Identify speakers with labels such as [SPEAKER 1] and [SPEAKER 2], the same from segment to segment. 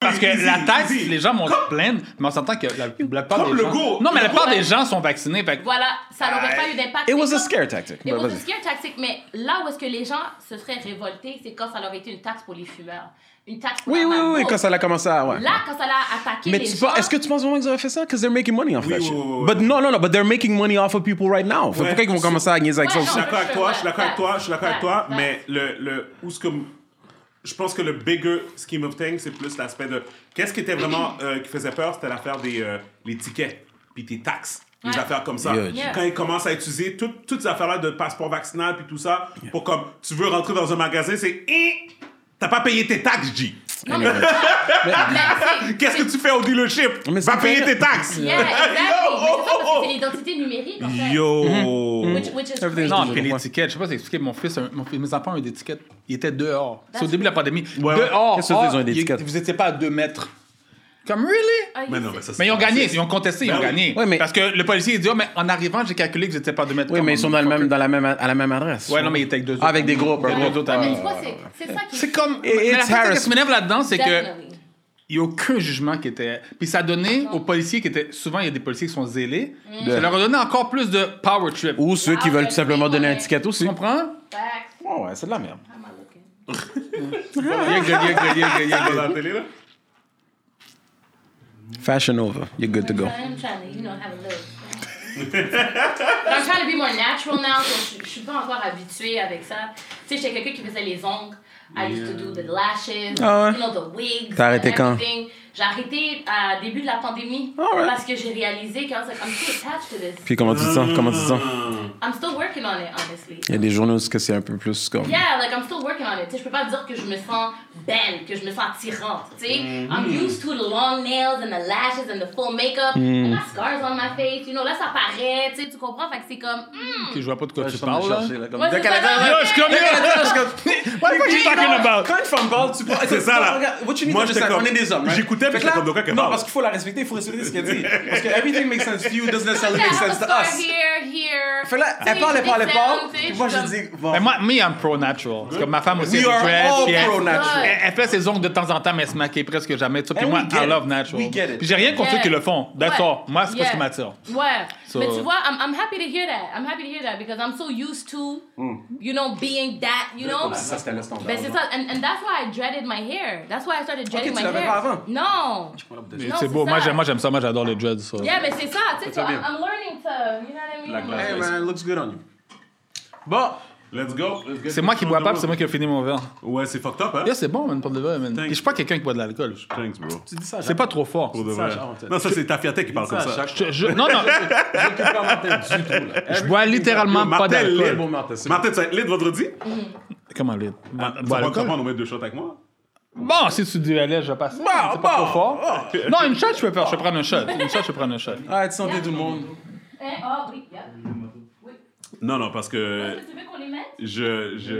[SPEAKER 1] que
[SPEAKER 2] easy,
[SPEAKER 1] la taxe,
[SPEAKER 2] easy.
[SPEAKER 1] les gens m'ont plaindre, mais on s'entend que la, la plupart
[SPEAKER 2] Comme
[SPEAKER 1] des
[SPEAKER 2] le
[SPEAKER 1] gens...
[SPEAKER 2] go.
[SPEAKER 1] Non, mais
[SPEAKER 2] Le
[SPEAKER 1] la plupart
[SPEAKER 2] go.
[SPEAKER 1] des gens sont vaccinés, fait que-
[SPEAKER 3] Voilà, ça n'aurait pas eu d'impact.
[SPEAKER 4] It was
[SPEAKER 3] C'est
[SPEAKER 4] a
[SPEAKER 3] quand-
[SPEAKER 4] scare tactic.
[SPEAKER 3] It
[SPEAKER 4] Ouais,
[SPEAKER 3] was a
[SPEAKER 4] vas-y.
[SPEAKER 3] scare tactic, mais là où est-ce que les gens se seraient révoltés, c'est quand ça leur été une taxe pour les fumeurs. Une taxe pour
[SPEAKER 4] Oui,
[SPEAKER 3] la
[SPEAKER 4] oui, oui,
[SPEAKER 3] marmotte.
[SPEAKER 4] oui, quand ça a commencé à. Ouais.
[SPEAKER 3] Là, quand ça l'a attaqué
[SPEAKER 4] Mais
[SPEAKER 3] les
[SPEAKER 4] tu
[SPEAKER 3] gens...
[SPEAKER 4] penses- est-ce que tu penses vraiment qu'ils auraient fait ça? Because they're making money off
[SPEAKER 2] Oui,
[SPEAKER 4] that
[SPEAKER 2] oui,
[SPEAKER 4] shit.
[SPEAKER 2] oui, oui,
[SPEAKER 4] But
[SPEAKER 2] oui.
[SPEAKER 4] non, non, non, but they're making money off of people right now. Fait
[SPEAKER 2] Ouais.
[SPEAKER 4] pourquoi ils vont commencer à niaiser avec
[SPEAKER 3] Ouais,
[SPEAKER 4] ça
[SPEAKER 2] Je
[SPEAKER 4] aussi?
[SPEAKER 2] suis d'accord avec toi, je suis d'accord avec toi, je suis d'accord avec toi,
[SPEAKER 3] Ouais,
[SPEAKER 2] mais le, le, où ce que, je pense que le bigger scheme of things, c'est plus l'aspect de, qu'est-ce qui était vraiment, euh, qui faisait peur, c'était l'affaire des, euh, les tickets, puis tes taxes, les
[SPEAKER 3] Ouais.
[SPEAKER 2] affaires comme ça.
[SPEAKER 4] Huge.
[SPEAKER 3] Yeah.
[SPEAKER 2] Quand ils commencent à utiliser tout- toutes ces affaires-là de passeport vaccinal, puis tout ça, pour comme, tu veux rentrer dans un magasin, c'est, Eh, t'as pas payé tes taxes, G.
[SPEAKER 3] Non, mais c'est ça. Mais c'est-
[SPEAKER 2] Qu'est-ce que tu fais au dealership?
[SPEAKER 4] Mais c'est
[SPEAKER 2] Va payer
[SPEAKER 4] pas-
[SPEAKER 2] tes taxes!
[SPEAKER 3] Yeah, exactly.
[SPEAKER 2] Yo,
[SPEAKER 3] Mais c'est ça,
[SPEAKER 2] oh,
[SPEAKER 3] parce
[SPEAKER 2] oh,
[SPEAKER 3] que c'est l'identité numérique, en fait.
[SPEAKER 2] Yo!
[SPEAKER 3] Which,
[SPEAKER 4] Mm-hmm.
[SPEAKER 3] which is
[SPEAKER 4] Everything's
[SPEAKER 3] crazy.
[SPEAKER 1] Non,
[SPEAKER 4] Je
[SPEAKER 1] puis
[SPEAKER 4] comprends.
[SPEAKER 1] l'étiquette, je sais pas si expliquer, mon fils, un- mon fils- mes enfants ont eu des étiquettes. Ils étaient dehors. C'est au
[SPEAKER 3] That's
[SPEAKER 1] début de la pandémie.
[SPEAKER 2] Ouais, ouais.
[SPEAKER 1] dehors.
[SPEAKER 4] Qu'est-ce que ça veut dire, ils ont eu des
[SPEAKER 1] il-
[SPEAKER 4] étiquettes?
[SPEAKER 1] vous étiez pas à 2 mètres. Comme, really?
[SPEAKER 3] Ah,
[SPEAKER 2] Mais
[SPEAKER 3] yes,
[SPEAKER 2] non, mais ça,
[SPEAKER 1] Mais ils ont
[SPEAKER 2] c'est-
[SPEAKER 1] gagné, ils ont contesté, ils
[SPEAKER 2] Ben
[SPEAKER 1] ont
[SPEAKER 2] oui.
[SPEAKER 1] gagné.
[SPEAKER 4] Ouais, mais-
[SPEAKER 1] Parce que le policier, il dit, Ah, mais en arrivant, j'ai calculé que j'étais pas à 2 mètres.
[SPEAKER 4] Oui, mais ils sont dans, le même, dans la, même, à la même adresse.
[SPEAKER 1] Ouais, non, mais ils étaient avec deux autres.
[SPEAKER 4] Ah, avec des groupes,
[SPEAKER 1] Ouais,
[SPEAKER 4] un
[SPEAKER 1] avec
[SPEAKER 4] groupe.
[SPEAKER 1] deux autres
[SPEAKER 3] Ouais, mais
[SPEAKER 1] amis.
[SPEAKER 3] tu vois, c'est- c'est ça qui...
[SPEAKER 1] C'est comme.
[SPEAKER 4] It's
[SPEAKER 1] mais la chose qui
[SPEAKER 4] harassment.
[SPEAKER 1] me lève là-dedans, c'est que.
[SPEAKER 3] Definitely.
[SPEAKER 1] Il n'y a aucun jugement qui était. Puis ça donnait aux policiers qui étaient. Souvent, il y a des policiers qui sont zélés.
[SPEAKER 3] Mm.
[SPEAKER 1] Ça leur a donné encore plus de power trip.
[SPEAKER 4] Ou ceux qui
[SPEAKER 3] Ah,
[SPEAKER 4] veulent
[SPEAKER 3] ouais,
[SPEAKER 4] tout simplement
[SPEAKER 3] c'est
[SPEAKER 4] donner un
[SPEAKER 3] vrai.
[SPEAKER 4] ticket aussi.
[SPEAKER 1] Tu comprends?
[SPEAKER 3] Facts.
[SPEAKER 4] Oh, ouais, c'est de la merde.
[SPEAKER 3] How am I looking?
[SPEAKER 1] Y'a que- y'a que- y'a que- y'a
[SPEAKER 2] Dans la
[SPEAKER 1] que-
[SPEAKER 2] télé, là?
[SPEAKER 4] Fashion over. You're good to go.
[SPEAKER 3] I'm trying to, you know, have a look. I'm trying to be more natural now. so Je, je suis pas encore habituée avec ça. Tu sais, j'étais quelqu'un qui faisait les ongles. I used to do the lashes,
[SPEAKER 4] Ah ouais.
[SPEAKER 3] you know, the wigs.
[SPEAKER 4] T'as arrêté
[SPEAKER 3] and
[SPEAKER 4] quand?
[SPEAKER 3] everything. J'ai arrêté à début de la pandémie
[SPEAKER 4] Ah ouais.
[SPEAKER 3] parce que j'ai réalisé que I was like, I'm too attached to this.
[SPEAKER 4] Puis comment tu dis ça? Comment tu dis ça?
[SPEAKER 3] I'm still working on it, honestly.
[SPEAKER 4] Il y a des journaux où c'est que c'est un peu plus comme.
[SPEAKER 3] Yeah, like I'm still working on it. Tu sais, je peux pas dire que je me sens belle, que je me sens attirante. Tu sais,
[SPEAKER 4] Mm-hmm.
[SPEAKER 3] I'm used to the long nails and the lashes and the full makeup. I got scars on my face. You know, là ça paraît. Tu sais, tu comprends? Fait que c'est comme. hmm.
[SPEAKER 1] Je vois pas de quoi tu
[SPEAKER 4] Je parle,
[SPEAKER 1] parles. là.
[SPEAKER 4] là, comme-
[SPEAKER 3] Ouais, c'est ça, non,
[SPEAKER 1] Yo,
[SPEAKER 3] non,
[SPEAKER 1] je suis comme. What the fuck you talking about?
[SPEAKER 4] Quand une femme parle, tu parles.
[SPEAKER 2] C'est ça, là.
[SPEAKER 4] Regarde, What you need
[SPEAKER 2] Moi,
[SPEAKER 4] to
[SPEAKER 2] j'étais
[SPEAKER 4] understand,
[SPEAKER 2] comme-
[SPEAKER 4] on est des hommes. right?
[SPEAKER 2] j'écoutais, puis
[SPEAKER 4] Fait que
[SPEAKER 2] j'étais
[SPEAKER 4] là-
[SPEAKER 2] comme, le gars qui
[SPEAKER 4] Non,
[SPEAKER 2] parle.
[SPEAKER 4] parce qu'il faut la respecter, il faut respecter ce qu'elle dit. Parce que everything makes sense to you, doesn't necessarily
[SPEAKER 3] Yeah, I
[SPEAKER 4] make
[SPEAKER 3] have a
[SPEAKER 4] sense to
[SPEAKER 3] scar
[SPEAKER 4] us.
[SPEAKER 3] here, here.
[SPEAKER 4] Fait que là,
[SPEAKER 3] Tu sais,
[SPEAKER 4] elle parle, elle parle, elle
[SPEAKER 3] des
[SPEAKER 4] parle.
[SPEAKER 3] cernes, tu sais,
[SPEAKER 4] Puis moi,
[SPEAKER 3] je
[SPEAKER 4] je
[SPEAKER 3] suis comme-
[SPEAKER 4] dis, bon.
[SPEAKER 1] Mais moi, me, I'm pro-natural. Parce que ma femme aussi,
[SPEAKER 4] We
[SPEAKER 1] elle
[SPEAKER 4] are
[SPEAKER 1] dress,
[SPEAKER 4] all
[SPEAKER 1] puis elle-
[SPEAKER 4] pro-natural.
[SPEAKER 1] Elle, elle fait ses ongles de temps en temps, mais elle se maquille presque jamais. Ça. Puis
[SPEAKER 4] And
[SPEAKER 1] moi,
[SPEAKER 4] we get
[SPEAKER 1] I
[SPEAKER 4] it.
[SPEAKER 1] love natural.
[SPEAKER 4] We get it.
[SPEAKER 1] Puis j'ai rien contre ceux
[SPEAKER 3] Yeah.
[SPEAKER 1] qui le font. D'accord.
[SPEAKER 3] Ouais.
[SPEAKER 1] Moi, c'est pas ce qui
[SPEAKER 3] Yeah.
[SPEAKER 1] m'attire.
[SPEAKER 3] Ouais.
[SPEAKER 1] So-
[SPEAKER 3] Mais tu vois, I'm, I'm happy to hear that. I'm happy to hear that because I'm so used to, you know, being that, you know.
[SPEAKER 4] Comme si Mm. Ah, ça, c'était le standard,
[SPEAKER 3] Ben c'est
[SPEAKER 4] non?
[SPEAKER 3] ça. And, and that's why I dreaded my hair. That's why I started dreading my
[SPEAKER 4] tu
[SPEAKER 3] hair.
[SPEAKER 4] l'avais pas avant?
[SPEAKER 3] Non. Non,
[SPEAKER 1] C'est
[SPEAKER 3] c'est
[SPEAKER 1] beau.
[SPEAKER 3] ça.
[SPEAKER 1] Moi, j'aime, moi, j'aime ça. Moi, j'adore les dreads. ça.
[SPEAKER 3] Yeah, mais c'est ça. Tu sais, so
[SPEAKER 4] bien.
[SPEAKER 3] I'm, I'm learning to, you know what I mean?
[SPEAKER 2] La glace.
[SPEAKER 4] Hey man, it looks good on you. Bon,
[SPEAKER 2] Let's go. Let's get
[SPEAKER 1] C'est moi qui bois pas, puis c'est
[SPEAKER 2] Ouais,
[SPEAKER 1] moi qui ai fini mon verre.
[SPEAKER 2] c'est fucked up, hein?
[SPEAKER 1] Là, c'est bon, man, pour de vrai, man.
[SPEAKER 2] Thank
[SPEAKER 1] Puis je suis pas quelqu'un qui boit de l'alcool.
[SPEAKER 2] Thanks, bro.
[SPEAKER 4] tu dis ça.
[SPEAKER 1] C'est pas trop fort.
[SPEAKER 2] Pour de
[SPEAKER 4] ça,
[SPEAKER 2] vrai.
[SPEAKER 4] Charles, t'as-
[SPEAKER 2] Non, ça, c'est ta fiaté qui parle comme ça.
[SPEAKER 1] Je- je- non, non.
[SPEAKER 4] Je
[SPEAKER 1] Je bois littéralement pas
[SPEAKER 2] Martel,
[SPEAKER 1] d'alcool.
[SPEAKER 4] Bon, Martin, c'est
[SPEAKER 2] Martin, tu vas être lit vendredi?
[SPEAKER 1] Comment lit?
[SPEAKER 2] Ah,
[SPEAKER 1] Bois
[SPEAKER 2] Tu vas
[SPEAKER 1] l'alcool?
[SPEAKER 2] comprendre, on met deux shots avec moi?
[SPEAKER 1] Bon, si tu dis allez, je passe. c'est
[SPEAKER 4] bon,
[SPEAKER 1] pas trop
[SPEAKER 4] Oh!
[SPEAKER 1] fort. Non, une shot, je peux faire. Je peux prendre une shot. Une shot, je peux prendre une shot.
[SPEAKER 4] Arrête, santé tout le monde.
[SPEAKER 3] Eh, ah oui, yeah.
[SPEAKER 2] Non, non, parce que
[SPEAKER 3] Est-ce que tu veux qu'on les mette?
[SPEAKER 2] je... je...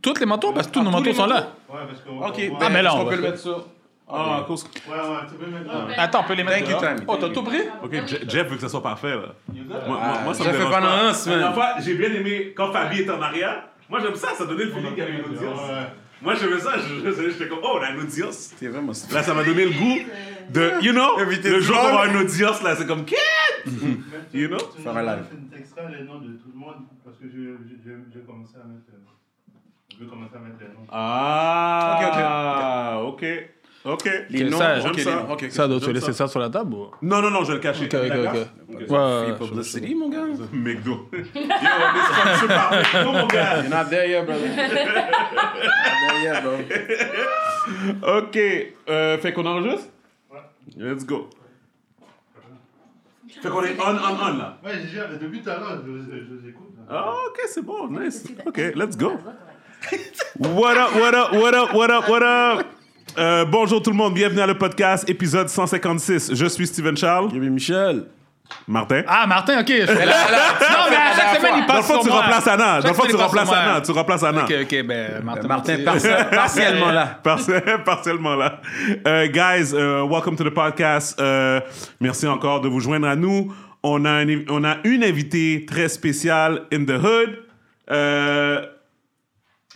[SPEAKER 1] Toutes les manteaux, parce que tous nos
[SPEAKER 4] tous les
[SPEAKER 1] manteaux sont là.
[SPEAKER 4] manteaux?
[SPEAKER 5] Ouais, parce qu'on.
[SPEAKER 4] Ok,
[SPEAKER 5] Ah, on-
[SPEAKER 4] ben,
[SPEAKER 1] mais là,
[SPEAKER 4] est-ce
[SPEAKER 1] on
[SPEAKER 4] qu'on
[SPEAKER 1] va
[SPEAKER 4] peut le
[SPEAKER 1] faire-
[SPEAKER 4] mettre sur.
[SPEAKER 2] Ah, à cause...
[SPEAKER 5] Ouais, ouais, tu peux mettre. un-
[SPEAKER 1] Attends, on peut les mettre.
[SPEAKER 4] Thank you,
[SPEAKER 1] là.
[SPEAKER 4] Tommy.
[SPEAKER 1] Oh, t'as tout pris?
[SPEAKER 2] OK, Je- Jeff veut que ça soit parfait, là. Moi, moi, moi, ça
[SPEAKER 4] Jeff
[SPEAKER 2] me
[SPEAKER 4] fait
[SPEAKER 2] dérange
[SPEAKER 4] pas dans un
[SPEAKER 2] pas.
[SPEAKER 4] semaine.
[SPEAKER 2] La fois, j'ai bien aimé quand Fabi est en arrière. Moi, j'aime ça, ça donnait le feeling qu'il y avait une audience.
[SPEAKER 5] Ouais.
[SPEAKER 2] Moi, j'aimais ça, je- je- j'étais comme, oh, on a une audience.
[SPEAKER 4] C'est vraiment
[SPEAKER 2] Là, ça m'a donné le goût de, you know,
[SPEAKER 4] Invité
[SPEAKER 2] le
[SPEAKER 4] tout
[SPEAKER 2] jour
[SPEAKER 4] le monde. Mm-hmm.
[SPEAKER 2] d'avoir une audience, là, c'est comme, quête! You know?
[SPEAKER 5] Tu
[SPEAKER 4] Faire un live.
[SPEAKER 5] Tu texteras les noms de tout le monde parce que je, je, je, je vais commencer à mettre. euh, Je vais commencer à mettre les noms.
[SPEAKER 2] Ah, ok, ok.
[SPEAKER 4] Les
[SPEAKER 1] Ok,
[SPEAKER 4] noms,
[SPEAKER 1] ça,
[SPEAKER 4] ok,
[SPEAKER 2] j'aime
[SPEAKER 4] les
[SPEAKER 2] ça.
[SPEAKER 4] noms. ok,
[SPEAKER 1] Ça,
[SPEAKER 4] ok.
[SPEAKER 1] doit tu laisser ça sur la table ou?
[SPEAKER 2] Non, non, non, je vais le cacher.
[SPEAKER 1] Ok, ok,
[SPEAKER 2] D'accord?
[SPEAKER 1] ok.
[SPEAKER 2] Ok.
[SPEAKER 1] Ouais, ouais,
[SPEAKER 4] Free publicity, mon gars.
[SPEAKER 2] McDo. Yo, on est sponsored par McDo, mon gars.
[SPEAKER 4] You're not there yet, brother. You're not there yet, bro.
[SPEAKER 2] Ok, euh, fait qu'on enregistre? Ouais. Let's go. Fait qu'on est on, on, on, là.
[SPEAKER 5] Ouais, j'ai dit, ah, depuis tout à l'heure, je, je, je vous écoute. là.
[SPEAKER 2] Ah, ok, c'est bon, nice. Ok, let's go. What up, what up, what up, what up, what up? Euh, bonjour tout le monde, bienvenue à le podcast, épisode 156. Je suis Steven Charles.
[SPEAKER 4] Yo, Michel.
[SPEAKER 2] Martin.
[SPEAKER 1] Ah, Martin, ok. je- non, mais à chaque semaine, il
[SPEAKER 2] Dans le
[SPEAKER 1] passe
[SPEAKER 2] fond,
[SPEAKER 1] sur
[SPEAKER 2] tu
[SPEAKER 1] moi.
[SPEAKER 2] remplaces Anna. Dans le
[SPEAKER 1] Chaque
[SPEAKER 2] fond,
[SPEAKER 1] semaine,
[SPEAKER 2] tu
[SPEAKER 1] il passe
[SPEAKER 2] remplaces
[SPEAKER 1] sur moi.
[SPEAKER 2] Anna. Tu remplaces Anna.
[SPEAKER 1] Ok, ok, ben, Martin.
[SPEAKER 4] Martin,
[SPEAKER 1] Montier.
[SPEAKER 4] partiel- partiellement là.
[SPEAKER 2] Partiel- partiellement là. Euh, guys, euh, welcome to the podcast. Euh, merci encore de vous joindre à nous. On a, un- on a une invitée très spéciale in the hood. Euh,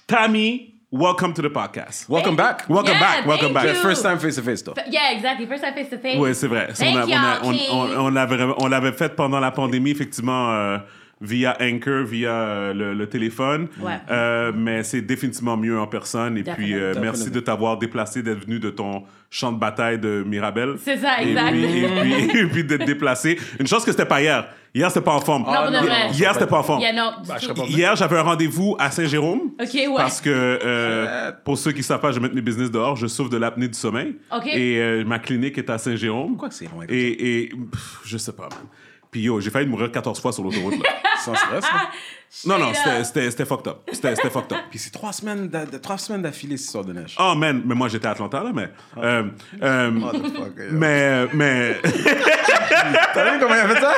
[SPEAKER 2] Tammy welcome to the podcast.
[SPEAKER 3] Welcome
[SPEAKER 4] Welcome
[SPEAKER 3] back.
[SPEAKER 4] back.
[SPEAKER 2] Welcome
[SPEAKER 3] Yeah,
[SPEAKER 2] back, welcome
[SPEAKER 3] thank
[SPEAKER 2] back.
[SPEAKER 3] you.
[SPEAKER 4] The first time face to face, though.
[SPEAKER 3] Yeah, exactly. First I face to face.
[SPEAKER 2] Oui, c'est vrai. Ça,
[SPEAKER 3] Thank
[SPEAKER 2] on, a- on a-
[SPEAKER 3] y'all,
[SPEAKER 2] on-
[SPEAKER 3] King.
[SPEAKER 2] on- on l'avait, on l'avait fait pendant la pandémie, effectivement, euh, via Anchor, via euh, le, le téléphone.
[SPEAKER 3] Ouais.
[SPEAKER 2] Euh, mais c'est définitivement mieux en personne. Et puis, euh,
[SPEAKER 3] Definitely.
[SPEAKER 2] merci de t'avoir déplacé, d'être venu de ton champ de bataille de Mirabel.
[SPEAKER 3] C'est ça,
[SPEAKER 2] Et
[SPEAKER 3] exact.
[SPEAKER 2] puis, et puis, et puis d'être déplacé. Une chose que c'était pas hier. Hier, c'était pas en forme.
[SPEAKER 3] Non, pour de vrai.
[SPEAKER 2] Hier, c'était pas en forme.
[SPEAKER 3] Yeah, non. du
[SPEAKER 6] Bah, je
[SPEAKER 3] tout.
[SPEAKER 6] serais pas-
[SPEAKER 2] Hier, j'avais un rendez-vous à Saint-Jérôme.
[SPEAKER 3] Ok, ouais.
[SPEAKER 2] Parce que, euh, pour ceux qui ne savent pas, je vais mettre mes business dehors. Je souffre de l'apnée du sommeil.
[SPEAKER 3] Ok.
[SPEAKER 2] Et euh, ma clinique est à Saint-Jérôme.
[SPEAKER 4] Pourquoi c'est loin comme
[SPEAKER 2] Et, et pff, je sais pas, man. Puis yo, j'ai failli mourir 14 fois sur l'autoroute. là.
[SPEAKER 4] Sans stress. là.
[SPEAKER 2] non, non,
[SPEAKER 3] Straight
[SPEAKER 2] c'était-
[SPEAKER 3] up.
[SPEAKER 2] c'était c'était fucked up. C'était c'était fucked up.
[SPEAKER 4] Puis c'est trois semaines d'a- de- trois semaines d'affilée, cette histoire de neige.
[SPEAKER 2] Oh man, mais moi j'étais à Atlanta là, mais.
[SPEAKER 4] Ah.
[SPEAKER 2] euh, euh,
[SPEAKER 4] Motherfucker, Ah, yo.
[SPEAKER 2] mais, euh, mais
[SPEAKER 4] T'as vu comment il a fait ça?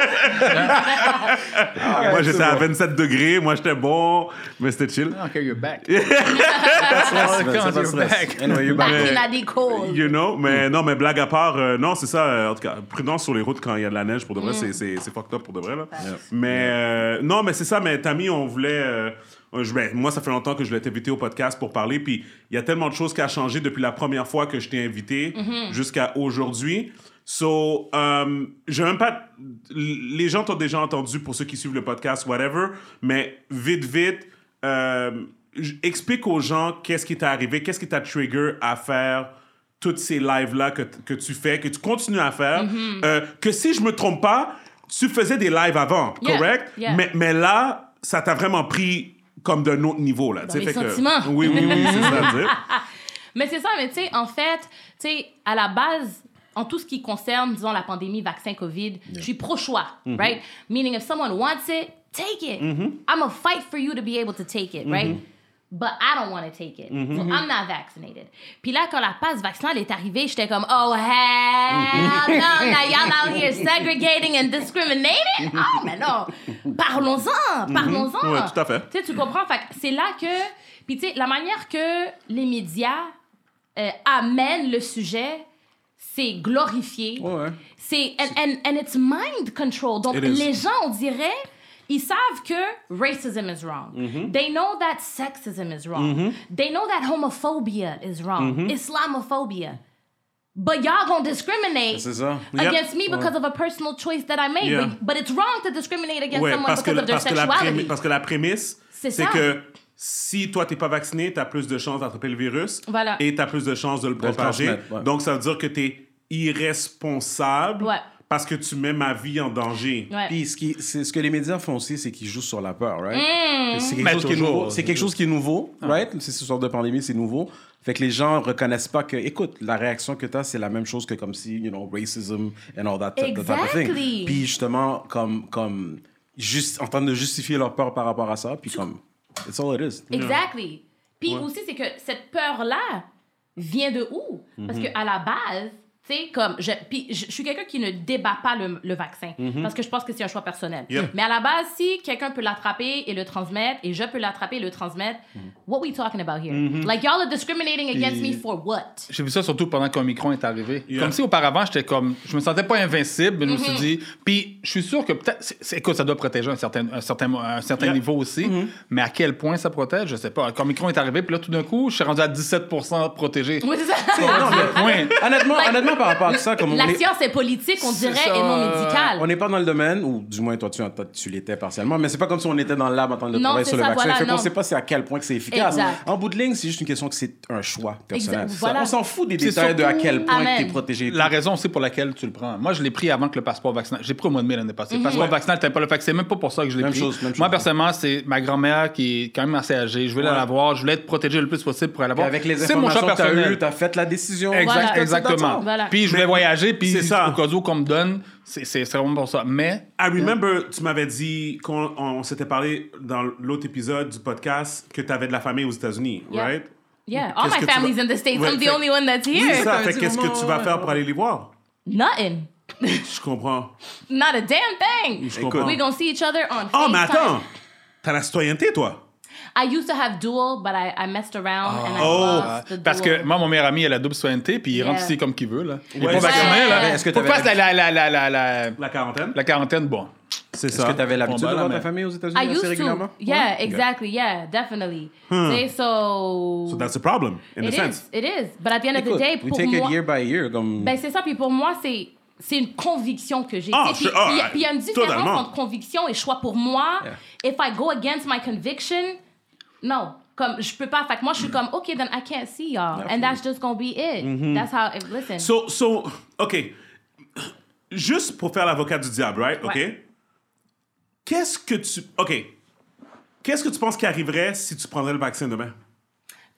[SPEAKER 2] moi
[SPEAKER 4] Ah, c'est
[SPEAKER 2] j'étais à
[SPEAKER 4] bon.
[SPEAKER 2] 27 degrés, moi j'étais bon, mais c'était chill.
[SPEAKER 6] Okay, you're back.
[SPEAKER 4] Ah, C'est pas
[SPEAKER 6] Welcome,
[SPEAKER 4] de
[SPEAKER 6] you're
[SPEAKER 4] stress.
[SPEAKER 6] back.
[SPEAKER 4] Anyway, you're
[SPEAKER 3] Back
[SPEAKER 4] back.
[SPEAKER 3] in a decold.
[SPEAKER 2] You know, mais non, mais blague à part, euh, non, c'est ça, euh, en tout cas, prudence sur les routes quand il y a de la neige, pour de vrai, c'est- c'est c'est fucked up pour de vrai, là. Mais euh, non, mais c'est ça, mais Tammy, on voulait. euh, je- ben, moi, ça fait longtemps que je voulais t'inviter au podcast pour parler, puis il y a tellement de choses qui a changé depuis la première fois que je t'ai invité jusqu'à aujourd'hui. So, euh, j'ai même pas. Les gens t'ont déjà entendu pour ceux qui suivent le podcast, whatever, mais vite, vite, euh, j- explique aux gens qu'est-ce qui t'est arrivé, qu'est-ce qui t'a trigger à faire toutes ces lives-là que, t- que tu fais, que tu continues à faire,
[SPEAKER 3] Mm-hmm.
[SPEAKER 2] euh, que si je me trompe pas, tu faisais des lives avant,
[SPEAKER 3] Yeah,
[SPEAKER 2] correct?
[SPEAKER 3] yeah.
[SPEAKER 2] Mais, mais là, ça t'a vraiment pris comme d'un autre niveau, là. tu sais,
[SPEAKER 3] les
[SPEAKER 2] fait que-
[SPEAKER 3] sentiments.
[SPEAKER 2] Oui, oui, oui, c'est ça. tu sais.
[SPEAKER 3] Mais c'est ça, mais tu sais, en fait, tu sais, à la base, en tout ce qui concerne, disons, la pandémie, vaccin, COVID, je suis pro-choix,
[SPEAKER 2] Mm-hmm.
[SPEAKER 3] right? Meaning, if someone wants it, take it. I'm a fight for you to be able to take it, right?
[SPEAKER 2] Mm-hmm.
[SPEAKER 3] But I don't want to take it. So I'm not vaccinated. Puis là, quand la passe vaccinale est arrivée, j'étais comme, oh,
[SPEAKER 2] Mm-hmm.
[SPEAKER 3] hell no, now y'all out here segregating and discriminating? Oh, mais non! Parlons-en! Parlons-en!
[SPEAKER 2] Mm-hmm. Ouais, tout à fait.
[SPEAKER 3] Tu sais, tu comprends? Fait que c'est là que. Puis, tu sais, la manière que les médias euh, amènent le sujet, c'est glorifié.
[SPEAKER 4] Ouais.
[SPEAKER 3] C'est. And, and, and it's mind control. Donc,
[SPEAKER 2] It is.
[SPEAKER 3] les gens, on dirait. Ils savent que racism is wrong.
[SPEAKER 2] Mm-hmm.
[SPEAKER 3] They know that sexism is wrong. They know that homophobia is wrong.
[SPEAKER 2] Mm-hmm.
[SPEAKER 3] Islamophobia. But y'all gonna discriminate
[SPEAKER 4] C'est ça.
[SPEAKER 2] Yep.
[SPEAKER 3] against me because of a personal choice that I made.
[SPEAKER 2] Yeah.
[SPEAKER 3] But, but it's wrong to discriminate against
[SPEAKER 2] Ouais,
[SPEAKER 3] someone
[SPEAKER 2] parce, que,
[SPEAKER 3] because
[SPEAKER 2] la-
[SPEAKER 3] of their
[SPEAKER 2] parce, que la
[SPEAKER 3] sexuality.
[SPEAKER 2] prémi- parce que la prémisse,
[SPEAKER 3] C'est
[SPEAKER 2] c'est
[SPEAKER 3] ça.
[SPEAKER 2] que si toi, t'es pas vacciné, t'as plus de chances d'attraper le virus
[SPEAKER 3] Voilà.
[SPEAKER 2] et t'as plus de chances de le
[SPEAKER 4] le
[SPEAKER 2] propager.
[SPEAKER 4] transmettre, ouais.
[SPEAKER 2] Donc, ça veut dire que t'es irresponsable
[SPEAKER 3] Ouais.
[SPEAKER 2] parce que tu mets ma vie en danger.
[SPEAKER 3] Ouais.
[SPEAKER 4] Puis ce, qui, c'est ce que les médias font aussi, c'est qu'ils jouent sur la peur, right?
[SPEAKER 3] Hmm.
[SPEAKER 4] C'est quelque,
[SPEAKER 6] Mais
[SPEAKER 4] chose qui est
[SPEAKER 6] toujours.
[SPEAKER 4] nouveau. C'est quelque chose qui est nouveau, right? C'est ce genre de pandémie, c'est nouveau. Fait que les gens reconnaissent pas que, écoute, la réaction que tu as, c'est la même chose que comme si, you know, racism and all that, t- that type of
[SPEAKER 3] Exactly.
[SPEAKER 4] thing. Puis justement, comme, comme juste, en train de justifier leur peur par rapport à ça, puis comme, it's all it is.
[SPEAKER 3] Exactly. Puis aussi, c'est que cette peur-là vient de où? Parce
[SPEAKER 2] Mhm.
[SPEAKER 3] que à la base, tu sais, comme. Je, puis je, je suis quelqu'un qui ne débat pas le, le vaccin parce que je pense que c'est un choix personnel.
[SPEAKER 2] Mhm. Yep.
[SPEAKER 3] Mais à la base, si quelqu'un peut l'attraper et le transmettre et je peux l'attraper et le transmettre,
[SPEAKER 2] Mhm.
[SPEAKER 3] what we talking about here? Like, y'all are discriminating against me for what?
[SPEAKER 6] J'ai vu ça surtout pendant qu'Omicron est arrivé.
[SPEAKER 2] Yeah.
[SPEAKER 6] Comme si auparavant, j'étais comme. Je me sentais pas invincible, mais je me suis dit. Puis je suis sûr que peut-être. c'est- c'est- Écoute, ça doit protéger un certain, un certain, un certain
[SPEAKER 2] Yeah.
[SPEAKER 6] niveau aussi.
[SPEAKER 4] Mm-hmm.
[SPEAKER 6] Mais à quel point ça protège, je sais pas. Quand Omicron est arrivé, puis là, tout d'un coup, je suis rendu à 17 protégé.
[SPEAKER 3] Oui, c'est ça.
[SPEAKER 6] Non, mais- point.
[SPEAKER 4] Honnêtement, honnêtement, par rapport à tout ça, comme on
[SPEAKER 3] La
[SPEAKER 4] est-
[SPEAKER 3] science est politique, on
[SPEAKER 6] C'est
[SPEAKER 3] dirait,
[SPEAKER 6] ça.
[SPEAKER 3] et non
[SPEAKER 2] euh,
[SPEAKER 4] On
[SPEAKER 3] médicale.
[SPEAKER 4] n'est pas dans le domaine, ou du moins toi tu, en- toi, tu l'étais partiellement, mais c'est pas comme si on était dans le lab en train de
[SPEAKER 3] Non,
[SPEAKER 4] travailler
[SPEAKER 3] c'est
[SPEAKER 4] sur le
[SPEAKER 3] ça,
[SPEAKER 4] vaccin.
[SPEAKER 3] voilà,
[SPEAKER 4] fait qu'on
[SPEAKER 3] non.
[SPEAKER 4] sait pas c'est à quel point que c'est efficace.
[SPEAKER 3] Exact.
[SPEAKER 4] En bout de ligne, c'est juste une question que c'est un choix personnel.
[SPEAKER 3] Exact,
[SPEAKER 4] C'est ça.
[SPEAKER 3] voilà.
[SPEAKER 4] On s'en fout des
[SPEAKER 6] C'est
[SPEAKER 4] détails de à
[SPEAKER 6] surtout-
[SPEAKER 4] quel point
[SPEAKER 3] Amen.
[SPEAKER 4] tu es protégé. et tout.
[SPEAKER 6] La raison aussi pour laquelle tu le prends. Moi, je l'ai pris avant que le passeport vaccinal. J'ai pris au mois de mai l'année passée. Le passeport vaccinal, t'aimes pas le fait que c'est même pas pour ça que je l'ai
[SPEAKER 4] Même
[SPEAKER 6] pris.
[SPEAKER 4] chose, même
[SPEAKER 6] Moi,
[SPEAKER 4] chose.
[SPEAKER 6] personnellement, c'est ma grand-mère qui est quand même assez âgée. Je voulais
[SPEAKER 4] Ouais.
[SPEAKER 6] la voir. Je voulais être protégé le plus possible pour aller la
[SPEAKER 4] Puis
[SPEAKER 6] voir.
[SPEAKER 4] Avec les
[SPEAKER 6] C'est mon
[SPEAKER 4] informations
[SPEAKER 6] choix
[SPEAKER 4] que tu as
[SPEAKER 6] personnel.
[SPEAKER 4] eues, tu as fait la décision.
[SPEAKER 6] Exact-
[SPEAKER 3] Voilà.
[SPEAKER 4] That's it, that's
[SPEAKER 6] Exactement.
[SPEAKER 4] all.
[SPEAKER 3] Voilà.
[SPEAKER 6] Puis je voulais voyager, puis
[SPEAKER 2] C'est ça.
[SPEAKER 6] au cas où qu'on me donne, c'est c'est- c'est vraiment pour ça. Mais
[SPEAKER 2] I remember, tu m'avais dit, qu'on on s'était parlé dans l'autre épisode du podcast, que tu avais de la famille aux États-Unis,
[SPEAKER 3] Yeah.
[SPEAKER 2] right?
[SPEAKER 3] Yeah, all
[SPEAKER 2] Qu'est-ce que
[SPEAKER 3] my
[SPEAKER 2] tu
[SPEAKER 3] family's
[SPEAKER 2] vas-
[SPEAKER 3] in the States.
[SPEAKER 2] Ouais,
[SPEAKER 3] I'm the
[SPEAKER 2] fait-
[SPEAKER 3] only one that's
[SPEAKER 2] C'est
[SPEAKER 3] here.
[SPEAKER 2] ça,
[SPEAKER 4] t'avais
[SPEAKER 2] fait
[SPEAKER 4] dit
[SPEAKER 2] qu'est-ce que
[SPEAKER 4] vraiment,
[SPEAKER 2] tu vas
[SPEAKER 4] ouais,
[SPEAKER 2] faire
[SPEAKER 4] ouais.
[SPEAKER 2] pour aller les voir?
[SPEAKER 3] Nothing.
[SPEAKER 2] Je comprends.
[SPEAKER 3] Not a damn thing.
[SPEAKER 2] Je comprends.
[SPEAKER 3] We gonna see each other on
[SPEAKER 2] Oh, mais
[SPEAKER 3] FaceTime.
[SPEAKER 2] attends! T'as la citoyenneté, toi?
[SPEAKER 3] I used to have dual, but I, I messed around and I
[SPEAKER 2] Oh.
[SPEAKER 3] lost the
[SPEAKER 6] euh, parce que
[SPEAKER 3] dual.
[SPEAKER 6] moi, mon meilleur ami, elle a double soignité, puis il
[SPEAKER 3] Ah, Yeah.
[SPEAKER 6] rentre ici comme qu'il veut. Là. Il est
[SPEAKER 2] Ouais,
[SPEAKER 6] pas
[SPEAKER 2] c'est
[SPEAKER 6] vacciné.
[SPEAKER 3] ça.
[SPEAKER 6] Là.
[SPEAKER 3] Ouais,
[SPEAKER 4] est-ce que
[SPEAKER 6] Faut
[SPEAKER 4] t'avais-
[SPEAKER 6] que fasse la, la, la, la, la, la-
[SPEAKER 2] La quarantaine?
[SPEAKER 6] la quarantaine, bon. ben,
[SPEAKER 2] C'est
[SPEAKER 4] Est-ce
[SPEAKER 2] ça.
[SPEAKER 4] que tu avais l'habitude
[SPEAKER 1] On bat
[SPEAKER 4] de
[SPEAKER 1] la
[SPEAKER 4] voir ta
[SPEAKER 1] main.
[SPEAKER 4] famille aux États-Unis
[SPEAKER 3] I
[SPEAKER 4] assez
[SPEAKER 3] used
[SPEAKER 4] régulièrement?
[SPEAKER 3] to. Yeah, exactly. Yeah, definitely. See, so.
[SPEAKER 2] Hmm. So that's a problem, in a
[SPEAKER 3] It
[SPEAKER 2] sense.
[SPEAKER 3] is, it is. But at the end of the
[SPEAKER 4] Écoute,
[SPEAKER 3] day,
[SPEAKER 4] we
[SPEAKER 3] pour
[SPEAKER 4] take
[SPEAKER 3] moi.
[SPEAKER 4] it year by year. Comme...
[SPEAKER 3] Ben, c'est ça. Puis pour moi, c'est. C'est une conviction que j'ai.
[SPEAKER 2] Ah,
[SPEAKER 3] Tu sais,
[SPEAKER 2] je-
[SPEAKER 3] puis
[SPEAKER 2] ah,
[SPEAKER 3] puis- puis il y a une différence
[SPEAKER 2] totalement.
[SPEAKER 3] entre conviction et choix. Pour moi, if I go against my conviction, non. Comme, je peux pas. Fait que moi, je suis comme, OK, then I can't see y'all. And that's just gonna be it. That's how, it, listen.
[SPEAKER 2] Mm-hmm. So, so, OK. Juste pour faire l'avocat du diable, right? OK?
[SPEAKER 3] Ouais.
[SPEAKER 2] Qu'est-ce que tu... OK. Qu'est-ce que tu penses qui arriverait si tu prendrais le vaccin demain?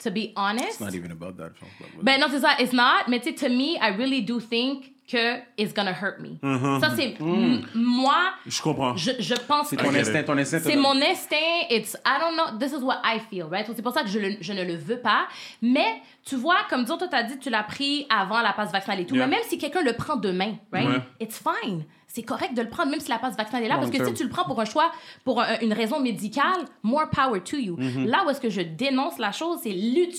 [SPEAKER 3] to be honest.
[SPEAKER 4] Not even about that. je pense pas.
[SPEAKER 3] Ben non, c'est ça, it's not. Mais tu sais, to me, I really do think que it's gonna hurt me. Ça, c'est m- moi,
[SPEAKER 2] Je comprends.
[SPEAKER 3] je, je pense
[SPEAKER 4] Mm-hmm. C'est
[SPEAKER 3] que
[SPEAKER 4] ton
[SPEAKER 2] Ok.
[SPEAKER 4] instinct, ton instinct.
[SPEAKER 3] c'est mon instinct. It's, I don't know, this is what I feel, right? C'est pour ça que je, le- je ne le veux pas. Mais tu vois, comme disons, toi, t'as dit, tu l'as pris avant la passe vaccinale et tout.
[SPEAKER 2] Yeah.
[SPEAKER 3] Mais même si quelqu'un le prend demain, right?
[SPEAKER 2] Ouais.
[SPEAKER 3] It's fine. C'est correct de le prendre, même si la passe vaccinale est là.
[SPEAKER 4] Long
[SPEAKER 3] parce que
[SPEAKER 4] term.
[SPEAKER 3] si tu le prends pour un choix, pour un- une raison médicale, more power to you.
[SPEAKER 2] Mm-hmm.
[SPEAKER 3] Là où est-ce que je dénonce la chose, c'est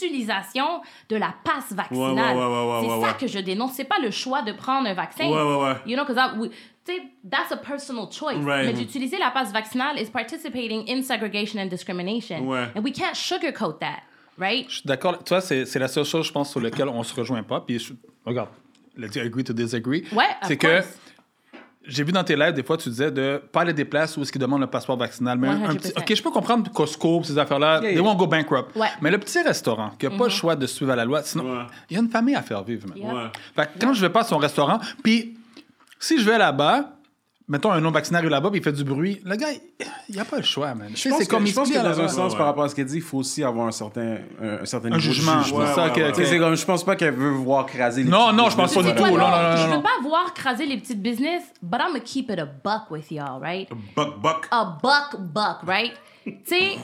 [SPEAKER 3] l'utilisation de la passe vaccinale.
[SPEAKER 2] Ouais, ouais, ouais, ouais,
[SPEAKER 3] c'est
[SPEAKER 2] ouais,
[SPEAKER 3] ça
[SPEAKER 2] ouais.
[SPEAKER 3] que je dénonce. C'est pas le choix de prendre un vaccin.
[SPEAKER 2] Ouais, ouais, ouais.
[SPEAKER 3] You know, because I, we- tu sais, that's a personal choice.
[SPEAKER 2] Right.
[SPEAKER 3] Mais d'utiliser la passe vaccinale is participating in segregation and discrimination.
[SPEAKER 2] Ouais.
[SPEAKER 3] And we can't sugarcoat that, right?
[SPEAKER 1] Je suis d'accord. Toi, c'est c'est la seule chose, je pense, sur laquelle on se rejoint pas. Puis, je- regarde, let's agree to disagree.
[SPEAKER 3] Ouais, of
[SPEAKER 1] C'est que
[SPEAKER 3] course.
[SPEAKER 1] j'ai vu dans tes lives, des fois, tu disais de pas aller des places où est-ce qu'ils demandent le passeport vaccinal. Mais un- un
[SPEAKER 3] 100%.
[SPEAKER 1] petit, OK, je peux comprendre Costco, ces affaires-là.
[SPEAKER 4] Yeah,
[SPEAKER 1] They
[SPEAKER 4] yeah.
[SPEAKER 1] won't go bankrupt.
[SPEAKER 3] Ouais. Mm-hmm.
[SPEAKER 1] Mais le petit restaurant qui n'a pas le choix de suivre à la loi, sinon,
[SPEAKER 2] Ouais.
[SPEAKER 1] il y a une famille à faire vivre. man.
[SPEAKER 3] Yeah.
[SPEAKER 2] Ouais.
[SPEAKER 1] Fait que quand je vais pas à son restaurant, puis si je vais là-bas, mettons un non-vacciné arrive là-bas, puis il fait du bruit, le gars, il n'y a pas le choix, man. Tu sais,
[SPEAKER 4] Je pense,
[SPEAKER 1] c'est
[SPEAKER 4] que,
[SPEAKER 1] comme
[SPEAKER 4] je pense
[SPEAKER 1] ici,
[SPEAKER 4] que
[SPEAKER 1] à la
[SPEAKER 4] dans un
[SPEAKER 1] base.
[SPEAKER 4] sens,
[SPEAKER 2] Ouais, ouais.
[SPEAKER 4] par rapport à ce qu'elle dit, il faut aussi avoir un certain, un, un certain
[SPEAKER 1] un
[SPEAKER 4] niveau de
[SPEAKER 1] jugement.
[SPEAKER 4] jugement.
[SPEAKER 1] C'est ça
[SPEAKER 2] Ouais,
[SPEAKER 1] que-
[SPEAKER 2] ouais,
[SPEAKER 1] que-
[SPEAKER 4] Tu sais, C'est comme, je pense pas qu'elle veut voir craser les
[SPEAKER 1] Non,
[SPEAKER 4] petits
[SPEAKER 1] non, je pense
[SPEAKER 4] business
[SPEAKER 1] pas
[SPEAKER 3] Tu
[SPEAKER 1] du
[SPEAKER 3] sais,
[SPEAKER 1] tout.
[SPEAKER 3] toi,
[SPEAKER 1] Non, non, non,
[SPEAKER 3] je
[SPEAKER 1] non,
[SPEAKER 3] veux
[SPEAKER 1] non.
[SPEAKER 3] pas voir craser les petites business, but I'm gonna keep it a buck with y'all, right?
[SPEAKER 2] Buck, buck.
[SPEAKER 3] a buck buck, right? See,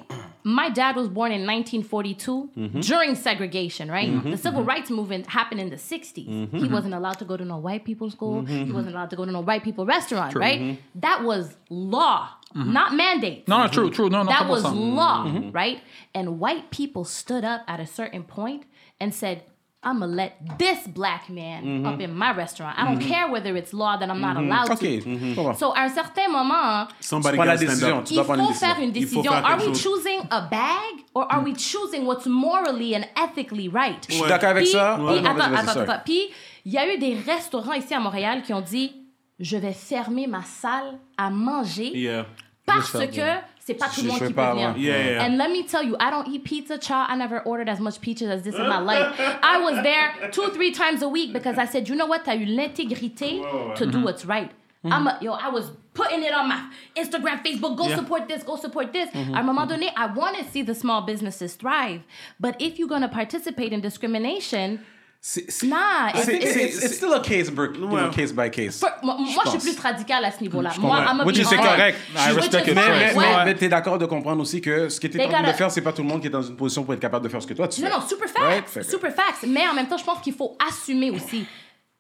[SPEAKER 3] my dad was born in 1942
[SPEAKER 1] Mm-hmm.
[SPEAKER 3] during segregation, right? The civil rights movement happened in the 60s.
[SPEAKER 1] Mm-hmm.
[SPEAKER 3] He wasn't allowed to go to no white people school. He wasn't allowed to go to no white people restaurant, right?
[SPEAKER 1] Mm-hmm.
[SPEAKER 3] That was law, not mandate.
[SPEAKER 1] Non, non, true, true, non, non,
[SPEAKER 3] That was
[SPEAKER 1] 100%.
[SPEAKER 3] law,
[SPEAKER 4] Mm-hmm.
[SPEAKER 3] right? And white people stood up at a certain point and said, I'm gonna let this black man
[SPEAKER 4] Mm-hmm.
[SPEAKER 3] up in my restaurant. I don't care whether it's law that I'm not allowed
[SPEAKER 4] OK,
[SPEAKER 3] to.
[SPEAKER 1] Mm-hmm.
[SPEAKER 4] je comprends.
[SPEAKER 3] So, à un certain moment,
[SPEAKER 2] Somebody
[SPEAKER 4] Tu prends la
[SPEAKER 2] gotta stand up.
[SPEAKER 4] décision.
[SPEAKER 3] il
[SPEAKER 4] dois
[SPEAKER 3] faut
[SPEAKER 4] prendre une
[SPEAKER 3] faire une
[SPEAKER 2] décision. Il
[SPEAKER 3] décision.
[SPEAKER 2] faut faire
[SPEAKER 3] Are we
[SPEAKER 2] quelque chose.
[SPEAKER 3] choosing a bag or are we choosing what's morally and ethically right?
[SPEAKER 4] Mm-hmm. Je suis d'accord avec
[SPEAKER 3] Puis,
[SPEAKER 4] ça.
[SPEAKER 3] puis,
[SPEAKER 4] Ouais, non,
[SPEAKER 3] attends,
[SPEAKER 4] vas-y, vas-y,
[SPEAKER 3] attends,
[SPEAKER 4] sorry.
[SPEAKER 3] attends. Puis, il y a eu des restaurants ici à Montréal qui ont dit je vais fermer ma salle à manger
[SPEAKER 2] Yeah.
[SPEAKER 3] parce que c'est pas tout le
[SPEAKER 4] Je-
[SPEAKER 3] monde qui
[SPEAKER 4] je veux
[SPEAKER 3] peut
[SPEAKER 4] pas
[SPEAKER 3] venir.
[SPEAKER 4] avoir-
[SPEAKER 2] Yeah, yeah.
[SPEAKER 3] And let me tell you, I don't eat pizza, child. I never ordered as much pizza as this in my life. I was there two, three times a week because I said, you know what? T'as eu l'intégrité to do what's right. I'm a, yo, I was putting it on my Instagram, Facebook. Go support this. Go support this. À un moment donné, I want to see the small businesses thrive. But if you're gonna participate in discrimination,
[SPEAKER 2] C'est- c'est-
[SPEAKER 3] nah, it's,
[SPEAKER 4] C'est-
[SPEAKER 3] it's,
[SPEAKER 4] c'est- It's still a case, br- you know, case by case.
[SPEAKER 3] for- moi, moi, je suis
[SPEAKER 4] pense.
[SPEAKER 3] plus radicale à ce niveau-là. Moi,
[SPEAKER 4] comprends.
[SPEAKER 3] I'm a
[SPEAKER 1] Which is correct. I respect your
[SPEAKER 4] Mais,
[SPEAKER 1] choice.
[SPEAKER 4] mais,
[SPEAKER 1] Ouais.
[SPEAKER 4] mais, mais t'es d'accord de comprendre aussi que ce que t'es
[SPEAKER 3] They
[SPEAKER 4] en train de
[SPEAKER 3] gotta-
[SPEAKER 4] faire, c'est pas tout le monde qui est dans une position pour être capable de faire ce que toi tu fais.
[SPEAKER 3] Non, non, super
[SPEAKER 4] Right?
[SPEAKER 3] facts.
[SPEAKER 4] Fait que-
[SPEAKER 3] Super facts. Mais en même temps, je pense qu'il faut assumer aussi.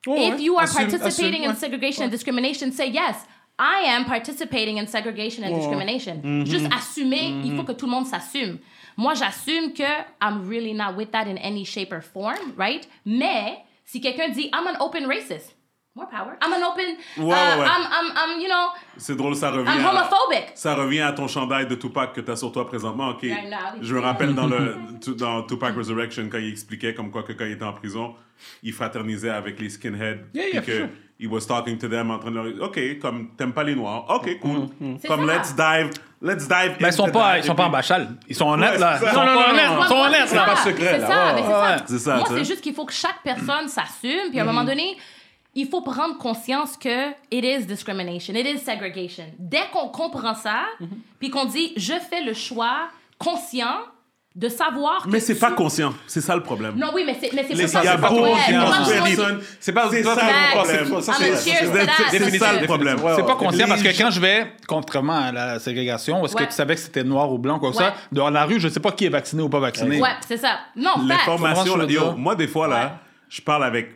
[SPEAKER 4] Ouais,
[SPEAKER 3] If
[SPEAKER 4] ouais.
[SPEAKER 3] you are
[SPEAKER 4] Assume-
[SPEAKER 3] participating
[SPEAKER 4] assume,
[SPEAKER 3] in
[SPEAKER 4] ouais.
[SPEAKER 3] segregation and discrimination, say yes. I am participating in segregation and discrimination.
[SPEAKER 4] Mm-hmm.
[SPEAKER 3] Juste assumer, il faut que tout le monde s'assume. Moi, j'assume que I'm really not with that in any shape or form, right? Mais si quelqu'un dit I'm an open racist, more power. I'm an open,
[SPEAKER 2] Ouais,
[SPEAKER 3] uh,
[SPEAKER 2] ouais, ouais.
[SPEAKER 3] I'm, I'm, I'm, you know,
[SPEAKER 2] C'est drôle, ça revient.
[SPEAKER 3] I'm
[SPEAKER 2] à-
[SPEAKER 3] homophobic.
[SPEAKER 2] Ça revient à ton chandail de Tupac que tu as sur toi présentement. OK.
[SPEAKER 3] Right now.
[SPEAKER 2] Je me rappelle dans, le, tu- dans Tupac Resurrection quand il expliquait comme quoi que quand il était en prison, il fraternisait avec les skinheads.
[SPEAKER 1] Yeah, yeah,
[SPEAKER 2] puis que
[SPEAKER 1] sure.
[SPEAKER 2] il was talking to them en train de leur dire OK, comme t'aimes pas les noirs. OK, cool.
[SPEAKER 3] C'est
[SPEAKER 2] Comme
[SPEAKER 3] ça.
[SPEAKER 2] let's dive. Let's dive.
[SPEAKER 1] Mais ils sont
[SPEAKER 2] into
[SPEAKER 1] pas,
[SPEAKER 2] that.
[SPEAKER 1] ils sont
[SPEAKER 2] Et
[SPEAKER 1] pas en
[SPEAKER 2] puis-
[SPEAKER 1] bachal. Ils sont honnêtes, là.
[SPEAKER 2] c'est
[SPEAKER 1] Ils
[SPEAKER 2] ça.
[SPEAKER 1] sont
[SPEAKER 2] Non, non, non,
[SPEAKER 1] honnêtes,
[SPEAKER 3] Ah, Moi,
[SPEAKER 1] ils sont
[SPEAKER 3] moi,
[SPEAKER 1] honnêtes,
[SPEAKER 3] c'est
[SPEAKER 1] là.
[SPEAKER 3] ça.
[SPEAKER 4] secret,
[SPEAKER 3] C'est
[SPEAKER 4] là.
[SPEAKER 3] ça,
[SPEAKER 4] Ouais,
[SPEAKER 3] mais c'est
[SPEAKER 4] ouais,
[SPEAKER 3] ça.
[SPEAKER 1] ouais.
[SPEAKER 2] Ah, C'est ça,
[SPEAKER 3] Moi,
[SPEAKER 2] tu sais. Mm-hmm.
[SPEAKER 3] c'est juste qu'il faut que chaque personne s'assume, puis à un moment donné, il faut prendre conscience que it is discrimination, it is segregation. Dès qu'on comprend ça,
[SPEAKER 2] Mm-hmm.
[SPEAKER 3] puis qu'on dit je fais le choix conscient de savoir que
[SPEAKER 2] Mais c'est
[SPEAKER 3] tu-
[SPEAKER 2] pas conscient. C'est ça le problème.
[SPEAKER 3] Non, oui, mais c'est mais c'est
[SPEAKER 2] Les-
[SPEAKER 3] pour ça
[SPEAKER 2] il y a
[SPEAKER 3] que c'est pas-
[SPEAKER 2] beaucoup de
[SPEAKER 3] ouais,
[SPEAKER 2] gens
[SPEAKER 3] moi,
[SPEAKER 2] qui
[SPEAKER 3] je pense-
[SPEAKER 2] sont libres.
[SPEAKER 4] C'est pas
[SPEAKER 2] C'est
[SPEAKER 4] toi,
[SPEAKER 2] ça,
[SPEAKER 4] c'est-
[SPEAKER 2] le
[SPEAKER 4] c'est-
[SPEAKER 2] problème.
[SPEAKER 4] ça,
[SPEAKER 3] I'm
[SPEAKER 4] c'est-
[SPEAKER 3] a
[SPEAKER 4] c'est-
[SPEAKER 3] cheers
[SPEAKER 4] c'est-
[SPEAKER 3] to that.
[SPEAKER 4] c'est-
[SPEAKER 3] Définition.
[SPEAKER 2] C'est ça le
[SPEAKER 4] définition.
[SPEAKER 2] problème.
[SPEAKER 4] Ouais,
[SPEAKER 1] C'est
[SPEAKER 4] ouais.
[SPEAKER 1] pas conscient parce
[SPEAKER 2] Les-
[SPEAKER 1] que quand je vais, contrairement à la ségrégation, est-ce
[SPEAKER 3] Ouais.
[SPEAKER 1] que tu savais que c'était noir ou blanc, quoi que
[SPEAKER 3] Ouais.
[SPEAKER 1] ça, dans la rue, je sais pas qui est vacciné ou pas vacciné.
[SPEAKER 3] Ouais, c'est ça. Non, fact.
[SPEAKER 2] L'information,
[SPEAKER 1] Comment
[SPEAKER 2] là,
[SPEAKER 1] je veux
[SPEAKER 2] yo,
[SPEAKER 1] dire?
[SPEAKER 2] moi, des fois, là,
[SPEAKER 3] Ouais.
[SPEAKER 2] je parle avec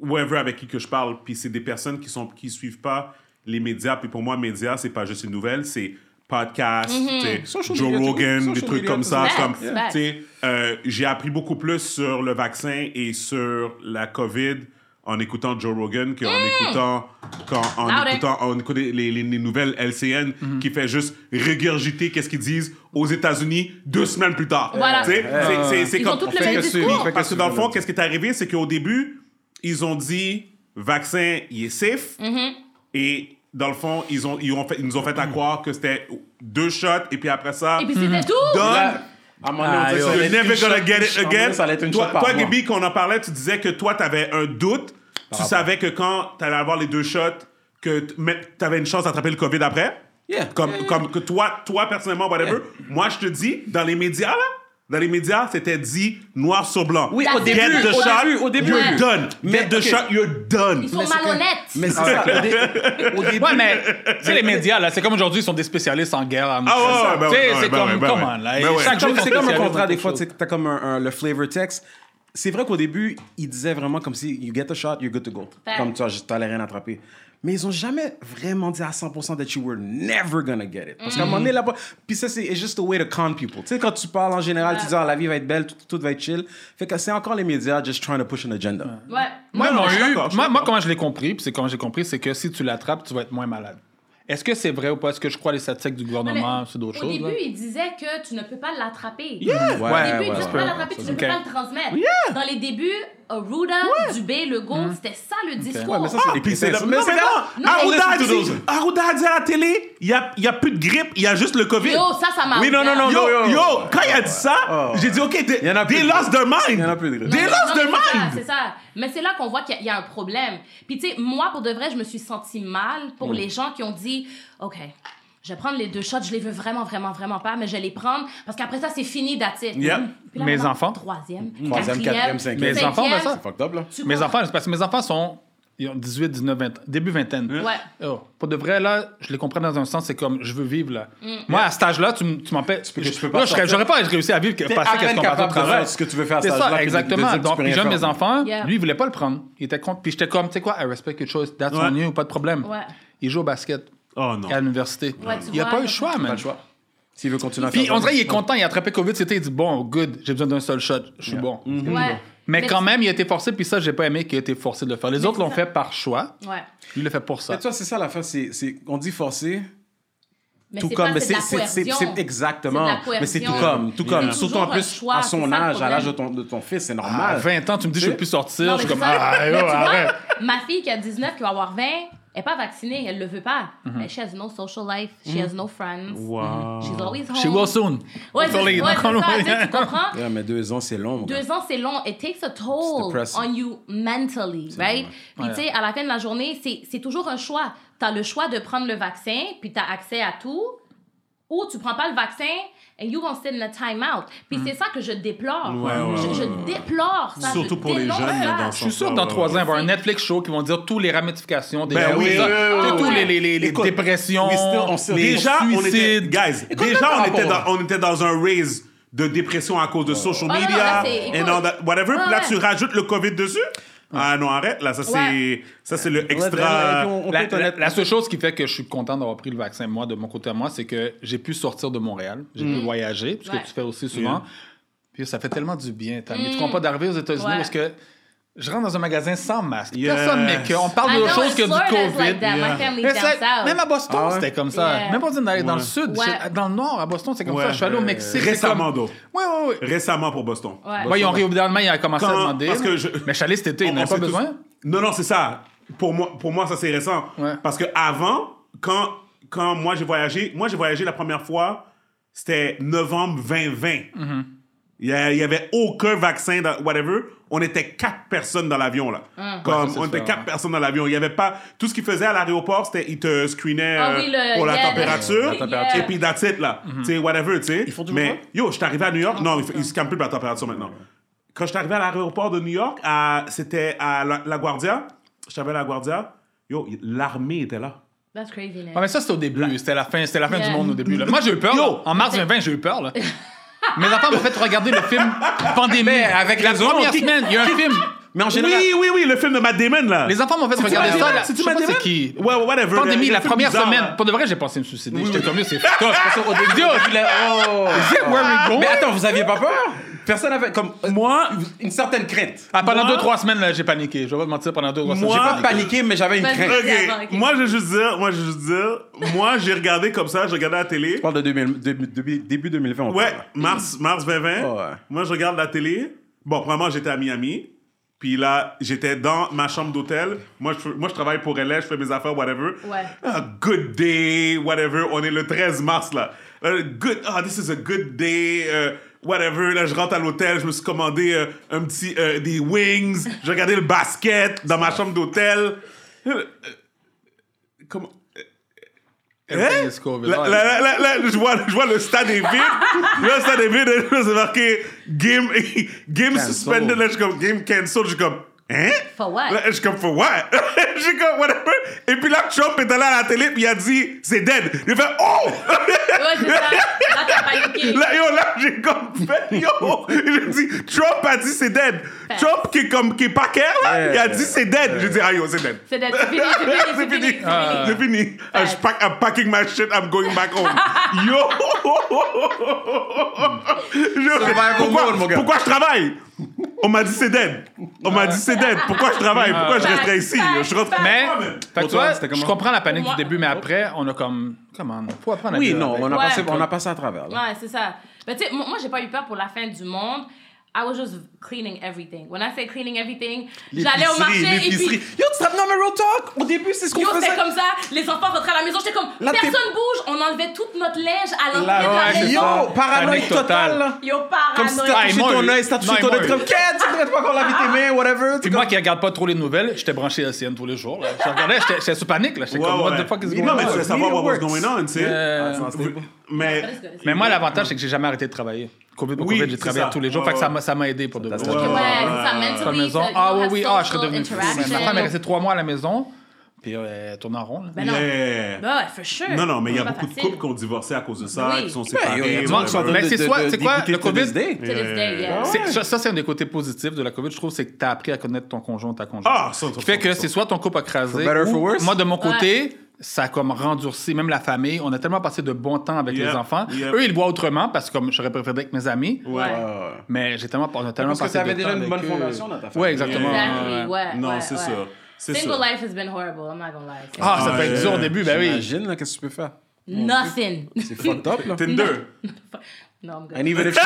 [SPEAKER 2] whoever avec qui que je parle, puis c'est des personnes qui sont qui suivent pas les médias. Puis pour moi, médias, c'est pas juste une nouvelle, c'est podcast,
[SPEAKER 3] Mm-hmm.
[SPEAKER 2] tu sais,
[SPEAKER 4] Social
[SPEAKER 2] Joe
[SPEAKER 4] media,
[SPEAKER 2] Rogan,
[SPEAKER 4] social
[SPEAKER 2] des trucs
[SPEAKER 4] media,
[SPEAKER 2] comme
[SPEAKER 4] tout
[SPEAKER 2] ça.
[SPEAKER 3] ça.
[SPEAKER 2] comme,
[SPEAKER 3] Yeah.
[SPEAKER 2] tu sais, euh, J'ai appris beaucoup plus sur le vaccin et sur la COVID en écoutant Joe Rogan qu'en écoutant, qu'en- en
[SPEAKER 3] Mm. Louder.
[SPEAKER 2] écoutant en écoutant les, les- les nouvelles LCN
[SPEAKER 4] Mm-hmm.
[SPEAKER 2] qui fait juste régurgiter qu'est-ce qu'ils disent aux États-Unis deux semaines plus tard.
[SPEAKER 3] Voilà.
[SPEAKER 2] Tu sais, c'est- c'est- c'est
[SPEAKER 3] Ils
[SPEAKER 2] comme-
[SPEAKER 3] ont tous
[SPEAKER 2] on
[SPEAKER 3] le
[SPEAKER 2] fait
[SPEAKER 3] même
[SPEAKER 2] que
[SPEAKER 3] discours.
[SPEAKER 2] suivre.
[SPEAKER 3] Fait que
[SPEAKER 2] Parce que dans le fond, qu'est-ce qui est arrivé, c'est qu'au début, ils ont dit vaccin, il est safe.
[SPEAKER 3] Mm-hmm.
[SPEAKER 2] Et dans le fond, ils, ont, ils, ont fait- ils nous ont fait à croire que c'était deux shots et puis après ça,
[SPEAKER 3] Et puis
[SPEAKER 2] Mm-hmm.
[SPEAKER 3] c'était tout.
[SPEAKER 2] done.
[SPEAKER 4] À un moment donné, on disait, ça
[SPEAKER 2] Ah,
[SPEAKER 4] allait
[SPEAKER 2] You're
[SPEAKER 4] être une
[SPEAKER 2] never gonna
[SPEAKER 4] shot-
[SPEAKER 2] get it
[SPEAKER 4] on disait,
[SPEAKER 2] again.
[SPEAKER 4] Ça allait être une
[SPEAKER 2] toi,
[SPEAKER 4] shot par
[SPEAKER 2] toi,
[SPEAKER 4] mois.
[SPEAKER 2] Gabi, qu'on en parlait, tu disais que toi, t'avais un doute. tu savais que quand t'allais avoir les deux shots, que t- mais t'avais une chance d'attraper le COVID après.
[SPEAKER 4] Yeah.
[SPEAKER 2] Comme, comme que toi, toi personnellement, whatever. Moi, je te dis, dans les médias, là, dans les médias, c'était dit noir sur blanc.
[SPEAKER 4] Oui,
[SPEAKER 2] Get
[SPEAKER 3] au début,
[SPEAKER 2] the
[SPEAKER 3] au
[SPEAKER 2] shot,
[SPEAKER 4] début, au début.
[SPEAKER 2] You're
[SPEAKER 3] Ouais.
[SPEAKER 2] done.
[SPEAKER 4] Mais,
[SPEAKER 2] Get the
[SPEAKER 4] ok.
[SPEAKER 2] shot, you're done.
[SPEAKER 3] Ils sont malhonnêtes.
[SPEAKER 4] Mais c'est
[SPEAKER 1] Ah,
[SPEAKER 4] ça. Au, dé- au début,
[SPEAKER 1] Ouais, mais tu sais, les médias, là, c'est comme aujourd'hui, ils sont des spécialistes en guerre. en-
[SPEAKER 2] Ah ouais, ouais,
[SPEAKER 1] Tu
[SPEAKER 2] ben
[SPEAKER 1] sais,
[SPEAKER 2] ouais, ouais,
[SPEAKER 1] c'est
[SPEAKER 2] ben
[SPEAKER 1] comme,
[SPEAKER 2] ouais, ben
[SPEAKER 1] come
[SPEAKER 2] ouais.
[SPEAKER 1] on, là,
[SPEAKER 2] Ben ouais.
[SPEAKER 1] chaque
[SPEAKER 4] C'est
[SPEAKER 1] jour,
[SPEAKER 4] comme-
[SPEAKER 1] ils sont
[SPEAKER 4] c'est comme un
[SPEAKER 1] spécialistes
[SPEAKER 4] contrat,
[SPEAKER 1] dans
[SPEAKER 4] des fois,
[SPEAKER 1] quelque
[SPEAKER 4] tu
[SPEAKER 1] chose.
[SPEAKER 4] sais, t'as comme un, un- le flavor text. C'est vrai qu'au début, ils disaient vraiment comme si you get the shot, you're good to go.
[SPEAKER 3] Fair.
[SPEAKER 4] Comme tu as- t'allais rien attraper. Mais ils ont jamais vraiment dit à 100% that you were never gonna get it. Parce qu'à un moment donné, là-bas, puis ça, c'est it's just a way to con people. Tu sais, quand tu parles en général, tu dis, ah, la vie va être belle, tout, tout va être chill. Fait que c'est encore les médias just trying to push an agenda.
[SPEAKER 3] Ouais.
[SPEAKER 1] Moi,
[SPEAKER 2] Non, non,
[SPEAKER 1] ils
[SPEAKER 2] je suis
[SPEAKER 1] l'ont eu-
[SPEAKER 2] d'accord, je suis
[SPEAKER 1] moi, moi,
[SPEAKER 2] d'accord.
[SPEAKER 1] comment je l'ai compris, puis c'est comment j'ai compris, c'est que si tu l'attrapes, tu vas être moins malade. Est-ce que c'est vrai ou pas? Est-ce que je crois les statistiques du gouvernement, c'est d'autres
[SPEAKER 3] au
[SPEAKER 1] choses?
[SPEAKER 2] hein.
[SPEAKER 3] début,
[SPEAKER 1] là?
[SPEAKER 3] il disait que tu ne peux pas l'attraper. Au
[SPEAKER 4] Ouais,
[SPEAKER 3] début,
[SPEAKER 4] ouais,
[SPEAKER 3] tu ne
[SPEAKER 4] ouais.
[SPEAKER 3] peux pas l'attraper, tu ne
[SPEAKER 1] Ok.
[SPEAKER 3] peux pas le transmettre. Dans les débuts, Arruda, Dubé, Legault, c'était ça le
[SPEAKER 1] Ben
[SPEAKER 3] discours.
[SPEAKER 4] Ouais, mais ça,
[SPEAKER 2] Ah,
[SPEAKER 4] c'est des
[SPEAKER 2] puis c'est là-
[SPEAKER 4] prétextes.
[SPEAKER 2] non,
[SPEAKER 4] Mais
[SPEAKER 2] mais
[SPEAKER 4] c'est là-
[SPEAKER 2] non,
[SPEAKER 3] Non,
[SPEAKER 2] Arruda
[SPEAKER 4] mais
[SPEAKER 2] a
[SPEAKER 4] listen to
[SPEAKER 2] dit-
[SPEAKER 4] those.
[SPEAKER 2] Arruda a dit à la télé, il n'y a, il y a plus de grippe, il y a juste le COVID.
[SPEAKER 3] Yo, ça, ça m'a
[SPEAKER 2] Oui, non, non, non, yo,
[SPEAKER 4] Yo, yo,
[SPEAKER 2] yo,
[SPEAKER 4] yo.
[SPEAKER 2] quand il a dit ça,
[SPEAKER 4] Oh.
[SPEAKER 2] j'ai dit, OK, they,
[SPEAKER 4] y en a plus
[SPEAKER 2] they
[SPEAKER 4] de-
[SPEAKER 2] lost their mind.
[SPEAKER 4] Il y en a plus de grippe.
[SPEAKER 3] Non,
[SPEAKER 2] They
[SPEAKER 3] mais-
[SPEAKER 2] lost
[SPEAKER 3] non,
[SPEAKER 2] their
[SPEAKER 3] mais c'est ça,
[SPEAKER 2] mind.
[SPEAKER 3] C'est ça. Mais c'est là qu'on voit qu'il y a- il y, a un problème. Puis, tu sais, moi, pour de vrai, je me suis sentie mal pour les gens qui ont dit OK, je vais prendre les deux shots, je les veux vraiment, vraiment, vraiment pas, mais je vais les prendre parce qu'après ça, c'est fini, d'attitude.
[SPEAKER 2] Yep.
[SPEAKER 1] Mes enfants?
[SPEAKER 3] Troisième,
[SPEAKER 4] Troisième,
[SPEAKER 3] quatrième,
[SPEAKER 4] quatrième, cinquième.
[SPEAKER 1] Mes enfants, ben ça,
[SPEAKER 4] C'est fucked up, là.
[SPEAKER 3] Tu
[SPEAKER 1] Mes
[SPEAKER 3] comprends?
[SPEAKER 1] enfants, c'est parce que mes enfants sont. Ils ont 18, 19, 20, début vingtaine.
[SPEAKER 3] Ouais.
[SPEAKER 1] Oh, pour de vrai, là, je les comprends dans un sens, c'est comme je veux vivre là.
[SPEAKER 3] Mm.
[SPEAKER 1] Moi, à cet âge-là, tu, m- tu m'empêches.
[SPEAKER 4] peux-
[SPEAKER 1] je-
[SPEAKER 4] tu peux pas
[SPEAKER 1] là, je serais-
[SPEAKER 4] sortir.
[SPEAKER 1] j'aurais pas réussi à vivre que
[SPEAKER 4] T'es
[SPEAKER 1] passer
[SPEAKER 4] à
[SPEAKER 1] qu'est-ce
[SPEAKER 4] peine
[SPEAKER 1] qu'on parle au
[SPEAKER 4] capable de
[SPEAKER 1] travail.
[SPEAKER 4] faire ce que tu veux faire à
[SPEAKER 1] C'est
[SPEAKER 4] cet âge-là,
[SPEAKER 1] ça,
[SPEAKER 4] puis de- de dire
[SPEAKER 1] exactement.
[SPEAKER 4] que tu
[SPEAKER 1] Donc,
[SPEAKER 4] peux rien
[SPEAKER 1] puis j'aime
[SPEAKER 4] faire.
[SPEAKER 1] mes enfants.
[SPEAKER 3] Yeah.
[SPEAKER 1] Lui, il voulait pas le prendre. Il était contre. Puis j'étais comme, tu sais quoi, I respect your choice, that's
[SPEAKER 2] Ouais.
[SPEAKER 1] on you, pas de problème.
[SPEAKER 3] Ouais.
[SPEAKER 1] Il joue au basket
[SPEAKER 2] Oh non.
[SPEAKER 1] à l'université.
[SPEAKER 3] Ouais, tu
[SPEAKER 1] il a
[SPEAKER 3] vois,
[SPEAKER 1] pas eu
[SPEAKER 3] il
[SPEAKER 1] le
[SPEAKER 3] a
[SPEAKER 1] choix,
[SPEAKER 4] Pas
[SPEAKER 1] man.
[SPEAKER 4] le choix. S'il veut continuer à faire
[SPEAKER 1] Puis on
[SPEAKER 4] ça,
[SPEAKER 1] dirait il est
[SPEAKER 4] ouais.
[SPEAKER 1] content, il a attrapé COVID, c'était, il dit bon, good, j'ai besoin d'un seul shot, je suis bon.
[SPEAKER 4] Mm-hmm.
[SPEAKER 3] Ouais.
[SPEAKER 1] Mais quand
[SPEAKER 3] tu-
[SPEAKER 1] même, il a été forcé, puis ça, j'ai pas aimé qu'il a été forcé de le faire. Les autres
[SPEAKER 3] c'est
[SPEAKER 1] l'ont
[SPEAKER 3] ça.
[SPEAKER 1] fait par choix,
[SPEAKER 3] Ouais.
[SPEAKER 1] lui il l'a fait pour ça.
[SPEAKER 4] Mais toi, c'est ça l'affaire. C'est, c'est, on dit forcer,
[SPEAKER 3] Mais
[SPEAKER 4] tout
[SPEAKER 3] c'est
[SPEAKER 4] comme.
[SPEAKER 3] pas-
[SPEAKER 4] mais
[SPEAKER 3] c'est de la coercion.
[SPEAKER 4] c'est exactement.
[SPEAKER 3] C'est de la coercion.
[SPEAKER 4] mais c'est tout comme. Tout comme.
[SPEAKER 3] a
[SPEAKER 4] Surtout
[SPEAKER 3] toujours
[SPEAKER 4] en
[SPEAKER 3] un
[SPEAKER 4] plus,
[SPEAKER 3] choix,
[SPEAKER 4] à
[SPEAKER 3] c'est ça
[SPEAKER 4] son
[SPEAKER 3] le
[SPEAKER 4] âge, à
[SPEAKER 3] problème.
[SPEAKER 4] l'âge de ton, de ton fils, c'est
[SPEAKER 1] À
[SPEAKER 4] normal.
[SPEAKER 1] 20 ans, tu me dis je peux plus sortir,
[SPEAKER 3] Non,
[SPEAKER 1] je suis
[SPEAKER 3] mais
[SPEAKER 1] comme
[SPEAKER 3] c'est ça.
[SPEAKER 1] ah, yo,
[SPEAKER 3] Mais tu vois,
[SPEAKER 1] arrête.
[SPEAKER 3] ma fille qui a 19, qui va avoir 20, elle n'est pas vaccinée, elle ne le veut pas.
[SPEAKER 4] Mhm.
[SPEAKER 3] Mais she has no social life, she has no friends.
[SPEAKER 2] Wow.
[SPEAKER 3] She's always home.
[SPEAKER 1] She will soon.
[SPEAKER 3] Ouais,
[SPEAKER 1] Sur
[SPEAKER 3] c'est
[SPEAKER 1] les-
[SPEAKER 3] ouais, c'est
[SPEAKER 1] dans-
[SPEAKER 3] ça, tu sais, tu comprends?
[SPEAKER 4] Ouais, Ah, mais deux ans, c'est long. mon gars.
[SPEAKER 3] Deux ans, c'est long. It takes a toll
[SPEAKER 4] depressing.
[SPEAKER 3] on you mentally, right? Puis, tu sais, à la fin de la journée, c'est- c'est toujours un choix. Tu as le choix de prendre le vaccin, puis tu as accès à tout, ou tu prends pas le vaccin, and you gonna sit in a time out. Puis, c'est ça que je déplore.
[SPEAKER 2] Ouais, ouais,
[SPEAKER 3] je, je
[SPEAKER 2] ouais, ouais.
[SPEAKER 3] déplore ça.
[SPEAKER 2] Surtout
[SPEAKER 3] je
[SPEAKER 2] pour les
[SPEAKER 3] dénonce
[SPEAKER 2] jeunes,
[SPEAKER 3] ça.
[SPEAKER 2] là, dans
[SPEAKER 1] Je suis sûr que dans
[SPEAKER 2] Ouais,
[SPEAKER 1] trois ans, il va y avoir un
[SPEAKER 3] ouais.
[SPEAKER 1] Netflix show qui vont dire toutes les ramifications des
[SPEAKER 2] Ben
[SPEAKER 1] gens,
[SPEAKER 2] oui,
[SPEAKER 1] des-
[SPEAKER 2] oui, oui,
[SPEAKER 1] tous
[SPEAKER 3] oui.
[SPEAKER 1] les, les- les- les
[SPEAKER 2] Écoute,
[SPEAKER 1] dépressions,
[SPEAKER 4] we still- on still-
[SPEAKER 1] les
[SPEAKER 2] Déjà, on était,
[SPEAKER 1] suicides.
[SPEAKER 2] guys, déjà,
[SPEAKER 1] par
[SPEAKER 2] on était, dans,
[SPEAKER 1] rapport-
[SPEAKER 2] on était dans un raise de dépression à cause de social
[SPEAKER 3] Oh, non, non,
[SPEAKER 2] media
[SPEAKER 3] là, c'est-
[SPEAKER 2] et
[SPEAKER 3] écoute.
[SPEAKER 2] whatever. Puis là,
[SPEAKER 3] Ouais,
[SPEAKER 2] tu
[SPEAKER 3] ouais.
[SPEAKER 2] rajoutes le COVID dessus. Ah non, arrête, là, ça c'est
[SPEAKER 3] Ouais.
[SPEAKER 2] ça c'est le
[SPEAKER 4] Ouais,
[SPEAKER 2] extra.
[SPEAKER 4] puis on- on peut
[SPEAKER 1] La,
[SPEAKER 4] être honnête.
[SPEAKER 1] la- la seule chose qui fait que je suis content d'avoir pris le vaccin, moi, de mon côté à moi, c'est que j'ai pu sortir de Montréal, j'ai pu voyager, ce que
[SPEAKER 3] Mm. Ouais. Mm.
[SPEAKER 1] tu fais aussi souvent. Puis ça fait tellement du bien, Tammy. Tu comprends pas d'arriver aux États-Unis
[SPEAKER 3] Ouais.
[SPEAKER 1] parce que je rentre dans un magasin sans masque.
[SPEAKER 2] Yes.
[SPEAKER 1] Personne m'écoeure. On parle
[SPEAKER 3] I
[SPEAKER 1] d'autre
[SPEAKER 3] know,
[SPEAKER 1] Ah, chose que
[SPEAKER 3] in
[SPEAKER 1] du
[SPEAKER 3] Florida, it's
[SPEAKER 1] COVID.
[SPEAKER 3] like that. My family's
[SPEAKER 1] Mais
[SPEAKER 3] down
[SPEAKER 1] c'est-
[SPEAKER 3] south.
[SPEAKER 1] Même à Boston,
[SPEAKER 4] Ah ouais?
[SPEAKER 1] c'était comme ça.
[SPEAKER 3] Yeah.
[SPEAKER 1] Même pas besoin d'aller dans le
[SPEAKER 2] Ouais.
[SPEAKER 1] sud.
[SPEAKER 3] Ouais.
[SPEAKER 1] c'est- Dans le nord, à Boston, c'est comme
[SPEAKER 2] Ouais.
[SPEAKER 1] ça. Je suis allé au Mexique. c'est
[SPEAKER 2] Récemment,
[SPEAKER 1] comme...
[SPEAKER 2] d'eau.
[SPEAKER 1] Ouais, ouais, ouais.
[SPEAKER 2] Récemment pour Boston.
[SPEAKER 3] Ouais.
[SPEAKER 1] Ouais, ils ont réévidemment, ils ont commencé à
[SPEAKER 2] Quand-
[SPEAKER 1] demander.
[SPEAKER 2] parce que je-
[SPEAKER 1] Mais je suis allé cet été, ils
[SPEAKER 2] On-
[SPEAKER 1] n'avaient
[SPEAKER 2] on
[SPEAKER 1] pas
[SPEAKER 2] sait tous-
[SPEAKER 1] besoin.
[SPEAKER 2] Non, non, c'est ça. Pour moi, pour moi ça, c'est récent.
[SPEAKER 1] Ouais.
[SPEAKER 2] Parce que avant, quand, quand moi, j'ai voyagé, moi, j'ai voyagé la première fois, c'était novembre 2020. Il n'y avait aucun vaccin, dans- whatever. On était quatre personnes dans l'avion, là.
[SPEAKER 3] Ah.
[SPEAKER 2] Comme, on était quatre personnes dans l'avion. Il y avait pas... Tout ce qu'ils faisaient à l'aéroport, c'était ils te screenaient
[SPEAKER 3] Ah
[SPEAKER 2] euh,
[SPEAKER 3] oui, le-
[SPEAKER 2] pour la
[SPEAKER 3] yeah,
[SPEAKER 2] température.
[SPEAKER 3] le- La température.
[SPEAKER 2] Et puis, that's it, là. Tu sais, whatever, tu sais.
[SPEAKER 4] Ils font toujours
[SPEAKER 2] Mais,
[SPEAKER 4] ça?
[SPEAKER 2] yo, je suis arrivé à New York. Non, ils il se campent plus par la température maintenant. Quand je suis arrivé à l'aéroport de New York, à- c'était à La, La Guardia. Je suis arrivé à La Guardia. Yo, y- l'armée était là.
[SPEAKER 3] That's crazy, man.
[SPEAKER 1] Ah, mais ça, c'était au début. C'était la fin, c'était la fin
[SPEAKER 3] Yeah.
[SPEAKER 1] du monde au début. là. Moi, j'ai eu peur.
[SPEAKER 2] Yo!
[SPEAKER 1] là. En mars 2020, j'ai eu peur. Là. Mes enfants m'ont fait regarder le film Pandémie. avec la
[SPEAKER 4] raison,
[SPEAKER 1] première
[SPEAKER 4] qui-
[SPEAKER 1] semaine, il y a un film.
[SPEAKER 4] Mais en général.
[SPEAKER 2] Oui, oui, oui, le film de Matt Damon, là.
[SPEAKER 1] Les enfants m'ont fait regarder
[SPEAKER 2] Matt
[SPEAKER 1] ça.
[SPEAKER 2] Damon?
[SPEAKER 1] là.
[SPEAKER 2] C'est-tu
[SPEAKER 1] Je sais
[SPEAKER 2] Matt
[SPEAKER 1] pas
[SPEAKER 2] Damon?
[SPEAKER 1] c'est qui.
[SPEAKER 2] Ouais, ouais, whatever. Le-
[SPEAKER 1] Pandémie,
[SPEAKER 2] le
[SPEAKER 1] la
[SPEAKER 2] film
[SPEAKER 1] première
[SPEAKER 2] bizarre,
[SPEAKER 1] semaine.
[SPEAKER 2] là.
[SPEAKER 1] Pour de vrai, j'ai pensé me suicider. J'étais comme là, c'est fucked up.
[SPEAKER 4] Au début, là, oh.
[SPEAKER 1] Is it where we going?
[SPEAKER 4] Mais attends, vous aviez pas peur? Personne n'avait comme euh,
[SPEAKER 2] Moi,
[SPEAKER 4] une certaine crainte.
[SPEAKER 1] Ah, pendant
[SPEAKER 2] Moi-
[SPEAKER 1] 2-3 semaines, là, j'ai paniqué. Je vais pas te mentir, pendant 2-3 semaines.
[SPEAKER 2] Moi-
[SPEAKER 1] j'ai
[SPEAKER 4] Pas
[SPEAKER 1] paniqué.
[SPEAKER 4] paniqué, mais j'avais une
[SPEAKER 3] Vas-y.
[SPEAKER 4] crainte.
[SPEAKER 2] Ok,
[SPEAKER 3] avant, ok.
[SPEAKER 2] moi je vais juste dire, moi je vais juste dire, moi j'ai regardé comme ça, j'ai regardé la télé.
[SPEAKER 4] Je parle de 2000 de- de- début 2020. on
[SPEAKER 2] Ouais,
[SPEAKER 4] parle, là.
[SPEAKER 2] mars, mars 2020.
[SPEAKER 4] Oh, ouais.
[SPEAKER 2] Moi je regarde la télé. Bon, premièrement j'étais à Miami. Puis là, j'étais dans ma chambre d'hôtel. Moi je, moi, je travaille pour LA, je fais mes affaires, whatever.
[SPEAKER 3] Ouais.
[SPEAKER 2] Ah, good day, whatever. On est le 13 mars là. Euh, good, ah, this is a good day, euh, whatever. Là, je rentre à l'hôtel, je me suis commandé euh, un petit, euh, des wings. J'ai regardé le basket dans ma chambre d'hôtel. Euh, euh, Comment. euh,
[SPEAKER 1] Everything
[SPEAKER 2] Hein?
[SPEAKER 1] is COVID.
[SPEAKER 2] Là,
[SPEAKER 1] Ouais.
[SPEAKER 2] là, là, là, là, je, vois, je vois le stade est vide. le stade est vide. Là, c'est marqué game, game suspended. Là, je suis comme game cancelled. Je suis comme, hein?
[SPEAKER 3] For what?
[SPEAKER 2] Là, je suis comme, for what? je suis comme, whatever. Et puis là, Trump est allé à la télé puis il a dit, c'est dead. J'ai fait, oh!
[SPEAKER 3] Ouais, c'est ça. Là, t'as paniqué.
[SPEAKER 2] Là, yo, là, j'ai comme fait, yo! J'ai dit, Trump a dit c'est dead.
[SPEAKER 3] Facts.
[SPEAKER 2] Trump qui est comme, qui est pas care, là, il a dit c'est dead. J'ai dit, ah yo, c'est dead.
[SPEAKER 3] C'est d'être- c'est fini, c'est fini,
[SPEAKER 2] C'est fini.
[SPEAKER 3] c'est fini.
[SPEAKER 2] C'est fini. Ah, je pack- I'm packing my shit. I'm going back home. Yo! Je- pourquoi,
[SPEAKER 4] mode, mon gars.
[SPEAKER 2] pourquoi je travaille? On m'a dit c'est dead. On m'a dit c'est dead. Pourquoi je travaille? Pourquoi je
[SPEAKER 3] Fact,
[SPEAKER 2] resterai ici?
[SPEAKER 3] fact,
[SPEAKER 2] Je suis rentré-
[SPEAKER 3] fact.
[SPEAKER 1] Mais,
[SPEAKER 2] Ouais, mais-
[SPEAKER 1] fait que
[SPEAKER 4] Pour
[SPEAKER 1] tu
[SPEAKER 4] toi,
[SPEAKER 1] vois,
[SPEAKER 4] c'était
[SPEAKER 1] je
[SPEAKER 4] comment?
[SPEAKER 1] comprends la panique
[SPEAKER 3] Pour
[SPEAKER 1] du
[SPEAKER 3] moi-
[SPEAKER 1] début, mais après, on a comme. Comment? Faut apprendre à
[SPEAKER 4] Oui,
[SPEAKER 1] vivre
[SPEAKER 4] non,
[SPEAKER 1] avec.
[SPEAKER 4] on a,
[SPEAKER 3] Ouais.
[SPEAKER 4] passé, on a passé à travers. là.
[SPEAKER 3] Ouais, c'est ça. Mais tu sais, moi, moi, j'ai pas eu peur pour la fin du monde. I was just cleaning everything. When I say cleaning everything, j'allais au
[SPEAKER 4] L'épicerie,
[SPEAKER 3] marché et
[SPEAKER 4] l'épicerie.
[SPEAKER 3] puis...
[SPEAKER 4] Yo, tu te non, mais Real Talk, au début, c'est ce qu'on
[SPEAKER 3] Yo,
[SPEAKER 4] faisait.
[SPEAKER 3] c'était comme ça, les enfants rentraient à la maison, j'étais comme,
[SPEAKER 4] Là, t'es-
[SPEAKER 3] personne bouge, on enlevait toute notre linge à
[SPEAKER 4] Là,
[SPEAKER 3] l'entrée de la
[SPEAKER 4] ouais,
[SPEAKER 3] maison.
[SPEAKER 4] yo, paranoïa
[SPEAKER 1] Panique totale.
[SPEAKER 4] totale. là.
[SPEAKER 3] Yo,
[SPEAKER 4] Comme
[SPEAKER 3] paranoïa.
[SPEAKER 4] si t'as
[SPEAKER 1] Ah, et
[SPEAKER 4] touché
[SPEAKER 1] moi,
[SPEAKER 4] ton
[SPEAKER 1] oui.
[SPEAKER 4] œil, si t'as touché
[SPEAKER 1] Non, et
[SPEAKER 4] ton
[SPEAKER 1] moi,
[SPEAKER 4] œil, t'es
[SPEAKER 1] oui.
[SPEAKER 4] comme, qu'est-ce que tu traites pas qu'on lave tes mains, whatever.
[SPEAKER 1] Puis moi qui regarde pas trop les nouvelles, j'étais branché à CN tous les jours. Là. Je regardais, j'étais j'étais sous panique. là. J'étais
[SPEAKER 2] Ouais,
[SPEAKER 1] comme, what
[SPEAKER 2] ouais.
[SPEAKER 1] the fuck is
[SPEAKER 2] Non,
[SPEAKER 1] going
[SPEAKER 2] mais
[SPEAKER 1] on?
[SPEAKER 2] tu veux
[SPEAKER 4] Media
[SPEAKER 2] savoir what was
[SPEAKER 4] works.
[SPEAKER 2] going on, tu sais. Ah,
[SPEAKER 1] Euh,
[SPEAKER 2] Mais.
[SPEAKER 1] Mais moi, l'avantage, c'est que j'ai jamais arrêté de travailler. Covid pour
[SPEAKER 2] Oui,
[SPEAKER 1] Covid, j'ai
[SPEAKER 2] c'est
[SPEAKER 1] travaillé
[SPEAKER 2] ça.
[SPEAKER 1] tous les jours.
[SPEAKER 2] Ouais,
[SPEAKER 1] fait que ça
[SPEAKER 2] ouais.
[SPEAKER 1] m'a- ça m'a aidé pour de vrai.
[SPEAKER 4] t'a
[SPEAKER 2] Ouais, ouais,
[SPEAKER 3] Ouais, c'est ça,
[SPEAKER 2] ouais.
[SPEAKER 3] mentally,
[SPEAKER 1] à la maison.
[SPEAKER 3] ça,
[SPEAKER 1] Ah
[SPEAKER 3] you
[SPEAKER 1] oui,
[SPEAKER 3] have
[SPEAKER 1] oui, ah, je serais
[SPEAKER 3] social
[SPEAKER 1] devenu fou. Mais Ma femme est
[SPEAKER 3] interaction.
[SPEAKER 1] restée trois mois à la maison, puis euh, elle tourne en rond. là.
[SPEAKER 3] Ben non.
[SPEAKER 2] Yeah.
[SPEAKER 3] Ben ouais, for sure.
[SPEAKER 2] Non, non, mais il y a
[SPEAKER 3] C'est pas
[SPEAKER 2] beaucoup de
[SPEAKER 3] facile.
[SPEAKER 2] couples qui ont divorcé à cause de ça,
[SPEAKER 3] Oui.
[SPEAKER 2] qui sont
[SPEAKER 4] Ouais, yo, y a
[SPEAKER 2] séparés.
[SPEAKER 4] du monde qui sont en train
[SPEAKER 2] whatever.
[SPEAKER 1] Mais
[SPEAKER 4] de-
[SPEAKER 1] c'est
[SPEAKER 4] de-
[SPEAKER 1] soit-
[SPEAKER 4] de-
[SPEAKER 1] c'est quoi,
[SPEAKER 4] d'écouter
[SPEAKER 1] le
[SPEAKER 4] To
[SPEAKER 1] COVID?
[SPEAKER 4] This Day.
[SPEAKER 3] To this day, yeah.
[SPEAKER 1] C'est que ça, ça, c'est un des côtés positifs de la COVID, je trouve, c'est que tu as appris à connaître ton conjoint ou ta conjointe.
[SPEAKER 2] Ah, ça,
[SPEAKER 1] Qui fait que c'est soit ton couple a crasé,
[SPEAKER 4] For better,
[SPEAKER 1] ou
[SPEAKER 4] for worse.
[SPEAKER 1] moi, de mon côté, ça a comme rendurci, même la famille. On a tellement passé de bons temps avec
[SPEAKER 2] Yep,
[SPEAKER 1] les enfants.
[SPEAKER 2] yep.
[SPEAKER 1] Eux, ils le voient autrement, parce que comme j'aurais préféré avec mes amis,
[SPEAKER 3] Ouais.
[SPEAKER 1] mais j'ai tellement, on a tellement
[SPEAKER 4] Parce que
[SPEAKER 1] passé
[SPEAKER 4] t'avais
[SPEAKER 1] de
[SPEAKER 4] déjà
[SPEAKER 1] temps
[SPEAKER 4] une
[SPEAKER 1] avec
[SPEAKER 4] bonne
[SPEAKER 1] eux.
[SPEAKER 4] fondation dans ta famille.
[SPEAKER 1] Ouais, exactement.
[SPEAKER 3] Exactly,
[SPEAKER 1] Ouais.
[SPEAKER 3] ouais.
[SPEAKER 2] Non,
[SPEAKER 3] ouais,
[SPEAKER 2] c'est
[SPEAKER 3] ouais.
[SPEAKER 2] ça. C'est
[SPEAKER 3] Single
[SPEAKER 2] ça.
[SPEAKER 3] life has been horrible, I'm not gonna lie.
[SPEAKER 1] Ah, ça
[SPEAKER 2] Ah,
[SPEAKER 1] fait
[SPEAKER 2] yeah.
[SPEAKER 1] dur au début, ben oui.
[SPEAKER 4] Imagine, là, qu'est-ce que tu peux faire?
[SPEAKER 3] Nothing.
[SPEAKER 4] C'est fucked up, là.
[SPEAKER 2] Tinder.
[SPEAKER 3] No, I'm good.
[SPEAKER 4] And even if she-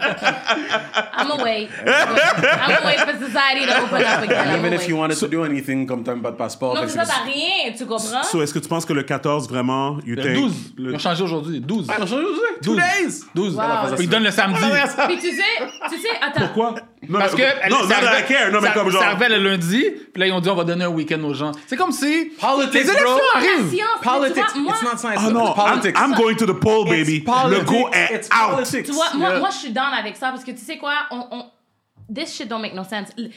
[SPEAKER 3] I'm away. I'm away for society to open up again. I'm
[SPEAKER 4] even if you
[SPEAKER 3] away.
[SPEAKER 4] wanted to do anything, comme t'as même pas de passeport.
[SPEAKER 3] Non,
[SPEAKER 4] fait
[SPEAKER 3] c'est
[SPEAKER 4] que
[SPEAKER 3] ça, t'as rien, tu comprends?
[SPEAKER 2] So, est-ce que tu penses que le 14, vraiment, you
[SPEAKER 1] Le
[SPEAKER 2] think-
[SPEAKER 1] 12,
[SPEAKER 2] le-
[SPEAKER 1] ils ont changé aujourd'hui, 12.
[SPEAKER 4] Ah, non, je- je- Two
[SPEAKER 1] 12.
[SPEAKER 4] days!
[SPEAKER 1] 12.
[SPEAKER 3] Wow.
[SPEAKER 1] Ils donnent le samedi.
[SPEAKER 3] Puis tu sais, tu sais, attends.
[SPEAKER 2] Quoi? Non,
[SPEAKER 1] Parce
[SPEAKER 2] mais-
[SPEAKER 1] que elle-
[SPEAKER 2] Non, non,
[SPEAKER 1] ça
[SPEAKER 2] non, I
[SPEAKER 1] arrivait-
[SPEAKER 2] care. Non, mais
[SPEAKER 1] ça-
[SPEAKER 2] comme genre.
[SPEAKER 1] ça arrivait le lundi, puis là ils ont dit on va donner un week-end aux gens. C'est comme si
[SPEAKER 4] Politics,
[SPEAKER 1] les élections
[SPEAKER 4] bro.
[SPEAKER 3] La
[SPEAKER 1] arrivent.
[SPEAKER 3] science, mais
[SPEAKER 4] Politics.
[SPEAKER 3] tu vois, moi,
[SPEAKER 4] It's not science.
[SPEAKER 2] Ah
[SPEAKER 4] though.
[SPEAKER 2] non,
[SPEAKER 4] It's politics.
[SPEAKER 2] I'm, I'm going to the poll, baby.
[SPEAKER 4] It's politics.
[SPEAKER 2] Le go est
[SPEAKER 4] It's
[SPEAKER 2] out.
[SPEAKER 4] politics.
[SPEAKER 3] tu vois, moi, moi, je suis down avec ça parce que tu sais quoi, on, on- this shit don't make no sense. L-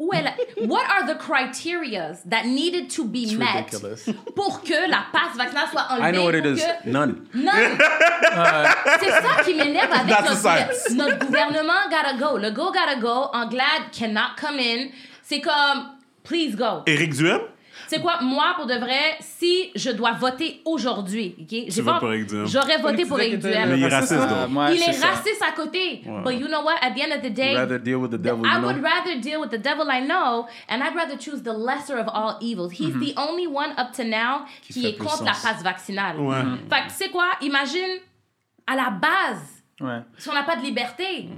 [SPEAKER 3] Où est la- What are the criteria that needed to be met
[SPEAKER 1] ridiculous.
[SPEAKER 3] pour que la passe vaccinale soit enlevée?
[SPEAKER 4] I know what it
[SPEAKER 3] pour
[SPEAKER 4] is.
[SPEAKER 3] que-
[SPEAKER 4] None.
[SPEAKER 3] Non! C'est ça qui m'énerve avec
[SPEAKER 4] That's
[SPEAKER 3] notre,
[SPEAKER 4] science.
[SPEAKER 3] notre gouvernement gotta go. Le go gotta go. En glad cannot come in. C'est comme, please go.
[SPEAKER 2] Éric Duhem?
[SPEAKER 3] C'est quoi, moi, pour de vrai, si je dois voter aujourd'hui, OK? J'ai
[SPEAKER 2] vas pour Eric Duhem.
[SPEAKER 3] J'aurais voté pour Eric Duhem.
[SPEAKER 2] Mais il est raciste,
[SPEAKER 1] Euh,
[SPEAKER 2] donc.
[SPEAKER 1] moi,
[SPEAKER 3] Il
[SPEAKER 1] c'est
[SPEAKER 3] est
[SPEAKER 1] ça.
[SPEAKER 3] raciste à côté. But you know what? At the end of the day,
[SPEAKER 4] Rather deal with the devil,
[SPEAKER 3] I
[SPEAKER 4] you
[SPEAKER 3] would
[SPEAKER 4] know.
[SPEAKER 3] rather deal with the devil I know, and I'd rather choose the lesser of all evils. He's the only one up to now qui,
[SPEAKER 4] Mm-hmm. fait
[SPEAKER 3] est
[SPEAKER 4] plus
[SPEAKER 3] contre
[SPEAKER 4] sens.
[SPEAKER 3] la passe vaccinale.
[SPEAKER 2] Ouais. Mhm.
[SPEAKER 3] Fait que, c'est quoi? Imagine, à la base,
[SPEAKER 1] Ouais.
[SPEAKER 3] si on n'a pas de liberté.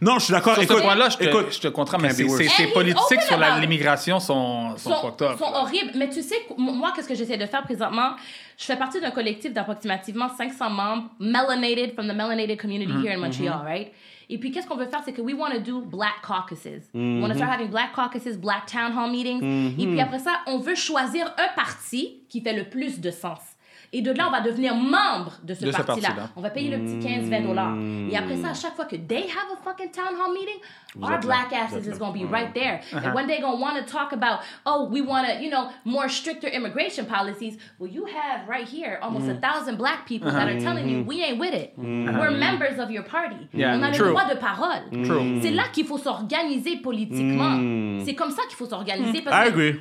[SPEAKER 2] Non, je suis d'accord.
[SPEAKER 1] Sur ce
[SPEAKER 2] Écoute,
[SPEAKER 1] point-là, je
[SPEAKER 2] écoute,
[SPEAKER 1] te, je te contrains, mais
[SPEAKER 4] Can't be
[SPEAKER 1] c'est-
[SPEAKER 4] worse.
[SPEAKER 1] c'est- ces
[SPEAKER 3] And he's
[SPEAKER 1] politiques
[SPEAKER 3] open
[SPEAKER 1] sur la-
[SPEAKER 3] about it.
[SPEAKER 1] l'immigration sont, sont
[SPEAKER 3] sont,
[SPEAKER 1] fucked up.
[SPEAKER 3] sont horribles. Mais tu sais, que- moi, qu'est-ce que j'essaie de faire présentement? Je fais partie d'un collectif d'approximativement 500 membres, melanated, from the melanated community
[SPEAKER 1] Mm-hmm,
[SPEAKER 3] here in Montreal, right? Et puis, qu'est-ce qu'on veut faire? C'est que we want to do black caucuses. We
[SPEAKER 1] Mm-hmm.
[SPEAKER 3] want to start having black caucuses, black town hall meetings. Et puis après ça, on veut choisir un parti qui fait le plus de sens. Et de là, on va devenir membre de ce
[SPEAKER 1] De ce
[SPEAKER 3] parti-là.
[SPEAKER 1] parti-là.
[SPEAKER 3] on va payer le petit 15-20 dollars. Et après ça, à chaque fois que they have a fucking town hall meeting, our black asses is going to be right there. And when they going to want to talk about, oh, we want to, you know, more stricter immigration policies. Well, you have right here almost a thousand black people that are telling you, we ain't with it. We're members of your party.
[SPEAKER 1] Yeah,
[SPEAKER 3] On a
[SPEAKER 1] true.
[SPEAKER 3] le droit de parole.
[SPEAKER 1] True.
[SPEAKER 3] C'est là qu'il faut s'organiser politiquement. C'est comme ça qu'il faut s'organiser.
[SPEAKER 2] I
[SPEAKER 3] Parce que
[SPEAKER 2] agree.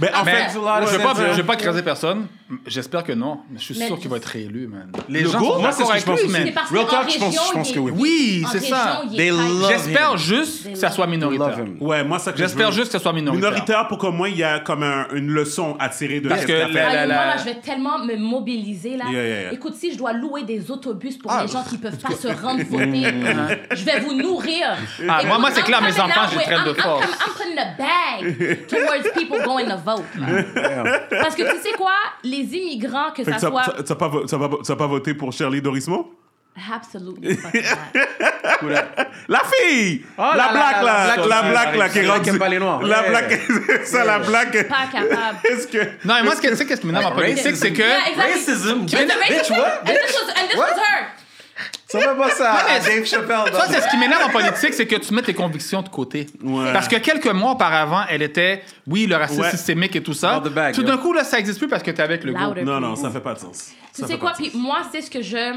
[SPEAKER 2] Ben, en
[SPEAKER 6] Mais
[SPEAKER 2] fait,
[SPEAKER 6] je
[SPEAKER 4] a lot of
[SPEAKER 6] vais pas,
[SPEAKER 4] sense, hein.
[SPEAKER 6] je vais pas écraser personne. J'espère que non. Mais je suis
[SPEAKER 3] Mais-
[SPEAKER 6] sûr qu'il va être réélu, man. Les
[SPEAKER 2] Le
[SPEAKER 6] gens
[SPEAKER 2] go,
[SPEAKER 6] sont
[SPEAKER 2] moi, c'est
[SPEAKER 6] d'accord
[SPEAKER 2] ce que
[SPEAKER 6] avec
[SPEAKER 2] je pense
[SPEAKER 6] lui,
[SPEAKER 2] aussi.
[SPEAKER 6] man.
[SPEAKER 3] C'est parce que
[SPEAKER 2] Real
[SPEAKER 3] en
[SPEAKER 2] talk, je pense- je
[SPEAKER 3] région,
[SPEAKER 2] pense
[SPEAKER 3] il
[SPEAKER 2] que oui.
[SPEAKER 3] est-
[SPEAKER 6] Oui,
[SPEAKER 3] en
[SPEAKER 6] c'est
[SPEAKER 3] région,
[SPEAKER 6] ça.
[SPEAKER 3] il est
[SPEAKER 4] They
[SPEAKER 3] hype.
[SPEAKER 4] love
[SPEAKER 6] J'espère
[SPEAKER 4] him.
[SPEAKER 6] juste que ça soit
[SPEAKER 4] They
[SPEAKER 6] minoritaire.
[SPEAKER 4] love him.
[SPEAKER 2] ouais, moi, ça que je
[SPEAKER 6] J'espère
[SPEAKER 2] veux.
[SPEAKER 6] juste que ça soit minoritaire.
[SPEAKER 2] Minoritaire, pour que moi, il y a comme un- une leçon à tirer de
[SPEAKER 6] Parce
[SPEAKER 2] ce
[SPEAKER 6] que
[SPEAKER 2] qu'il a fait.
[SPEAKER 6] la-
[SPEAKER 3] Ah, non, là, je vais tellement me mobiliser là.
[SPEAKER 2] Yeah, yeah, yeah.
[SPEAKER 3] Écoute, si je dois louer des autobus pour
[SPEAKER 6] Ah,
[SPEAKER 3] les gens qui peuvent pas se rendre voter, je vais vous nourrir.
[SPEAKER 6] Mm. Ah,
[SPEAKER 3] Écoute,
[SPEAKER 6] moi- moi, c'est
[SPEAKER 3] I'm
[SPEAKER 6] clair, mes
[SPEAKER 3] coming
[SPEAKER 6] enfants,
[SPEAKER 3] out
[SPEAKER 6] je les
[SPEAKER 3] with-
[SPEAKER 6] traite de
[SPEAKER 3] I'm- I'm
[SPEAKER 6] force.
[SPEAKER 3] com- I'm putting a bag towards people going to vote. Parce que tu sais quoi, les immigrants, que
[SPEAKER 2] Fait
[SPEAKER 3] ça
[SPEAKER 2] que t'as-
[SPEAKER 3] soit
[SPEAKER 2] t'as- t'as pas, vo- t'as pas, t'as pas voté pour Shirley Dorismo?
[SPEAKER 3] absolutely fucking not.
[SPEAKER 2] La fille!
[SPEAKER 4] Ah,
[SPEAKER 2] la
[SPEAKER 4] la-
[SPEAKER 2] blaque,
[SPEAKER 4] la-
[SPEAKER 2] là!
[SPEAKER 4] la blague
[SPEAKER 2] La
[SPEAKER 4] qui-
[SPEAKER 2] blague, là,
[SPEAKER 4] qui-
[SPEAKER 2] qui est
[SPEAKER 4] qui
[SPEAKER 2] rendue...
[SPEAKER 4] aime pas les Noirs.
[SPEAKER 2] La
[SPEAKER 4] Yeah.
[SPEAKER 2] blague, c'est ça, la blague.
[SPEAKER 3] pas capable.
[SPEAKER 2] Est-ce que...
[SPEAKER 6] Non, mais moi, ce que- tu sais, qu'est-ce qui m'énerve en politique, c'est que.
[SPEAKER 3] Yeah, exactly.
[SPEAKER 4] Racism.
[SPEAKER 3] And the racist-
[SPEAKER 4] Bitch, what?
[SPEAKER 3] And this was, and this
[SPEAKER 4] What?
[SPEAKER 3] was her.
[SPEAKER 4] Ça fait pas ça à
[SPEAKER 6] mais-
[SPEAKER 4] Dave Chappelle.
[SPEAKER 6] Ça, c'est ce qui m'énerve en politique, c'est que tu mets tes convictions de côté.
[SPEAKER 2] Ouais.
[SPEAKER 6] Parce que quelques mois auparavant, elle était, oui, le racisme
[SPEAKER 2] Ouais.
[SPEAKER 6] systémique et tout ça.
[SPEAKER 4] Out the bag,
[SPEAKER 6] tout
[SPEAKER 4] là.
[SPEAKER 6] d'un coup, là, ça n'existe plus parce que t'es avec le gars.
[SPEAKER 3] Louder,
[SPEAKER 2] Non, non,
[SPEAKER 3] please.
[SPEAKER 2] ça fait pas de sens.
[SPEAKER 3] Tu sais quoi, puis moi, c'est ce que je...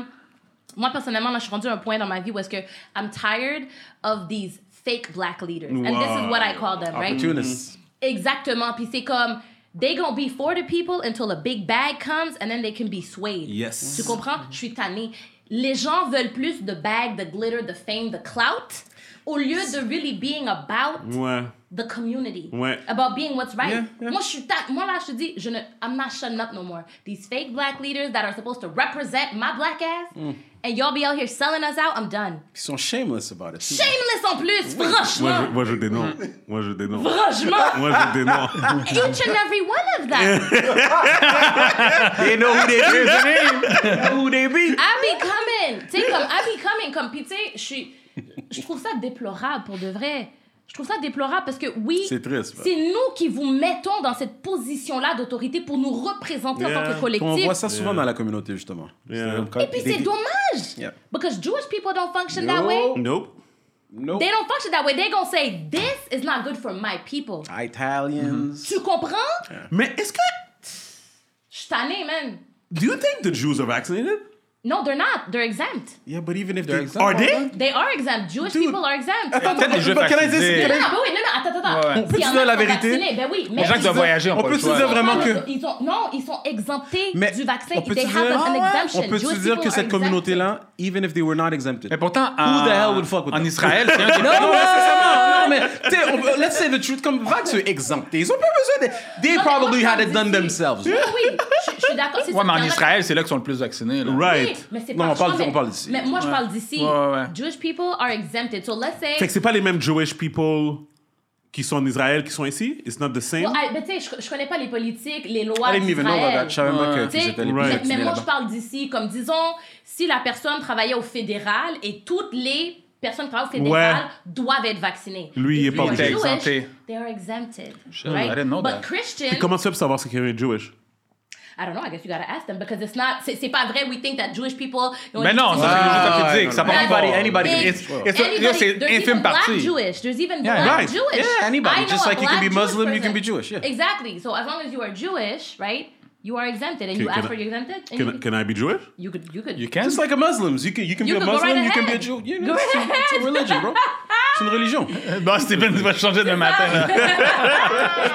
[SPEAKER 3] Moi, personnellement, là, je suis rendue à un point dans ma vie où est-ce que I'm tired of these fake black leaders. And this is what I call them, right?
[SPEAKER 4] Tunis.
[SPEAKER 3] Exactement. Puis c'est comme, they gonna be for the people until a big bag comes and then they can be swayed.
[SPEAKER 2] Yes.
[SPEAKER 3] Tu comprends? Je suis tannée. Les gens veulent plus de bag, de glitter, de fame, de clout, au lieu de really being about
[SPEAKER 2] Ouais.
[SPEAKER 3] the community.
[SPEAKER 2] Ouais.
[SPEAKER 3] About being what's right.
[SPEAKER 4] Yeah, yeah.
[SPEAKER 3] Moi, je suis ta- Moi, là, je te dis, je ne... I'm not shutting up no more. These fake black leaders that are supposed to represent my black ass,
[SPEAKER 4] Mm.
[SPEAKER 3] and y'all be out here selling us out, I'm done.
[SPEAKER 4] Ils sont shameless about it. too.
[SPEAKER 3] Shameless en plus,
[SPEAKER 2] Moi,
[SPEAKER 3] franchement.
[SPEAKER 2] je, moi, je dénonce.
[SPEAKER 3] Mmh.
[SPEAKER 2] Moi, je dénonce.
[SPEAKER 3] Franchement.
[SPEAKER 2] Moi, je dénonce.
[SPEAKER 3] Each and every one of them.
[SPEAKER 4] They know who they is. They know who they be.
[SPEAKER 3] I be coming. Tu sais, comme, I be coming. Comme, puis tu sais, je suis... Je trouve ça déplorable, pour de vrai. Je trouve ça déplorable parce que, oui...
[SPEAKER 4] C'est triste.
[SPEAKER 3] C'est nous qui vous mettons dans cette position-là d'autorité pour nous représenter en tant
[SPEAKER 2] Yeah.
[SPEAKER 3] que
[SPEAKER 4] Comme On
[SPEAKER 3] collectif.
[SPEAKER 4] voit ça souvent dans la communauté, justement.
[SPEAKER 2] Yeah.
[SPEAKER 3] Et puis c'est dommage.
[SPEAKER 4] Yeah.
[SPEAKER 3] Because Jewish people don't function that way.
[SPEAKER 2] Nope.
[SPEAKER 4] No.
[SPEAKER 3] They don't function that way. They gonna say, this is not good for my people.
[SPEAKER 4] Italians.
[SPEAKER 2] Mm-hmm.
[SPEAKER 3] Tu comprends?
[SPEAKER 2] Mais est-ce que...
[SPEAKER 3] Je suis tannée, man.
[SPEAKER 2] Do you think the Jews are vaccinated?
[SPEAKER 3] No, they're not. They're exempt.
[SPEAKER 4] Yeah, but even if they...
[SPEAKER 2] Are they?
[SPEAKER 3] They are exempt. Jewish people are exempt.
[SPEAKER 6] hein. Peut-être les
[SPEAKER 4] But
[SPEAKER 6] Juifs
[SPEAKER 4] can I
[SPEAKER 6] vaccinés.
[SPEAKER 4] just-
[SPEAKER 3] Non,
[SPEAKER 4] can I-
[SPEAKER 3] non, ben oui, non, non, attends, attends, attends.
[SPEAKER 6] Ouais, ouais.
[SPEAKER 3] S'il y
[SPEAKER 4] Peux-tu
[SPEAKER 3] en
[SPEAKER 4] dire
[SPEAKER 3] a
[SPEAKER 4] la
[SPEAKER 3] qui sont
[SPEAKER 4] vérité?
[SPEAKER 3] vaccinés, Ben oui, mais
[SPEAKER 6] Les gens
[SPEAKER 3] ils
[SPEAKER 6] qui doivent
[SPEAKER 3] ont-
[SPEAKER 6] voyager, on
[SPEAKER 4] on
[SPEAKER 6] pas
[SPEAKER 4] peut
[SPEAKER 6] le
[SPEAKER 4] se
[SPEAKER 6] choix.
[SPEAKER 4] dire
[SPEAKER 3] ils ont
[SPEAKER 4] vraiment
[SPEAKER 3] pas
[SPEAKER 4] que-
[SPEAKER 3] le- Ils ont, non, ils sont exemptés
[SPEAKER 4] Mais
[SPEAKER 3] du vaccin.
[SPEAKER 4] on peut-tu
[SPEAKER 3] They have
[SPEAKER 4] dire-
[SPEAKER 3] an
[SPEAKER 6] Ah ouais?
[SPEAKER 3] exemption.
[SPEAKER 4] On peut
[SPEAKER 3] Jewish
[SPEAKER 4] se dire
[SPEAKER 3] people
[SPEAKER 4] que cette
[SPEAKER 3] are exempted.
[SPEAKER 4] communauté-là, even if they were not exempted.
[SPEAKER 6] Mais pourtant, en,
[SPEAKER 4] Who the hell would fuck with
[SPEAKER 6] en
[SPEAKER 4] them?
[SPEAKER 6] Israël, c'est un des
[SPEAKER 4] Non,
[SPEAKER 6] plus-
[SPEAKER 4] non, nécessairement. Non, mais tu sais, on peut- let's say the truth comme Vax est exempté. Ils ont pas besoin de. They
[SPEAKER 3] Non, mais
[SPEAKER 4] probably
[SPEAKER 3] moi,
[SPEAKER 4] had
[SPEAKER 3] je
[SPEAKER 4] it done
[SPEAKER 3] dis-
[SPEAKER 4] themselves.
[SPEAKER 3] Oui, oui, je- je suis d'accord. c'est
[SPEAKER 6] Ouais,
[SPEAKER 3] ça,
[SPEAKER 6] mais en
[SPEAKER 3] il y en a-
[SPEAKER 6] Israël, c'est là qu'ils sont le plus vaccinés. là.
[SPEAKER 2] Right.
[SPEAKER 3] Mais c'est
[SPEAKER 4] Non,
[SPEAKER 3] pas
[SPEAKER 4] on parle-
[SPEAKER 3] je pense,
[SPEAKER 4] on parle d'ici.
[SPEAKER 3] Mais moi, je parle d'ici.
[SPEAKER 6] Ouais, ouais, ouais.
[SPEAKER 3] Jewish people are exempted. So let's say.
[SPEAKER 2] Fait que c'est pas les mêmes Jewish people qui sont en Israël qui sont ici? It's not the same?
[SPEAKER 3] Well, I- mais tu sais, je, je connais pas les politiques, les lois.
[SPEAKER 4] I didn't even know about
[SPEAKER 3] d'Israël.
[SPEAKER 4] that. Je savais même pas que-
[SPEAKER 3] Tu
[SPEAKER 4] qu'ils
[SPEAKER 3] sais,
[SPEAKER 4] étaient les
[SPEAKER 2] Right.
[SPEAKER 4] plus
[SPEAKER 3] Ah, mais-
[SPEAKER 4] vaccinés
[SPEAKER 3] Mais moi, je
[SPEAKER 4] là-bas.
[SPEAKER 3] parle d'ici. Comme disons, si la personne travaillait au fédéral et toutes les personnes qui travaillent au fédéral
[SPEAKER 2] Ouais.
[SPEAKER 3] doivent être vaccinées.
[SPEAKER 2] Lui, il est
[SPEAKER 3] If
[SPEAKER 2] pas
[SPEAKER 3] you are
[SPEAKER 2] obligé.
[SPEAKER 3] Jewish,
[SPEAKER 6] Exempté.
[SPEAKER 3] They are exempted.
[SPEAKER 6] I
[SPEAKER 3] right?
[SPEAKER 6] didn't know that.
[SPEAKER 3] But Christian,
[SPEAKER 2] Comment tu fais pour savoir si quelqu'un est Jewish?
[SPEAKER 3] I don't know, I guess you gotta ask them because it's not, c'est c'est pas vrai, we think that Jewish people.
[SPEAKER 6] Mais non, ça,
[SPEAKER 4] Ah,
[SPEAKER 6] c'est juste comme tu dis,
[SPEAKER 4] non,
[SPEAKER 6] que ça
[SPEAKER 4] non.
[SPEAKER 6] part
[SPEAKER 4] Anybody-
[SPEAKER 6] pas.
[SPEAKER 4] anybody can-
[SPEAKER 6] It's- it's-
[SPEAKER 3] Anybody,
[SPEAKER 6] là, c'est
[SPEAKER 3] there's
[SPEAKER 6] infime
[SPEAKER 3] even black
[SPEAKER 6] partie.
[SPEAKER 3] Jewish. There's even
[SPEAKER 6] Yeah,
[SPEAKER 3] black
[SPEAKER 2] right.
[SPEAKER 3] Jewish.
[SPEAKER 4] Yeah, anybody.
[SPEAKER 3] I know
[SPEAKER 4] Just
[SPEAKER 3] a
[SPEAKER 4] like you can
[SPEAKER 3] black
[SPEAKER 4] be Muslim,
[SPEAKER 3] Jewish
[SPEAKER 4] you can be
[SPEAKER 3] person.
[SPEAKER 4] Jewish, yeah.
[SPEAKER 3] Exactly. So as long as you are Jewish, right, you are exempted, and
[SPEAKER 2] Can-
[SPEAKER 3] you
[SPEAKER 2] can
[SPEAKER 3] ask
[SPEAKER 2] I-
[SPEAKER 3] for your exempted, and
[SPEAKER 2] Can,
[SPEAKER 3] you,
[SPEAKER 2] can I be Jewish?
[SPEAKER 3] you could, you could,
[SPEAKER 6] You can?
[SPEAKER 4] Just like a Muslims, you can you can
[SPEAKER 3] You
[SPEAKER 4] be a
[SPEAKER 3] can go
[SPEAKER 4] Muslim,
[SPEAKER 3] right
[SPEAKER 4] you can be
[SPEAKER 3] ahead.
[SPEAKER 4] a Jew. You
[SPEAKER 3] Go
[SPEAKER 4] know, it's, a- it's a religion, bro. C'est une religion.
[SPEAKER 6] Bon, Stephen, tu vas changer demain matin. là.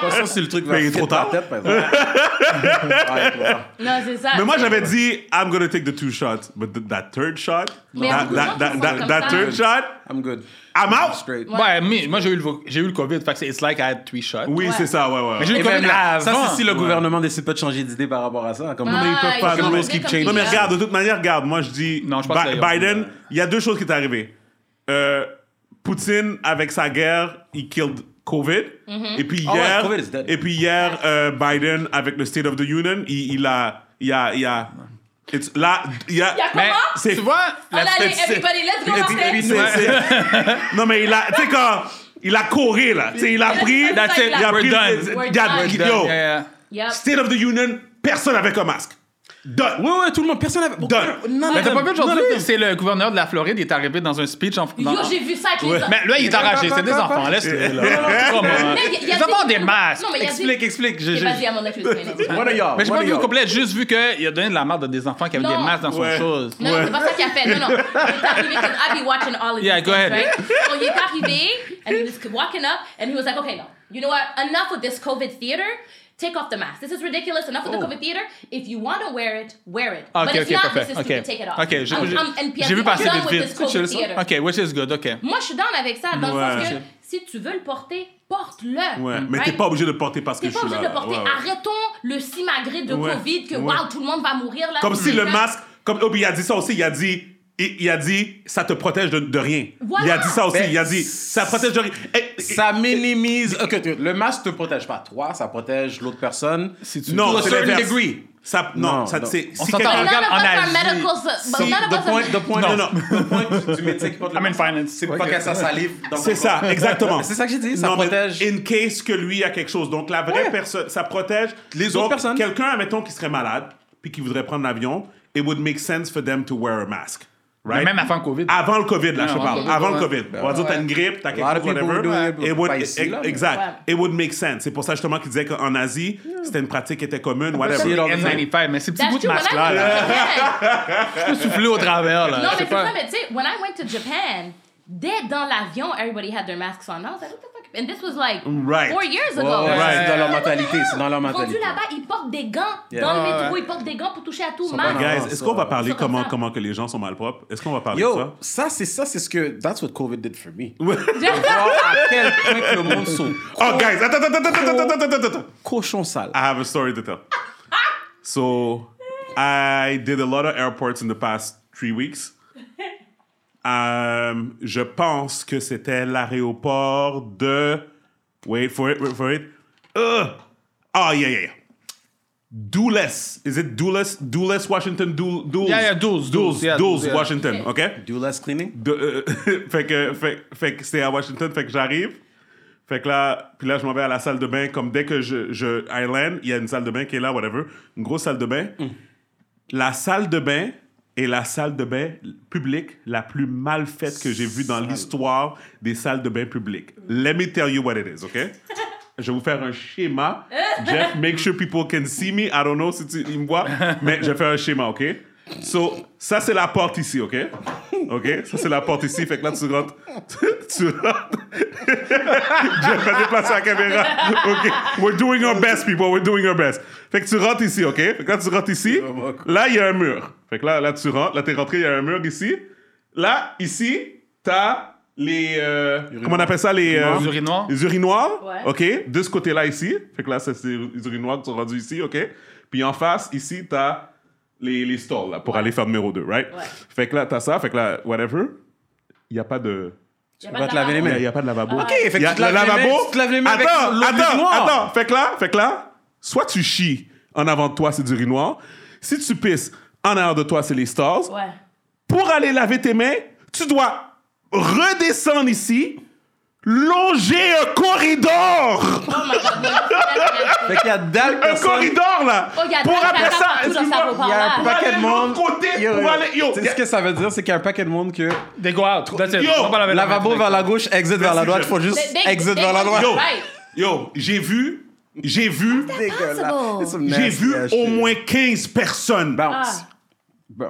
[SPEAKER 4] Parce que ça, c'est le truc.
[SPEAKER 2] Mais il est trop tard.
[SPEAKER 4] Peut-être, par exemple. Ouais, voilà.
[SPEAKER 3] Non, c'est ça.
[SPEAKER 2] Mais moi, j'avais dit, I'm gonna take the two shots. But th- that third shot,
[SPEAKER 3] Mais
[SPEAKER 2] that,
[SPEAKER 3] beaucoup de gens
[SPEAKER 2] that,
[SPEAKER 3] qui
[SPEAKER 2] that,
[SPEAKER 3] sont
[SPEAKER 2] that,
[SPEAKER 3] comme
[SPEAKER 2] that
[SPEAKER 3] ça.
[SPEAKER 2] third shot,
[SPEAKER 4] I'm good.
[SPEAKER 2] I'm out.
[SPEAKER 4] Straight.
[SPEAKER 6] Ouais, mais moi, j'ai eu, le vo- j'ai eu le COVID, fait que c'est it's like I had three shots.
[SPEAKER 2] Oui,
[SPEAKER 3] Ouais.
[SPEAKER 2] c'est ça, ouais, ouais.
[SPEAKER 6] Mais j'ai eu
[SPEAKER 4] Et
[SPEAKER 6] le COVID
[SPEAKER 4] même là,
[SPEAKER 6] avant.
[SPEAKER 4] ça, c'est si le
[SPEAKER 2] Ouais.
[SPEAKER 4] gouvernement décide pas de changer d'idée par rapport à ça. Comme
[SPEAKER 3] Ah,
[SPEAKER 2] peuvent
[SPEAKER 3] ils
[SPEAKER 2] pas,
[SPEAKER 3] sont
[SPEAKER 2] the rules
[SPEAKER 3] arrivés
[SPEAKER 4] keep
[SPEAKER 3] comme
[SPEAKER 4] changing.
[SPEAKER 2] Non,
[SPEAKER 3] des
[SPEAKER 2] mais
[SPEAKER 3] gens.
[SPEAKER 2] regarde, de toute manière, regarde, moi je dis.
[SPEAKER 6] Non, je pense
[SPEAKER 2] Bi-
[SPEAKER 6] que là, il y a-
[SPEAKER 2] Biden, il y a deux choses qui sont arrivées. Euh, Poutine, avec sa guerre, il killed COVID. Et puis
[SPEAKER 4] Ah ouais,
[SPEAKER 2] hier,
[SPEAKER 4] COVID is dead.
[SPEAKER 2] et puis hier euh, Biden, avec le State of the Union, il, il a. Il a. Il a. it's- là, il a.
[SPEAKER 3] Il y a
[SPEAKER 6] Mais
[SPEAKER 3] comment?
[SPEAKER 2] c'est-
[SPEAKER 6] tu vois,
[SPEAKER 3] On a
[SPEAKER 6] la-
[SPEAKER 3] allé,
[SPEAKER 2] c'est-
[SPEAKER 3] everybody, let's go,
[SPEAKER 2] c'est-
[SPEAKER 3] Martin.
[SPEAKER 2] c'est- non, mais il a. Tu sais, quand. Il a couru, là. Tu sais, il a pris.
[SPEAKER 3] That's it,
[SPEAKER 2] Il a
[SPEAKER 3] we're
[SPEAKER 2] pris.
[SPEAKER 6] done.
[SPEAKER 2] il a-
[SPEAKER 3] We're
[SPEAKER 2] yo,
[SPEAKER 6] Yeah, yeah.
[SPEAKER 3] Yep.
[SPEAKER 2] State of the Union, personne avec un masque. Done.
[SPEAKER 4] Ouais, ouais, tout le monde, personne n'avait.
[SPEAKER 2] Done.
[SPEAKER 4] Non,
[SPEAKER 6] Mais t'as pas vu aujourd'hui,
[SPEAKER 4] non, non.
[SPEAKER 6] c'est le gouverneur de la Floride, il est arrivé dans un speech en.
[SPEAKER 3] Yo,
[SPEAKER 6] dans-
[SPEAKER 3] j'ai vu ça avec les
[SPEAKER 2] Ouais.
[SPEAKER 3] autres.
[SPEAKER 6] Mais là, il est enragé, c'est des enfants, laisse-le. là. Come on.
[SPEAKER 3] Mais il y a- il y a
[SPEAKER 6] Ils ont
[SPEAKER 3] des-
[SPEAKER 6] des masques.
[SPEAKER 3] Non, mais il y a des-
[SPEAKER 6] Explique, explique. je-
[SPEAKER 3] Ok,
[SPEAKER 6] je-
[SPEAKER 3] vas-y, à mon avis, je vais expliquer.
[SPEAKER 4] What are y'all?
[SPEAKER 6] Mais j'ai
[SPEAKER 4] What
[SPEAKER 6] pas
[SPEAKER 4] are
[SPEAKER 6] vu au
[SPEAKER 4] y'all?
[SPEAKER 6] complet, j'ai juste vu qu'il a donné de la merde à des enfants qui avaient
[SPEAKER 3] Non.
[SPEAKER 6] des masques dans son
[SPEAKER 2] Ouais.
[SPEAKER 6] chose.
[SPEAKER 3] Non, non, c'est pas ça qu'il a fait. Non, non. Il est arrivé comme, I be watching all of
[SPEAKER 6] Yeah,
[SPEAKER 3] these
[SPEAKER 6] go
[SPEAKER 3] things,
[SPEAKER 6] ahead.
[SPEAKER 3] right? So il est arrivé, and he was walking up, and he was like, okay, no, you know what, enough with this COVID theater. Take off the mask. This is ridiculous. Enough with the COVID theater. If you want to wear it, wear it.
[SPEAKER 1] Ah,
[SPEAKER 3] but
[SPEAKER 1] ok,
[SPEAKER 3] if
[SPEAKER 1] ok,
[SPEAKER 3] not,
[SPEAKER 1] parfait.
[SPEAKER 3] this is
[SPEAKER 1] Ok.
[SPEAKER 3] stupid. Take it off.
[SPEAKER 1] Ok, j'ai-
[SPEAKER 3] I'm-
[SPEAKER 1] j'ai-
[SPEAKER 3] I'm- and puis
[SPEAKER 1] j'ai vu
[SPEAKER 3] I'm
[SPEAKER 1] passer
[SPEAKER 3] done
[SPEAKER 1] vite,
[SPEAKER 3] with
[SPEAKER 1] vite.
[SPEAKER 3] this COVID
[SPEAKER 1] Chill, ça.
[SPEAKER 3] theater.
[SPEAKER 1] Ok, which is good, ok.
[SPEAKER 3] Moi, je suis down avec ça, dans le sens
[SPEAKER 2] Ouais.
[SPEAKER 3] que si tu veux le porter, porte-le.
[SPEAKER 4] Mm.
[SPEAKER 2] Ouais, mais
[SPEAKER 3] Right?
[SPEAKER 2] t'es pas obligé de le porter parce que
[SPEAKER 3] T'es
[SPEAKER 2] je
[SPEAKER 3] pas
[SPEAKER 2] suis
[SPEAKER 3] obligé
[SPEAKER 2] là.
[SPEAKER 3] de le porter.
[SPEAKER 2] ouais, ouais.
[SPEAKER 3] Arrêtons le simagré de
[SPEAKER 2] Ouais.
[SPEAKER 3] COVID que,
[SPEAKER 2] Ouais.
[SPEAKER 3] wow, tout le monde va mourir. Là,
[SPEAKER 2] Comme si le
[SPEAKER 3] Ça-
[SPEAKER 2] masque. Comme, oh, puis il a dit ça aussi, il a dit. Il, il a dit, ça te protège de, de rien.
[SPEAKER 3] Voilà.
[SPEAKER 2] Il a dit ça aussi,
[SPEAKER 4] Ben,
[SPEAKER 2] il a dit, ça protège de rien. Eh, eh,
[SPEAKER 4] Ça minimise. Ok, ok, le masque te protège pas toi, ça protège l'autre personne.
[SPEAKER 1] Si tu-
[SPEAKER 2] non,
[SPEAKER 4] to a
[SPEAKER 2] c'est
[SPEAKER 4] certain
[SPEAKER 2] l'inverse.
[SPEAKER 4] degree.
[SPEAKER 2] Ça, non,
[SPEAKER 4] Non,
[SPEAKER 2] ça,
[SPEAKER 4] non.
[SPEAKER 2] c'est.
[SPEAKER 1] On
[SPEAKER 2] si
[SPEAKER 1] s'entend.
[SPEAKER 3] But none
[SPEAKER 2] quelqu'un-
[SPEAKER 3] of
[SPEAKER 1] Regarde, en
[SPEAKER 3] us are
[SPEAKER 1] Asie,
[SPEAKER 3] medical... But
[SPEAKER 4] Si,
[SPEAKER 3] none of
[SPEAKER 4] the
[SPEAKER 3] us are...
[SPEAKER 4] point, the point,
[SPEAKER 2] Non,
[SPEAKER 4] non,
[SPEAKER 2] non.
[SPEAKER 4] non. the point du médecin qui porte le
[SPEAKER 1] I'm in
[SPEAKER 4] masque,
[SPEAKER 1] finance.
[SPEAKER 4] c'est pas qu'elle ça salive. dans
[SPEAKER 2] C'est
[SPEAKER 4] ton
[SPEAKER 2] ça,
[SPEAKER 4] corps.
[SPEAKER 2] exactement.
[SPEAKER 4] C'est ça que j'ai dit, ça
[SPEAKER 2] mais
[SPEAKER 4] protège.
[SPEAKER 2] In case que lui a quelque chose. Donc la vraie
[SPEAKER 4] Ouais.
[SPEAKER 2] personne, ça protège.
[SPEAKER 4] Les
[SPEAKER 2] Donc,
[SPEAKER 4] autres personnes.
[SPEAKER 2] Quelqu'un, admettons, qui serait malade, puis qui voudrait prendre l'avion, it would make sense for them to wear a mask. Right?
[SPEAKER 1] Même avant le COVID.
[SPEAKER 2] Avant le COVID, là, je te
[SPEAKER 1] avant
[SPEAKER 2] parle.
[SPEAKER 1] le
[SPEAKER 2] Avant le
[SPEAKER 4] ouais.
[SPEAKER 2] COVID. On va dire, t'as une grippe, t'as quelque
[SPEAKER 4] lot
[SPEAKER 2] chose,
[SPEAKER 4] of people
[SPEAKER 2] whatever.
[SPEAKER 4] do it,
[SPEAKER 2] It would-
[SPEAKER 4] pas ici, là, mais-
[SPEAKER 2] exact.
[SPEAKER 3] Ouais.
[SPEAKER 2] It would make sense. C'est pour ça, justement, qu'ils disaient qu'en Asie, c'était une pratique qui était commune, whatever.
[SPEAKER 4] c'est leur-
[SPEAKER 1] N95, mais ces petits
[SPEAKER 3] That's
[SPEAKER 1] bouts de
[SPEAKER 3] true. When I
[SPEAKER 1] masque-là, là,
[SPEAKER 3] went to Japan-
[SPEAKER 1] je peux souffler au travers, là.
[SPEAKER 3] No,
[SPEAKER 1] Je sais
[SPEAKER 3] mais c'est
[SPEAKER 1] pas.
[SPEAKER 3] ça, mais tu sais, when I went to Japan, dès dans l'avion, everybody had their masks on. I was like, what the fuck? And this was like
[SPEAKER 2] Right.
[SPEAKER 3] four years
[SPEAKER 4] Ouais,
[SPEAKER 3] ago.
[SPEAKER 4] ouais,
[SPEAKER 2] Right.
[SPEAKER 4] C'est dans leur mentalité, c'est dans leur
[SPEAKER 3] Rendu
[SPEAKER 4] mentalité.
[SPEAKER 3] là-bas, ils portent des gants.
[SPEAKER 4] Yeah.
[SPEAKER 3] Dans le
[SPEAKER 1] Ouais,
[SPEAKER 3] métro,
[SPEAKER 1] ouais.
[SPEAKER 3] ils portent des gants pour toucher à tout.
[SPEAKER 4] sont
[SPEAKER 3] masque.
[SPEAKER 4] pas
[SPEAKER 2] Guys,
[SPEAKER 4] Non,
[SPEAKER 2] est-ce
[SPEAKER 4] ça-
[SPEAKER 2] qu'on va parler
[SPEAKER 3] ça comme
[SPEAKER 2] comment,
[SPEAKER 3] ça.
[SPEAKER 2] comment que les gens sont malpropres? Est-ce qu'on va parler de ça?
[SPEAKER 4] Yo, ça, c'est ça, c'est ce que. That's what COVID did for me. Voir
[SPEAKER 3] Just-
[SPEAKER 4] à quel point que le monde sont
[SPEAKER 2] Oh, guys, attends, attends, attends, attends, attends, attends, attends, attends.
[SPEAKER 4] cochons sales.
[SPEAKER 2] I have a story to tell. so, I did a lot of airports in the past three weeks. Um, je pense que c'était l'aéroport de. Wait for it, wait for it. Ugh. Oh, yeah, yeah, yeah. Dulles. Is it Dulles? Dulles, Washington? Dul- Dulles.
[SPEAKER 1] Yeah, yeah, Dulles,
[SPEAKER 2] Dulles,
[SPEAKER 1] Dulles, yeah,
[SPEAKER 2] Dulles,
[SPEAKER 1] Dulles, yeah.
[SPEAKER 2] Washington, OK?
[SPEAKER 4] Do less cleaning?
[SPEAKER 2] De- euh, fait que, fait, fait que c'est à Washington, fait que j'arrive. Fait que là, puis là, je m'en vais à la salle de bain. Comme dès que je, je I land, il y a une salle de bain qui est là, whatever. Une grosse salle de bain. La salle de bain est la salle de bain publique la plus mal faite que j'ai vue dans l'histoire des salles de bain publiques. Let me tell you what it is, OK? Je vais vous faire un schéma. Jeff, make sure people can see me. I don't know si tu ils me vois, mais je vais faire un schéma, OK? So, ça, c'est la porte ici, OK? OK? Ça, c'est la porte ici. Fait que là, tu rentres. tu rentres. Jeff a déplacé la caméra. OK? We're doing our best, people. We're doing our best. Fait que tu rentres ici, OK? Fait que là, tu rentres ici. Là, il y a un mur. Fait que là, là tu rentres. Là, t'es rentré, il y a un mur ici. Là, ici, t'as les... euh, comment on appelle ça? Les... euh,
[SPEAKER 1] Les urinoirs.
[SPEAKER 2] les urinoirs,
[SPEAKER 3] Ouais.
[SPEAKER 2] OK? De ce côté-là, ici. Fait que là, ça, c'est les urinoirs qui sont rendus ici, OK? Puis en face, ici, t'as les, les stalls, là, pour aller faire numéro 2, right?
[SPEAKER 3] Ouais.
[SPEAKER 2] Fait que là, t'as ça. Fait que là, whatever, il n'y a pas de...
[SPEAKER 3] J'ai
[SPEAKER 4] vas te laver les
[SPEAKER 2] Il
[SPEAKER 4] mains.
[SPEAKER 2] n'y a, pas de lavabo.
[SPEAKER 4] OK, fait que
[SPEAKER 2] Y a
[SPEAKER 4] tu te laves
[SPEAKER 2] le
[SPEAKER 4] les mains-
[SPEAKER 2] lavabo.
[SPEAKER 4] tu te laves les mains avec
[SPEAKER 2] attends,
[SPEAKER 4] l'eau
[SPEAKER 2] attends,
[SPEAKER 4] d'urinoir.
[SPEAKER 2] attends. Fait que là, fait que là, soit tu chies en avant de toi, c'est du urinoir. Si tu pisses en arrière de toi, c'est les stars
[SPEAKER 3] Ouais.
[SPEAKER 2] pour aller laver tes mains, tu dois redescendre ici, longer un corridor.
[SPEAKER 3] Oh my God, yeah, that's nasty.
[SPEAKER 4] Fait qu'il y a dalle
[SPEAKER 2] Un
[SPEAKER 4] personne.
[SPEAKER 2] corridor, là.
[SPEAKER 3] Oh, il y a
[SPEAKER 2] pour
[SPEAKER 3] des
[SPEAKER 2] après
[SPEAKER 3] caca
[SPEAKER 2] ça,
[SPEAKER 3] partout dans cet
[SPEAKER 2] excuse-moi,
[SPEAKER 3] aéroport-là.
[SPEAKER 4] Il y a un
[SPEAKER 2] Pour
[SPEAKER 4] paquet
[SPEAKER 2] aller
[SPEAKER 4] de
[SPEAKER 2] de l'autre
[SPEAKER 4] monde.
[SPEAKER 2] côté,
[SPEAKER 4] Yo,
[SPEAKER 2] pour
[SPEAKER 4] yo.
[SPEAKER 2] aller- yo,
[SPEAKER 4] Tu
[SPEAKER 2] y
[SPEAKER 4] sais
[SPEAKER 2] a-
[SPEAKER 4] ce que ça veut dire? C'est qu'il y a un paquet de monde que
[SPEAKER 1] They go out. That's it.
[SPEAKER 2] Yo!
[SPEAKER 1] On va pas laver la
[SPEAKER 4] lavabo
[SPEAKER 1] main.
[SPEAKER 4] vers la gauche, exit vers la droite,
[SPEAKER 2] Jeff.
[SPEAKER 4] faut juste
[SPEAKER 3] They- they-
[SPEAKER 4] exit
[SPEAKER 3] they
[SPEAKER 4] vers la
[SPEAKER 3] go
[SPEAKER 4] droite.
[SPEAKER 2] Yo.
[SPEAKER 3] right.
[SPEAKER 2] Yo, j'ai vu, j'ai vu,
[SPEAKER 3] Impossible.
[SPEAKER 4] It's some
[SPEAKER 2] j'ai
[SPEAKER 4] nasty
[SPEAKER 2] vu
[SPEAKER 4] ass
[SPEAKER 2] au
[SPEAKER 4] shit.
[SPEAKER 2] moins 15 personnes.
[SPEAKER 3] Ah.
[SPEAKER 4] Bounce.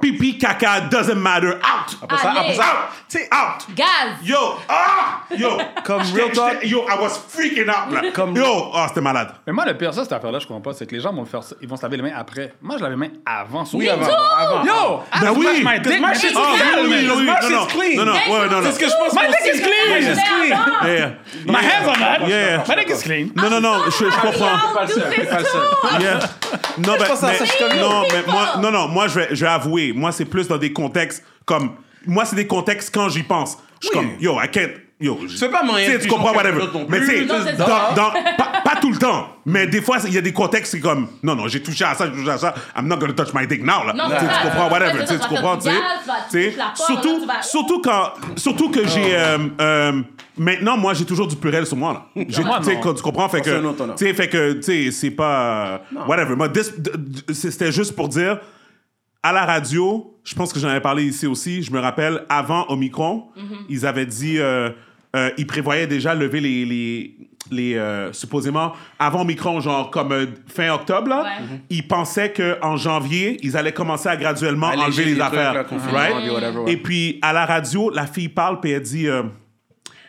[SPEAKER 2] Pipi, caca, doesn't matter. Out.
[SPEAKER 4] Ça,
[SPEAKER 3] Allez.
[SPEAKER 4] après ça,
[SPEAKER 2] Out. Out.
[SPEAKER 3] Gaz.
[SPEAKER 2] Yo, ah! Yo!
[SPEAKER 4] Comme
[SPEAKER 2] J'étais-
[SPEAKER 4] real talk.
[SPEAKER 2] j'étais- Yo, I was freaking out, là.
[SPEAKER 4] Comme-
[SPEAKER 2] Yo, ah, c'était malade.
[SPEAKER 1] Mais moi, le pire, ça, cette affaire-là, je comprends pas. C'est que les gens vont le faire, ça- ils vont se laver les mains après. Moi, je lave les mains avant. surtout.
[SPEAKER 4] avant,
[SPEAKER 3] too.
[SPEAKER 4] avant.
[SPEAKER 1] Yo! I
[SPEAKER 2] Ben
[SPEAKER 1] just
[SPEAKER 2] oui.
[SPEAKER 1] brush my dick.
[SPEAKER 4] Cause my shit's
[SPEAKER 2] Ah, oui,
[SPEAKER 4] clean.
[SPEAKER 2] oui, oui,
[SPEAKER 4] Cause
[SPEAKER 2] oui,
[SPEAKER 4] my
[SPEAKER 2] non, non,
[SPEAKER 4] shit's clean.
[SPEAKER 2] non, non, ouais, non, non.
[SPEAKER 4] C'est ce que je pense.
[SPEAKER 1] My
[SPEAKER 4] moi
[SPEAKER 1] dick
[SPEAKER 4] aussi.
[SPEAKER 1] is clean.
[SPEAKER 4] My dick is clean.
[SPEAKER 2] Yeah, yeah.
[SPEAKER 1] My hands are not.
[SPEAKER 2] Yeah.
[SPEAKER 1] My dick is clean.
[SPEAKER 2] Non, non, non, je, je
[SPEAKER 3] Ah,
[SPEAKER 2] comprends.
[SPEAKER 4] Pas
[SPEAKER 3] Y'all
[SPEAKER 4] le
[SPEAKER 3] do
[SPEAKER 4] seul,
[SPEAKER 3] this
[SPEAKER 4] pas le seul.
[SPEAKER 3] too.
[SPEAKER 2] Yeah. Non, ben,
[SPEAKER 4] pense à
[SPEAKER 2] mais-
[SPEAKER 4] ça, je suis comme-
[SPEAKER 2] non, mais
[SPEAKER 3] People.
[SPEAKER 2] moi, non, non, moi, je vais, je vais avouer. Moi, c'est plus dans des contextes comme. Moi, c'est des contextes quand j'y pense. Je suis
[SPEAKER 4] Oui.
[SPEAKER 2] comme, yo, I can't. Yo, je-
[SPEAKER 4] C'est pas moyen
[SPEAKER 2] Tu sais,
[SPEAKER 4] de
[SPEAKER 2] Tu comprends,
[SPEAKER 4] juger
[SPEAKER 2] whatever.
[SPEAKER 4] quelqu'un d'autre non
[SPEAKER 2] Mais tu sais,
[SPEAKER 4] plus.
[SPEAKER 3] Non, c'est
[SPEAKER 2] dans-
[SPEAKER 3] ça.
[SPEAKER 2] dans- pas, pas tout le temps. Mais des fois, il y a des contextes, c'est comme, non, non, j'ai touché à ça, j'ai touché à ça. I'm not gonna touch my dick now, là.
[SPEAKER 3] Non,
[SPEAKER 2] Tu sais,
[SPEAKER 3] c'est
[SPEAKER 2] tu
[SPEAKER 3] ça.
[SPEAKER 2] comprends, whatever.
[SPEAKER 3] Ouais,
[SPEAKER 2] Tu sais, tu
[SPEAKER 3] tu vas
[SPEAKER 2] comprends, tu sais.
[SPEAKER 3] faire du gaz, tu vas-
[SPEAKER 2] Tu
[SPEAKER 3] tu
[SPEAKER 2] sais,
[SPEAKER 3] la portes,
[SPEAKER 2] Surtout,
[SPEAKER 3] tu vas-
[SPEAKER 2] surtout quand, surtout que
[SPEAKER 4] Oh.
[SPEAKER 2] j'ai, euh, euh, maintenant, moi, j'ai toujours du purel sur moi, là. J'ai-
[SPEAKER 1] Moi,
[SPEAKER 2] Tu sais,
[SPEAKER 1] non.
[SPEAKER 2] quand tu comprends, fait
[SPEAKER 4] c'est un autre
[SPEAKER 2] que,
[SPEAKER 4] honneur.
[SPEAKER 2] tu sais, fait que, tu sais, c'est pas. Whatever. Moi, this- d- d- c'était juste pour dire, à la radio, je pense que j'en avais parlé ici aussi, je me rappelle, avant Omicron,
[SPEAKER 4] Mm-hmm.
[SPEAKER 2] ils avaient dit, euh, euh, ils prévoyaient déjà lever les, les, les, euh, supposément, avant Omicron, genre comme euh, fin octobre, là,
[SPEAKER 3] Ouais. Mhm.
[SPEAKER 2] ils pensaient qu'en janvier, ils allaient commencer à graduellement
[SPEAKER 4] Alléger
[SPEAKER 2] enlever les,
[SPEAKER 4] les trucs,
[SPEAKER 2] affaires.
[SPEAKER 4] là, confinement,
[SPEAKER 2] right?
[SPEAKER 4] puis whatever, ouais.
[SPEAKER 2] Et puis, à la radio, la fille parle, puis elle dit... euh,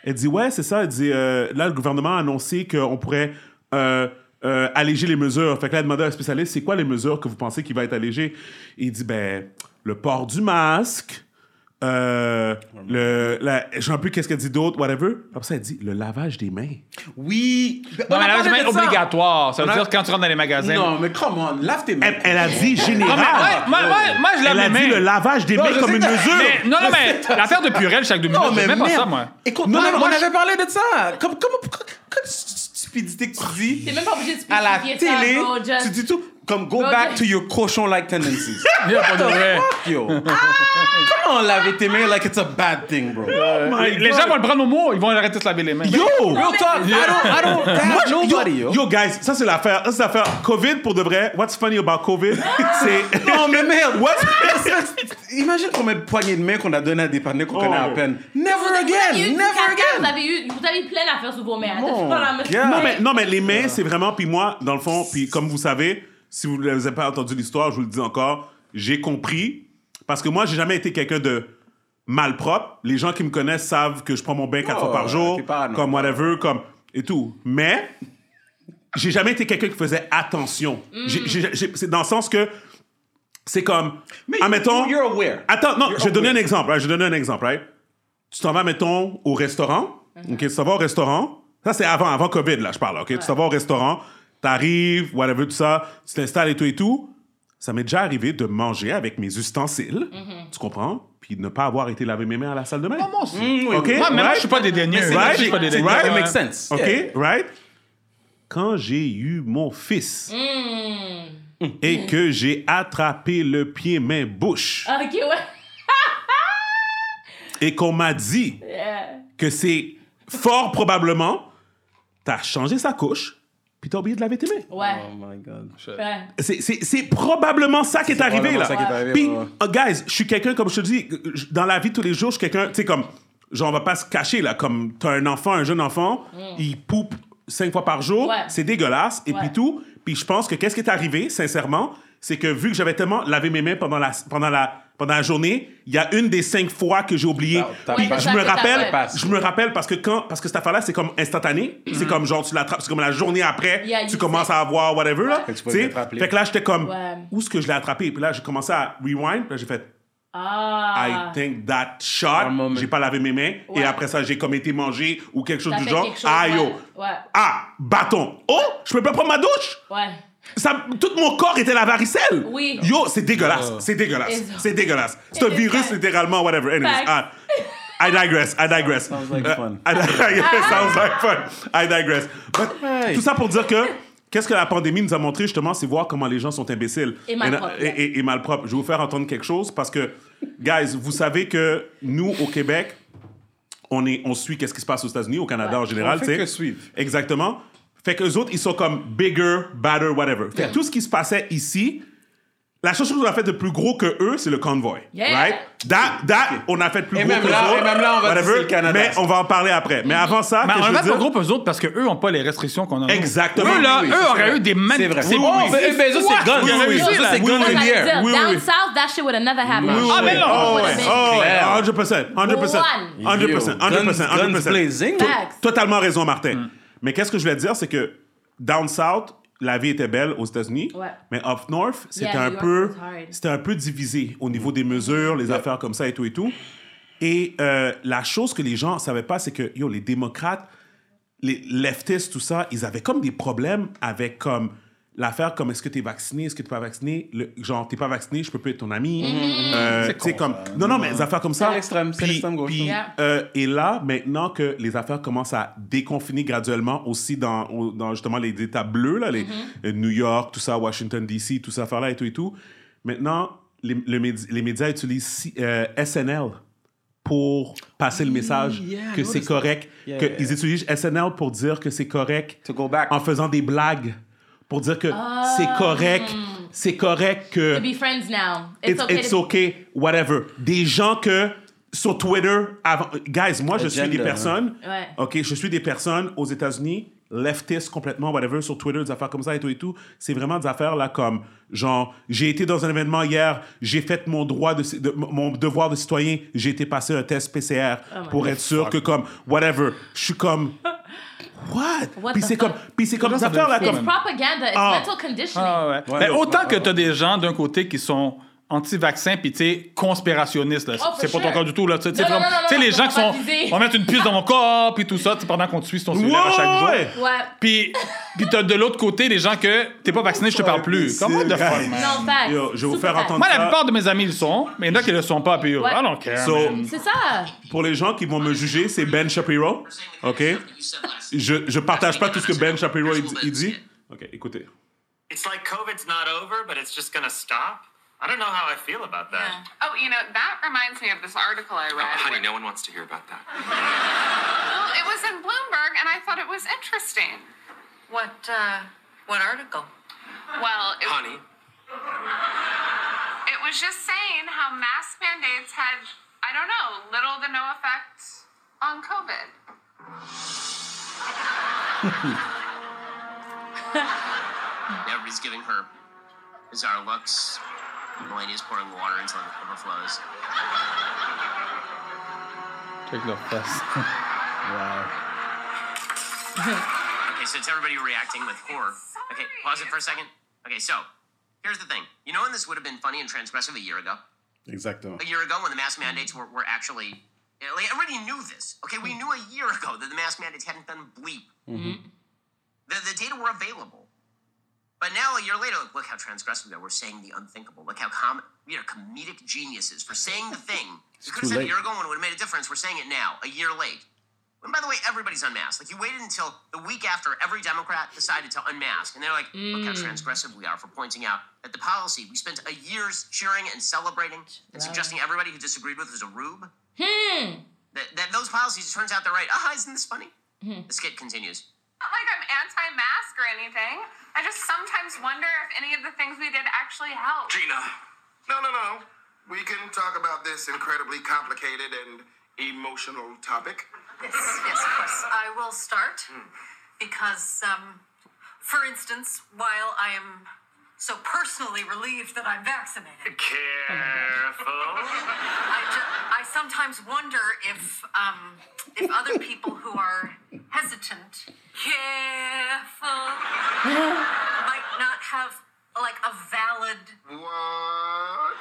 [SPEAKER 2] elle dit, ouais, c'est ça. Elle dit, euh, là, le gouvernement a annoncé qu'on pourrait euh, euh, alléger les mesures. Fait que là, elle demandait à un spécialiste, c'est quoi les mesures que vous pensez qu'il va être allégé? Il dit, ben, le port du masque, euh, le, la, je sais plus qu'est-ce qu'elle dit d'autre, whatever. Après ça, elle dit, le lavage des mains.
[SPEAKER 4] Oui.
[SPEAKER 1] Non, mais là,
[SPEAKER 4] parlé
[SPEAKER 1] c'est
[SPEAKER 4] de ça.
[SPEAKER 1] obligatoire. Ça veut
[SPEAKER 4] On a-
[SPEAKER 1] dire quand tu rentres dans les magasins.
[SPEAKER 4] Non, mais come on, lave tes mains.
[SPEAKER 2] Elle, elle a dit général.
[SPEAKER 1] Non, mais Ah, ouais, moi, ouais, moi, je
[SPEAKER 2] elle a
[SPEAKER 1] lave mes
[SPEAKER 2] dit
[SPEAKER 1] mains.
[SPEAKER 2] le lavage des
[SPEAKER 4] Non,
[SPEAKER 2] mains
[SPEAKER 4] je
[SPEAKER 2] comme
[SPEAKER 4] sais
[SPEAKER 2] une
[SPEAKER 4] que-
[SPEAKER 2] mesure.
[SPEAKER 1] Mais- non, non, mais l'affaire de Purel chaque deux minutes,
[SPEAKER 4] Non, mais
[SPEAKER 1] j'aime même pas
[SPEAKER 4] merde.
[SPEAKER 1] ça, moi.
[SPEAKER 4] Écoute,
[SPEAKER 2] Non,
[SPEAKER 4] non,
[SPEAKER 2] mais
[SPEAKER 4] on
[SPEAKER 2] moi, je-
[SPEAKER 4] avait parlé de ça. Comme, comme, comme- quelle stupidité que tu dis.
[SPEAKER 3] T'es même pas obligé de
[SPEAKER 4] à la
[SPEAKER 3] spécifier ça,
[SPEAKER 4] télé,
[SPEAKER 3] bro, just-
[SPEAKER 4] tu dis tout comme go
[SPEAKER 3] Go
[SPEAKER 4] back
[SPEAKER 3] just-
[SPEAKER 4] to your cochon-like tendencies.
[SPEAKER 1] Il y a pas de vrai.
[SPEAKER 4] Fuck yo. Comment on laver tes mains like it's a bad thing, bro?
[SPEAKER 2] My
[SPEAKER 1] Les
[SPEAKER 2] God.
[SPEAKER 1] gens vont le prendre au mot, ils vont arrêter de se laver les mains.
[SPEAKER 2] Yo!
[SPEAKER 4] Real talk, I don't, I don't,
[SPEAKER 2] Moi, je-
[SPEAKER 4] doubt nobody,
[SPEAKER 2] yo,
[SPEAKER 4] yo.
[SPEAKER 2] yo, guys, ça c'est l'affaire. Ça c'est l'affaire. COVID pour de vrai. What's funny about COVID? c'est.
[SPEAKER 4] Non, mais merde, what?
[SPEAKER 2] What's.
[SPEAKER 4] Imagine combien de poignées de main qu'on a donné à des panneaux qu'on
[SPEAKER 2] Oh,
[SPEAKER 4] connaît à
[SPEAKER 2] yo.
[SPEAKER 4] peine.
[SPEAKER 3] Vous
[SPEAKER 4] Never
[SPEAKER 3] avez- vous avez eu
[SPEAKER 4] again,
[SPEAKER 3] du
[SPEAKER 4] never
[SPEAKER 3] caca, Vous
[SPEAKER 4] again.
[SPEAKER 3] avez eu, vous avez eu plein d'affaires sous vos mains. Attends,
[SPEAKER 4] Mon
[SPEAKER 3] je parle à monsieur.
[SPEAKER 4] gars.
[SPEAKER 2] Non mais, non, mais les mains, c'est vraiment. Puis moi, dans le fond, puis comme vous savez, si vous n'avez pas entendu l'histoire, je vous le dis encore, j'ai compris. Parce que moi, j'ai jamais été quelqu'un de malpropre. Les gens qui me connaissent savent que je prends mon bain quatre
[SPEAKER 4] Oh,
[SPEAKER 2] fois par jour,
[SPEAKER 4] t'es pas anormal.
[SPEAKER 2] comme whatever, comme. et tout. Mais. J'ai jamais été quelqu'un qui faisait attention. J'ai- j'ai- j'ai- c'est dans le sens que. C'est comme.
[SPEAKER 4] Ah,
[SPEAKER 2] admettons.
[SPEAKER 4] you're aware.
[SPEAKER 2] Attends, non, je vais donner un
[SPEAKER 4] aware.
[SPEAKER 2] exemple. right? Je vais donner un exemple, right? Tu t'en vas, mettons, au restaurant.
[SPEAKER 1] Mhm.
[SPEAKER 2] OK, tu t'en vas au restaurant. Ça, c'est avant, avant COVID, là, je parle, OK? Tu t'en vas au restaurant, t'arrives, whatever, tout ça, tu t'installes et tout et tout. Ça m'est déjà arrivé de manger avec mes ustensiles, tu comprends? Puis de ne pas avoir été laver mes mains à la salle de bain.
[SPEAKER 1] Mhm. Moi aussi.
[SPEAKER 2] OK?
[SPEAKER 1] Moi, même,
[SPEAKER 2] right?
[SPEAKER 1] je suis pas des derniers.
[SPEAKER 2] c'est
[SPEAKER 1] Moi,
[SPEAKER 2] vrai,
[SPEAKER 1] je suis pas des
[SPEAKER 2] c'est
[SPEAKER 1] derniers.
[SPEAKER 2] vrai,
[SPEAKER 4] That
[SPEAKER 2] Ouais.
[SPEAKER 4] makes sense.
[SPEAKER 2] OK,
[SPEAKER 4] Yeah.
[SPEAKER 2] right? Quand j'ai eu mon fils
[SPEAKER 1] Mhm.
[SPEAKER 3] Hmm.
[SPEAKER 2] et que j'ai attrapé le pied main-bouche
[SPEAKER 3] Ah, Ok, ouais.
[SPEAKER 2] et qu'on m'a dit que c'est fort probablement, t'as changé sa couche puis t'as oublié de laver tes mains.
[SPEAKER 3] Ouais.
[SPEAKER 4] Oh my God.
[SPEAKER 3] ouais.
[SPEAKER 2] C'est- C'est c'est probablement ça qui est, arrivé là.
[SPEAKER 4] probablement ça qui est arrivé,
[SPEAKER 2] Puis,
[SPEAKER 4] ouais, ouais.
[SPEAKER 2] oh, guys, je suis quelqu'un, comme je te dis, je- dans la vie de tous les jours, je suis quelqu'un, tu sais, comme, genre, on va pas se cacher là, comme t'as un enfant, un jeune enfant, il poupe cinq fois par jour,
[SPEAKER 3] Mm. Ouais.
[SPEAKER 2] c'est dégueulasse, et
[SPEAKER 3] Ouais.
[SPEAKER 2] puis tout. Puis je pense que qu'est-ce qui est arrivé, sincèrement, c'est que vu que j'avais tellement lavé mes mains pendant la, pendant la, pendant la journée, il y a une des cinq fois que j'ai oublié.
[SPEAKER 4] T'as- t'as
[SPEAKER 2] Puis
[SPEAKER 4] pas-
[SPEAKER 2] je me
[SPEAKER 3] t'as- t'as-
[SPEAKER 2] rappelle,
[SPEAKER 3] t'as-
[SPEAKER 2] je me rappelle parce que quand, parce que cette affaire-là, c'est comme instantané, c'est comme genre tu l'attrapes, c'est comme la journée après,
[SPEAKER 3] Mm. Yeah,
[SPEAKER 2] tu
[SPEAKER 3] you
[SPEAKER 2] commences
[SPEAKER 3] said.
[SPEAKER 2] à avoir whatever là.
[SPEAKER 4] Fait que tu peux
[SPEAKER 2] tu sais.
[SPEAKER 4] te rappeler.
[SPEAKER 2] Fait que là, j'étais comme,
[SPEAKER 3] Ouais.
[SPEAKER 2] où est-ce que je l'ai attrapé? Puis là, j'ai commencé à rewind. Puis là, j'ai fait,
[SPEAKER 3] Ah.
[SPEAKER 2] I think that
[SPEAKER 4] Un moment.
[SPEAKER 2] shot. J'ai pas lavé mes mains.
[SPEAKER 3] Ouais.
[SPEAKER 2] Et après ça, j'ai comme été mangé ou quelque chose
[SPEAKER 3] T'as
[SPEAKER 2] du
[SPEAKER 3] fait
[SPEAKER 2] genre.
[SPEAKER 3] quelque chose,
[SPEAKER 2] ah,
[SPEAKER 3] ouais.
[SPEAKER 2] yo.
[SPEAKER 3] Ouais.
[SPEAKER 2] Ah, bâton. Oh, je peux pas prendre ma douche.
[SPEAKER 3] Ouais.
[SPEAKER 2] Ça, tout mon corps était la varicelle.
[SPEAKER 3] Oui.
[SPEAKER 2] Yo, c'est
[SPEAKER 4] Oh.
[SPEAKER 2] dégueulasse. C'est dégueulasse.
[SPEAKER 3] It's-
[SPEAKER 2] C'est dégueulasse. C'est un
[SPEAKER 3] It's
[SPEAKER 2] virus,
[SPEAKER 3] bad.
[SPEAKER 2] littéralement, whatever. Anyways,
[SPEAKER 3] Facts.
[SPEAKER 2] ah, I digress. I digress.
[SPEAKER 4] Sounds like
[SPEAKER 2] Euh,
[SPEAKER 4] fun.
[SPEAKER 2] I
[SPEAKER 3] Ah.
[SPEAKER 2] digress. Sounds like fun. I digress. But
[SPEAKER 4] Hey.
[SPEAKER 2] Tout ça pour dire que. Qu'est-ce que la pandémie nous a montré justement, c'est voir comment les gens sont imbéciles
[SPEAKER 3] Et malpropres.
[SPEAKER 2] Et, et- et malpropres. Je vais vous faire entendre quelque chose parce que, guys, vous savez que nous au Québec, on est, on suit qu'est-ce qui se passe aux États-Unis, au Canada en général,
[SPEAKER 4] On fait
[SPEAKER 2] tu sais.
[SPEAKER 4] que suivre.
[SPEAKER 2] Exactement. Fait que les autres, ils sont comme bigger, badder, whatever. Fait que tout ce qui se passait ici, la chose qu'on a fait de plus gros que eux, c'est le convoy.
[SPEAKER 3] Yeah.
[SPEAKER 2] Right? That, that, on a fait de plus
[SPEAKER 4] Et
[SPEAKER 2] gros
[SPEAKER 4] même
[SPEAKER 2] que
[SPEAKER 4] là-
[SPEAKER 2] eux
[SPEAKER 4] et même là, on va
[SPEAKER 2] whatever,
[SPEAKER 4] dire c'est le Canada,
[SPEAKER 2] Mais
[SPEAKER 4] ça.
[SPEAKER 2] on va en parler après. Mais avant ça,
[SPEAKER 1] Mais
[SPEAKER 2] que
[SPEAKER 1] on le
[SPEAKER 2] je veux
[SPEAKER 1] met pas
[SPEAKER 2] dire-
[SPEAKER 1] gros pour eux autres parce qu'eux n'ont pas les restrictions qu'on a. nous.
[SPEAKER 2] Exactement.
[SPEAKER 1] Eux, là,
[SPEAKER 4] Oui, oui,
[SPEAKER 1] eux
[SPEAKER 4] c'est
[SPEAKER 1] auraient
[SPEAKER 4] vrai.
[SPEAKER 1] eu des man...
[SPEAKER 4] C'est vrai.
[SPEAKER 1] C'est Ah,
[SPEAKER 4] Oh,
[SPEAKER 1] oui.
[SPEAKER 3] Eh
[SPEAKER 4] ben, ben, ça, c'est
[SPEAKER 1] What?
[SPEAKER 4] gun.
[SPEAKER 1] Oui,
[SPEAKER 4] Oui,
[SPEAKER 1] oui,
[SPEAKER 4] oui, ça,
[SPEAKER 1] là.
[SPEAKER 4] c'est
[SPEAKER 3] Yo,
[SPEAKER 4] gun
[SPEAKER 3] that's
[SPEAKER 4] in
[SPEAKER 3] what
[SPEAKER 4] the
[SPEAKER 3] I
[SPEAKER 4] air.
[SPEAKER 3] said.
[SPEAKER 2] Oui,
[SPEAKER 3] Down
[SPEAKER 2] oui.
[SPEAKER 3] south, that shit would have never happened.
[SPEAKER 2] Oui, oui,
[SPEAKER 1] Ah,
[SPEAKER 2] oui.
[SPEAKER 1] ben non.
[SPEAKER 2] Oh,
[SPEAKER 3] Would
[SPEAKER 2] ouais.
[SPEAKER 3] have been
[SPEAKER 2] Oh, ouais.
[SPEAKER 4] clair.
[SPEAKER 2] 100%, 100%,
[SPEAKER 3] One.
[SPEAKER 2] 100%, 100%,
[SPEAKER 4] Guns- guns
[SPEAKER 2] 100%.
[SPEAKER 4] blazing.
[SPEAKER 2] To-
[SPEAKER 3] Facts.
[SPEAKER 2] Totalement raison, Martin. Mais qu'est-ce que je voulais dire, c'est que down south, la vie était belle aux États-Unis,
[SPEAKER 3] Ouais.
[SPEAKER 2] mais up north, c'était
[SPEAKER 3] Yeah,
[SPEAKER 2] un
[SPEAKER 3] New York
[SPEAKER 2] peu,
[SPEAKER 3] was hard.
[SPEAKER 2] c'était un peu divisé au niveau des mesures, les affaires comme ça et tout et tout. Et euh, la chose que les gens savaient pas, c'est que yo, les démocrates, les leftistes, tout ça, ils avaient comme des problèmes avec comme l'affaire comme est-ce que t'es vacciné, est-ce que t'es pas vacciné, Le- genre t'es pas vacciné, je peux plus être ton ami,
[SPEAKER 3] Mm-hmm.
[SPEAKER 2] Euh, tu sais comme non non mais des affaires comme ça.
[SPEAKER 4] C'est l'extrême, c'est
[SPEAKER 2] Puis-
[SPEAKER 4] l'extrême gauche.
[SPEAKER 2] puis,
[SPEAKER 3] Yeah.
[SPEAKER 2] euh, et là, maintenant que les affaires commencent à déconfiner graduellement aussi dans, au- dans justement les États bleus, là, les
[SPEAKER 4] Mm-hmm.
[SPEAKER 2] euh, New York, tout ça, Washington DC, tout ça, affaire là et tout et tout. Maintenant, les, le médi- les médias utilisent si- euh, SNL pour passer le message
[SPEAKER 4] yeah,
[SPEAKER 2] que
[SPEAKER 4] I
[SPEAKER 2] c'est
[SPEAKER 4] noticed
[SPEAKER 2] correct.
[SPEAKER 4] Yeah,
[SPEAKER 2] que
[SPEAKER 4] yeah,
[SPEAKER 2] Ils utilisent SNL pour dire que c'est correct
[SPEAKER 4] To go back.
[SPEAKER 2] en faisant des blagues pour dire que
[SPEAKER 4] Ah.
[SPEAKER 2] c'est correct, c'est correct que
[SPEAKER 3] To be friends now. It's,
[SPEAKER 2] it's,
[SPEAKER 3] okay.
[SPEAKER 2] it's
[SPEAKER 3] to-
[SPEAKER 2] okay, whatever. Des gens que sur Twitter, avant, guys, moi je suis
[SPEAKER 4] Agenda,
[SPEAKER 2] des personnes,
[SPEAKER 3] hein. Ouais.
[SPEAKER 2] ok, je suis des personnes aux États-Unis, leftistes complètement, whatever, sur Twitter, des affaires comme ça et tout et tout. C'est vraiment des affaires là comme, genre, j'ai été dans un événement hier, j'ai fait mon droit de, ci- de- mon devoir de citoyen,
[SPEAKER 3] Oh
[SPEAKER 2] j'ai été passer un test PCR pour être sûr que comme, whatever, je suis comme. What?
[SPEAKER 3] What
[SPEAKER 2] Puis
[SPEAKER 3] the
[SPEAKER 2] c'est
[SPEAKER 3] fuck?
[SPEAKER 2] comme, puis c'est comme,
[SPEAKER 1] Comment ça
[SPEAKER 2] ça là,
[SPEAKER 1] fait le
[SPEAKER 3] It's
[SPEAKER 2] comme,
[SPEAKER 3] propaganda, it's
[SPEAKER 2] Ah.
[SPEAKER 3] mental conditioning.
[SPEAKER 1] Ah ouais.
[SPEAKER 4] Ouais,
[SPEAKER 1] Mais
[SPEAKER 4] ouais,
[SPEAKER 1] autant
[SPEAKER 4] ouais,
[SPEAKER 1] que
[SPEAKER 4] ouais.
[SPEAKER 1] tu as des gens d'un côté qui sont anti-vaccins puis tu sais conspirationnistes là.
[SPEAKER 3] Oh, for
[SPEAKER 1] c'est pas ton
[SPEAKER 3] sure.
[SPEAKER 1] cas du tout là tu sais, tu sais
[SPEAKER 3] Non, non,
[SPEAKER 1] comme-
[SPEAKER 3] non, non,
[SPEAKER 1] tu sais,
[SPEAKER 3] non,
[SPEAKER 1] les
[SPEAKER 3] non,
[SPEAKER 1] gens
[SPEAKER 3] on
[SPEAKER 1] qui
[SPEAKER 3] va
[SPEAKER 1] sont
[SPEAKER 3] viser.
[SPEAKER 1] on va mettre une puce dans mon corps puis tout ça tu sais, pendant qu'on te suit ton
[SPEAKER 2] ouais,
[SPEAKER 1] cellulaire à chaque jour
[SPEAKER 2] ouais.
[SPEAKER 3] Ouais.
[SPEAKER 1] puis puis t'as de l'autre côté les gens que t'es pas vacciné je te parle plus
[SPEAKER 2] c'est
[SPEAKER 1] comment de
[SPEAKER 2] vrai.
[SPEAKER 1] fuck man?
[SPEAKER 3] Non, facts.
[SPEAKER 2] Yo, je vais vous
[SPEAKER 3] Super
[SPEAKER 2] faire
[SPEAKER 3] facts.
[SPEAKER 2] entendre
[SPEAKER 1] moi la
[SPEAKER 2] ça.
[SPEAKER 1] plupart de mes amis le sont mais il y en a qui le sont pas puis
[SPEAKER 3] Ouais.
[SPEAKER 1] I don't care
[SPEAKER 2] So-
[SPEAKER 1] man.
[SPEAKER 3] C'est ça.
[SPEAKER 2] Pour les gens qui vont me juger, c'est Ben Shapiro. OK? Je, je partage pas tout ce que Ben Shapiro il, il dit. OK, écoutez.
[SPEAKER 7] It's like COVID's not over, but it's just gonna stop. I don't know how I feel about that.
[SPEAKER 8] Oh, you know, that reminds me of this article I read.
[SPEAKER 7] Oh, honey, no
[SPEAKER 8] where-
[SPEAKER 7] one wants to hear about that.
[SPEAKER 8] Well, it was in Bloomberg, and I thought it was interesting.
[SPEAKER 9] What, uh, what article?
[SPEAKER 8] Well, it,
[SPEAKER 7] Honey,
[SPEAKER 8] it was just saying how mask mandates had, I don't know, little to no effect on COVID.
[SPEAKER 10] Everybody's giving her bizarre looks. Melania's pouring water until it overflows.
[SPEAKER 1] Check leur face.
[SPEAKER 10] Okay, so it's everybody reacting with horror. Okay, pause it for a second. Okay, so here's the thing. You know when this would have been funny and transgressive a year ago?
[SPEAKER 4] Exactement.
[SPEAKER 10] A year ago when the mask mandates were, were actually. yeah, Like, everybody knew this. Okay, we knew a year ago that the mask mandates hadn't done bleep. The, the data were available. But now, a year later, look, look how transgressive we are. We're saying the unthinkable. Look how com- we are comedic geniuses for saying the thing. We could have said it a year ago and it would have made a difference. We're saying it now, a year late. And by the way, everybody's unmasked. Like you waited until the week after every Democrat decided to unmask, and they're like, "Look how transgressive we are for pointing out that the policy we spent a year's cheering and celebrating and suggesting everybody who disagreed with was a rube." That, that those policies, it turns out they're right. Ah, isn't this funny? The skit continues.
[SPEAKER 8] Not like I'm anti-mask or anything. I just sometimes wonder if any of the things we did actually helped.
[SPEAKER 7] Gina.
[SPEAKER 11] No, no, no. We can talk about this incredibly complicated and emotional topic.
[SPEAKER 9] Yes, yes, of course. I will start because, um, for instance, while I am so personally relieved that I'm vaccinated,
[SPEAKER 7] Careful.
[SPEAKER 9] I, ju- I sometimes wonder if um, if other people who are hesitant, careful, might not have like a valid
[SPEAKER 11] What?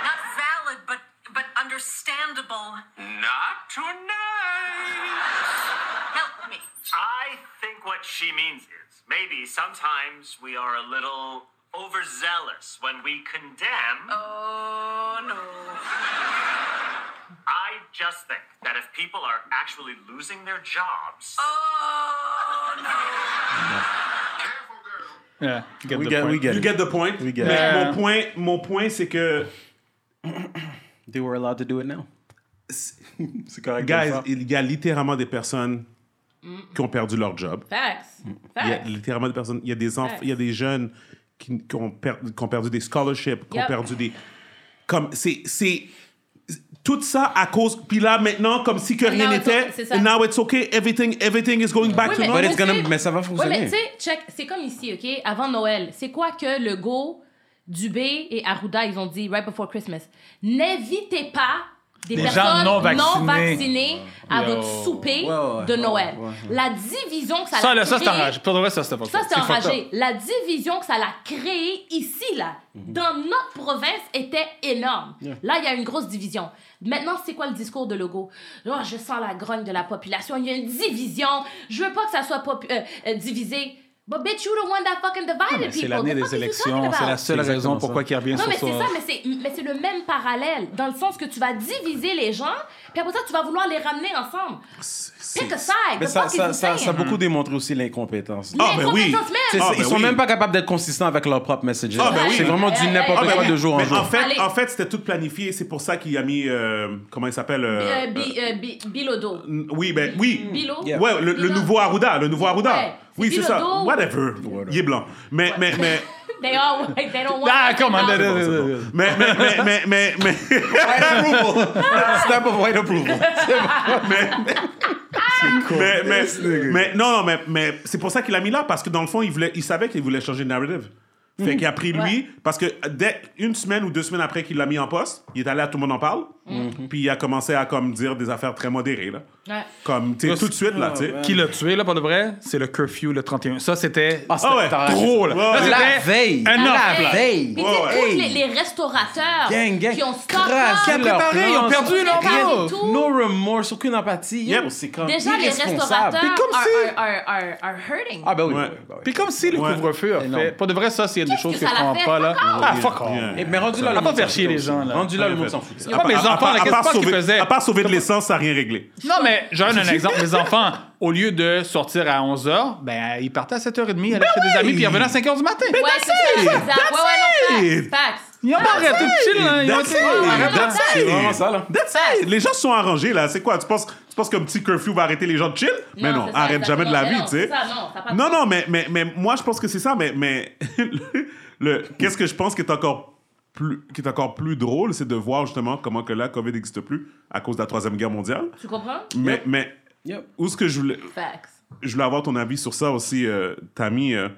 [SPEAKER 9] not valid, but but understandable.
[SPEAKER 7] Not tonight.
[SPEAKER 9] Help me.
[SPEAKER 7] I think what she means is maybe sometimes we are a little overzealous when we condemn.
[SPEAKER 9] Oh no.
[SPEAKER 7] I just think that if people are actually losing their jobs.
[SPEAKER 9] Oh no.
[SPEAKER 11] Careful, girl.
[SPEAKER 1] Yeah, get
[SPEAKER 4] We
[SPEAKER 1] the
[SPEAKER 4] get,
[SPEAKER 1] point.
[SPEAKER 4] we get
[SPEAKER 2] You
[SPEAKER 4] it.
[SPEAKER 2] get the point.
[SPEAKER 4] We get
[SPEAKER 2] Mais
[SPEAKER 1] it.
[SPEAKER 2] Mon point, mon point c'est que,
[SPEAKER 4] They were allowed to do it now. C'est correct.
[SPEAKER 2] guys, il y a littéralement des personnes qui ont perdu leur job.
[SPEAKER 3] Facts.
[SPEAKER 2] Il y a
[SPEAKER 3] Facts.
[SPEAKER 2] littéralement des personnes, il y a des enfants, il y a des jeunes qui, qui ont, per- qui ont perdu des scholarships, qui ont
[SPEAKER 3] Yep.
[SPEAKER 2] perdu des. Comme, c'est. c'est- Tout ça à cause. Puis là, maintenant, comme si que
[SPEAKER 3] And
[SPEAKER 2] rien
[SPEAKER 3] now it's
[SPEAKER 2] n'était.
[SPEAKER 3] okay, c'est ça.
[SPEAKER 2] And now it's okay, everything, everything is going back
[SPEAKER 3] Ouais,
[SPEAKER 2] to
[SPEAKER 3] mais-
[SPEAKER 2] normal.
[SPEAKER 4] But it's
[SPEAKER 3] Mais
[SPEAKER 4] gonna,
[SPEAKER 3] c'est-
[SPEAKER 4] mais ça va
[SPEAKER 3] Ouais,
[SPEAKER 4] fonctionner.
[SPEAKER 3] mais tu sais, check, c'est comme ici, OK? Avant Noël, c'est quoi que le go, Dubé et Arruda, ils ont dit right before Christmas? N'invitez pas des,
[SPEAKER 1] gens
[SPEAKER 3] personnes
[SPEAKER 1] non
[SPEAKER 3] non
[SPEAKER 1] vaccinées.
[SPEAKER 3] vaccinées, à votre souper
[SPEAKER 4] Ouais, ouais,
[SPEAKER 3] de
[SPEAKER 4] ouais,
[SPEAKER 3] Noël.
[SPEAKER 4] ouais, ouais.
[SPEAKER 3] La division que ça,
[SPEAKER 1] Ça,
[SPEAKER 3] l'a
[SPEAKER 1] là, ça, c'est
[SPEAKER 3] créée-
[SPEAKER 1] enragé. Pour de vrai, ça, c'est pas
[SPEAKER 3] Ça, c'est
[SPEAKER 1] fucked
[SPEAKER 3] enragé.
[SPEAKER 1] up.
[SPEAKER 3] La division que ça l'a créée ici, là, dans notre province, était énorme. Là, il y a une grosse division. Maintenant, c'est quoi le discours de Legault? Oh, je sens la grogne de la population. Il y a une division. Je veux pas que ça soit popu- euh, euh, divisé. But bitch, you're the one that fucking divided people.
[SPEAKER 1] C'est l'année
[SPEAKER 3] The fuck
[SPEAKER 1] des
[SPEAKER 3] is you talking
[SPEAKER 1] élections.
[SPEAKER 3] about?
[SPEAKER 1] C'est la seule
[SPEAKER 4] C'est
[SPEAKER 1] raison
[SPEAKER 4] exactement
[SPEAKER 1] pourquoi
[SPEAKER 4] ça.
[SPEAKER 1] il revient
[SPEAKER 3] Non,
[SPEAKER 1] sur
[SPEAKER 3] mais c'est
[SPEAKER 1] ça.
[SPEAKER 3] ça, mais c'est, mais c'est le même parallèle, dans le sens que tu vas diviser les gens, puis après ça, tu vas vouloir les ramener ensemble. Pick a side.
[SPEAKER 4] Mais
[SPEAKER 3] The
[SPEAKER 4] ça,
[SPEAKER 3] fuck is
[SPEAKER 4] ça,
[SPEAKER 3] you
[SPEAKER 4] ça, ça a
[SPEAKER 3] saying?
[SPEAKER 4] beaucoup démontré aussi l'incompétence.
[SPEAKER 2] Ah, ben oui.
[SPEAKER 3] L'incompétence même.
[SPEAKER 4] C'est-
[SPEAKER 2] Ah,
[SPEAKER 4] c'est- ils
[SPEAKER 2] ben
[SPEAKER 4] sont
[SPEAKER 2] oui.
[SPEAKER 4] même pas capables d'être consistants avec leur propre messaging.
[SPEAKER 2] Ah, ben oui.
[SPEAKER 4] C'est vraiment du
[SPEAKER 3] Hey,
[SPEAKER 4] n'importe
[SPEAKER 3] hey,
[SPEAKER 4] quoi
[SPEAKER 3] hey.
[SPEAKER 4] de jour en
[SPEAKER 2] Mais
[SPEAKER 4] jour.
[SPEAKER 2] en fait,
[SPEAKER 3] Allez.
[SPEAKER 2] en fait c'était tout planifié. C'est pour ça qu'il a mis. euh, comment il s'appelle euh,
[SPEAKER 3] Euh, Bi- euh, Bi- Bilodeau.
[SPEAKER 2] euh, Oui, ben oui.
[SPEAKER 3] Bilo.
[SPEAKER 4] Yeah.
[SPEAKER 2] Ouais, le, le
[SPEAKER 3] Bilo.
[SPEAKER 2] nouveau Arruda, le nouveau Arruda.
[SPEAKER 3] Ouais.
[SPEAKER 2] Oui,
[SPEAKER 3] C'est
[SPEAKER 2] c'est ça.
[SPEAKER 3] Bilodeau.
[SPEAKER 2] Whatever. Il est blanc. Mais, mais, mais,
[SPEAKER 3] They all white. They don't want.
[SPEAKER 2] Bah,
[SPEAKER 1] Ah, come on,
[SPEAKER 3] No.
[SPEAKER 1] that is-
[SPEAKER 2] mais, mais, mais, mais, mais, mais,
[SPEAKER 4] Step of white approval.
[SPEAKER 2] mais, mais, mais- non, non, mais, mais c'est pour ça qu'il l'a mis là, parce que dans le fond, il, voulait, il savait qu'il voulait changer de narrative. Fait qu'il a pris lui,
[SPEAKER 12] Ouais.
[SPEAKER 2] parce que euh, dès une semaine ou deux semaines après qu'il l'a mis en poste, il est allé à Tout le monde en parle,
[SPEAKER 12] Mhm.
[SPEAKER 2] puis il a commencé à comme dire des affaires très modérées. Là.
[SPEAKER 12] Ouais.
[SPEAKER 2] Comme, tu sais, tout de suite, là, tu sais.
[SPEAKER 1] Qui l'a tué, là, pour de vrai? C'est le curfew, le 31. Ça, c'était
[SPEAKER 2] Ah, c'était- Ah ouais. t'as raison.
[SPEAKER 1] trop, là.
[SPEAKER 2] Ouais,
[SPEAKER 1] Là,
[SPEAKER 2] ouais.
[SPEAKER 1] c'était
[SPEAKER 2] La veille.
[SPEAKER 1] Enough,
[SPEAKER 3] La
[SPEAKER 1] là.
[SPEAKER 3] Puis tu sais, tous les, les restaurateurs
[SPEAKER 4] Gang, gang.
[SPEAKER 3] qui ont stock
[SPEAKER 4] Craqué
[SPEAKER 3] up.
[SPEAKER 4] leur plan,
[SPEAKER 3] Ils ont préparé
[SPEAKER 4] rien.
[SPEAKER 3] tout.
[SPEAKER 4] No remorse, aucune empathie. Yo, c'est comme
[SPEAKER 3] Déjà, les
[SPEAKER 4] irresponsable.
[SPEAKER 3] restaurateurs
[SPEAKER 4] Puis comme si-
[SPEAKER 3] are, are, are, are hurting.
[SPEAKER 4] Ah ben oui.
[SPEAKER 1] Ouais. Puis comme si le couvre-feu a fait... Pour de vrai, ça, c'est des choses
[SPEAKER 3] que
[SPEAKER 1] que je
[SPEAKER 3] ça l'a
[SPEAKER 1] comprends
[SPEAKER 3] fait?
[SPEAKER 1] pas, là.
[SPEAKER 3] Fuck off.
[SPEAKER 1] Ah, fuck off.
[SPEAKER 2] Yeah.
[SPEAKER 4] Mais rendu là,
[SPEAKER 1] À
[SPEAKER 4] le
[SPEAKER 1] part
[SPEAKER 4] monde s'en
[SPEAKER 1] faire chier
[SPEAKER 4] foutait
[SPEAKER 1] les gens,
[SPEAKER 4] aussi.
[SPEAKER 1] là.
[SPEAKER 4] Rendu là, le
[SPEAKER 1] Ouais,
[SPEAKER 4] monde
[SPEAKER 1] fait.
[SPEAKER 4] s'en foutait.
[SPEAKER 1] Ah, mes
[SPEAKER 2] À- à-
[SPEAKER 1] enfants,
[SPEAKER 2] à
[SPEAKER 1] là, qu'est-ce
[SPEAKER 2] part
[SPEAKER 1] pas qu'ils
[SPEAKER 2] sauver-
[SPEAKER 1] faisaient?
[SPEAKER 2] À part sauver de l'essence, ça n'a rien réglé.
[SPEAKER 1] Non, mais je donne un exemple. Mes enfants, au lieu de sortir à 11h, ben, ils partaient à 7h30,
[SPEAKER 4] Ben
[SPEAKER 1] ils allaient chez des amis, puis ils revenaient à 5h du matin.
[SPEAKER 3] Ouais, c'est ça, exact. Ouais, ouais, non,
[SPEAKER 1] it.
[SPEAKER 3] facts, facts.
[SPEAKER 1] Ils ont pas
[SPEAKER 3] Facts.
[SPEAKER 1] arrêté de
[SPEAKER 3] Ah,
[SPEAKER 1] chill, là. Ils ont
[SPEAKER 2] That's
[SPEAKER 1] été... Oh, arrête
[SPEAKER 2] it.
[SPEAKER 1] là.
[SPEAKER 2] That's it. That's it. Les gens se sont arrangés, là. C'est quoi? Tu penses, tu penses qu'un petit curfew va arrêter les gens de chill? mais
[SPEAKER 3] Non,
[SPEAKER 2] non,
[SPEAKER 3] c'est ça,
[SPEAKER 2] arrête jamais de la vie,
[SPEAKER 3] exactement.
[SPEAKER 2] tu sais.
[SPEAKER 3] Non, c'est ça, non, ça passe
[SPEAKER 2] Non, non, mais, mais, mais moi, je pense que c'est ça. Mais, mais le, le- qu'est-ce que je pense qui est encore plus, qui est encore plus drôle, c'est de voir justement comment que la COVID n'existe plus à cause de la Troisième Guerre mondiale.
[SPEAKER 3] Tu comprends?
[SPEAKER 2] Mais, mais où est-ce que je voulais...
[SPEAKER 3] Facts. Oh,
[SPEAKER 2] Je voulais avoir ton avis sur ça aussi, euh, Tammy. euh,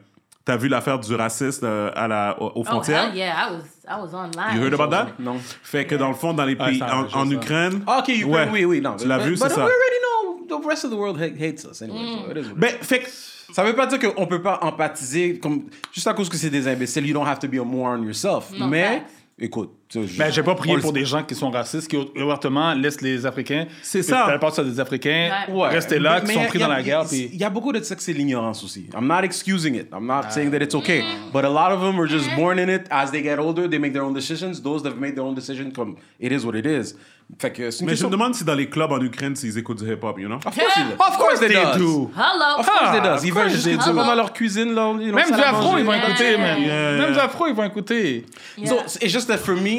[SPEAKER 2] T'as vu l'affaire du raciste euh, à la, aux aux frontières?
[SPEAKER 3] Oh, hell yeah, I was, I was online.
[SPEAKER 2] You heard about that? Non. Fait que dans le fond, dans les pays,
[SPEAKER 4] ça,
[SPEAKER 2] en,
[SPEAKER 4] je
[SPEAKER 2] en
[SPEAKER 4] sais.
[SPEAKER 2] Ukraine.
[SPEAKER 4] Ah, ok, Ukraine,
[SPEAKER 2] Ouais.
[SPEAKER 4] oui, oui, non.
[SPEAKER 2] Tu l'as vu, c'est
[SPEAKER 4] But we
[SPEAKER 2] ça.
[SPEAKER 4] already know the rest of the world ha- hates us anyway.
[SPEAKER 3] Mm.
[SPEAKER 4] so it is what it
[SPEAKER 2] Ben, fait que-
[SPEAKER 4] Ça veut pas dire qu'on peut pas empathiser comme, juste à cause que c'est des imbéciles. You don't have to be a moron yourself.
[SPEAKER 1] Non,
[SPEAKER 4] mais,
[SPEAKER 1] facts.
[SPEAKER 4] écoute.
[SPEAKER 1] Ben, j'ai pas prié
[SPEAKER 4] on le
[SPEAKER 1] pour
[SPEAKER 4] sait.
[SPEAKER 1] des gens qui sont racistes, qui ouvertement laissent les Africains.
[SPEAKER 4] C'est
[SPEAKER 1] puis
[SPEAKER 4] ça.
[SPEAKER 1] T'as pas ça des Africains.
[SPEAKER 4] Ouais.
[SPEAKER 1] Rester là,
[SPEAKER 4] Mais-
[SPEAKER 1] qui
[SPEAKER 4] mais
[SPEAKER 1] sont
[SPEAKER 4] y a-
[SPEAKER 1] pris
[SPEAKER 4] y a-
[SPEAKER 1] dans la guerre.
[SPEAKER 4] y-
[SPEAKER 1] Puis... Ah.
[SPEAKER 4] Il y a beaucoup de ça que c'est l'ignorance aussi. I'm not excusing it. I'm not saying that it's okay. But a lot of them are just born in it. As they get older, they make their own decisions. Those that have made their own decisions, comme it is what it is. Fait que c'est une
[SPEAKER 2] Mais je
[SPEAKER 4] question-
[SPEAKER 2] me demande si dans les clubs en Ukraine, s'ils écoutent du hip-hop, you know?
[SPEAKER 4] Of course, they do. Of course they
[SPEAKER 2] does.
[SPEAKER 4] do.
[SPEAKER 3] Hello.
[SPEAKER 4] Of course they
[SPEAKER 2] Ah,
[SPEAKER 4] does. Ils
[SPEAKER 2] of
[SPEAKER 4] veulent
[SPEAKER 2] course
[SPEAKER 4] juste
[SPEAKER 2] they
[SPEAKER 4] ils sont
[SPEAKER 2] do.
[SPEAKER 4] dans leur cuisine là. ils ont
[SPEAKER 1] Même
[SPEAKER 4] ça
[SPEAKER 1] du
[SPEAKER 4] à
[SPEAKER 1] afro,
[SPEAKER 4] manger. Euh,
[SPEAKER 1] ils vont écouter, man.
[SPEAKER 4] Yeah.
[SPEAKER 1] Même du afro, ils vont écouter.
[SPEAKER 4] So, it's just that for me,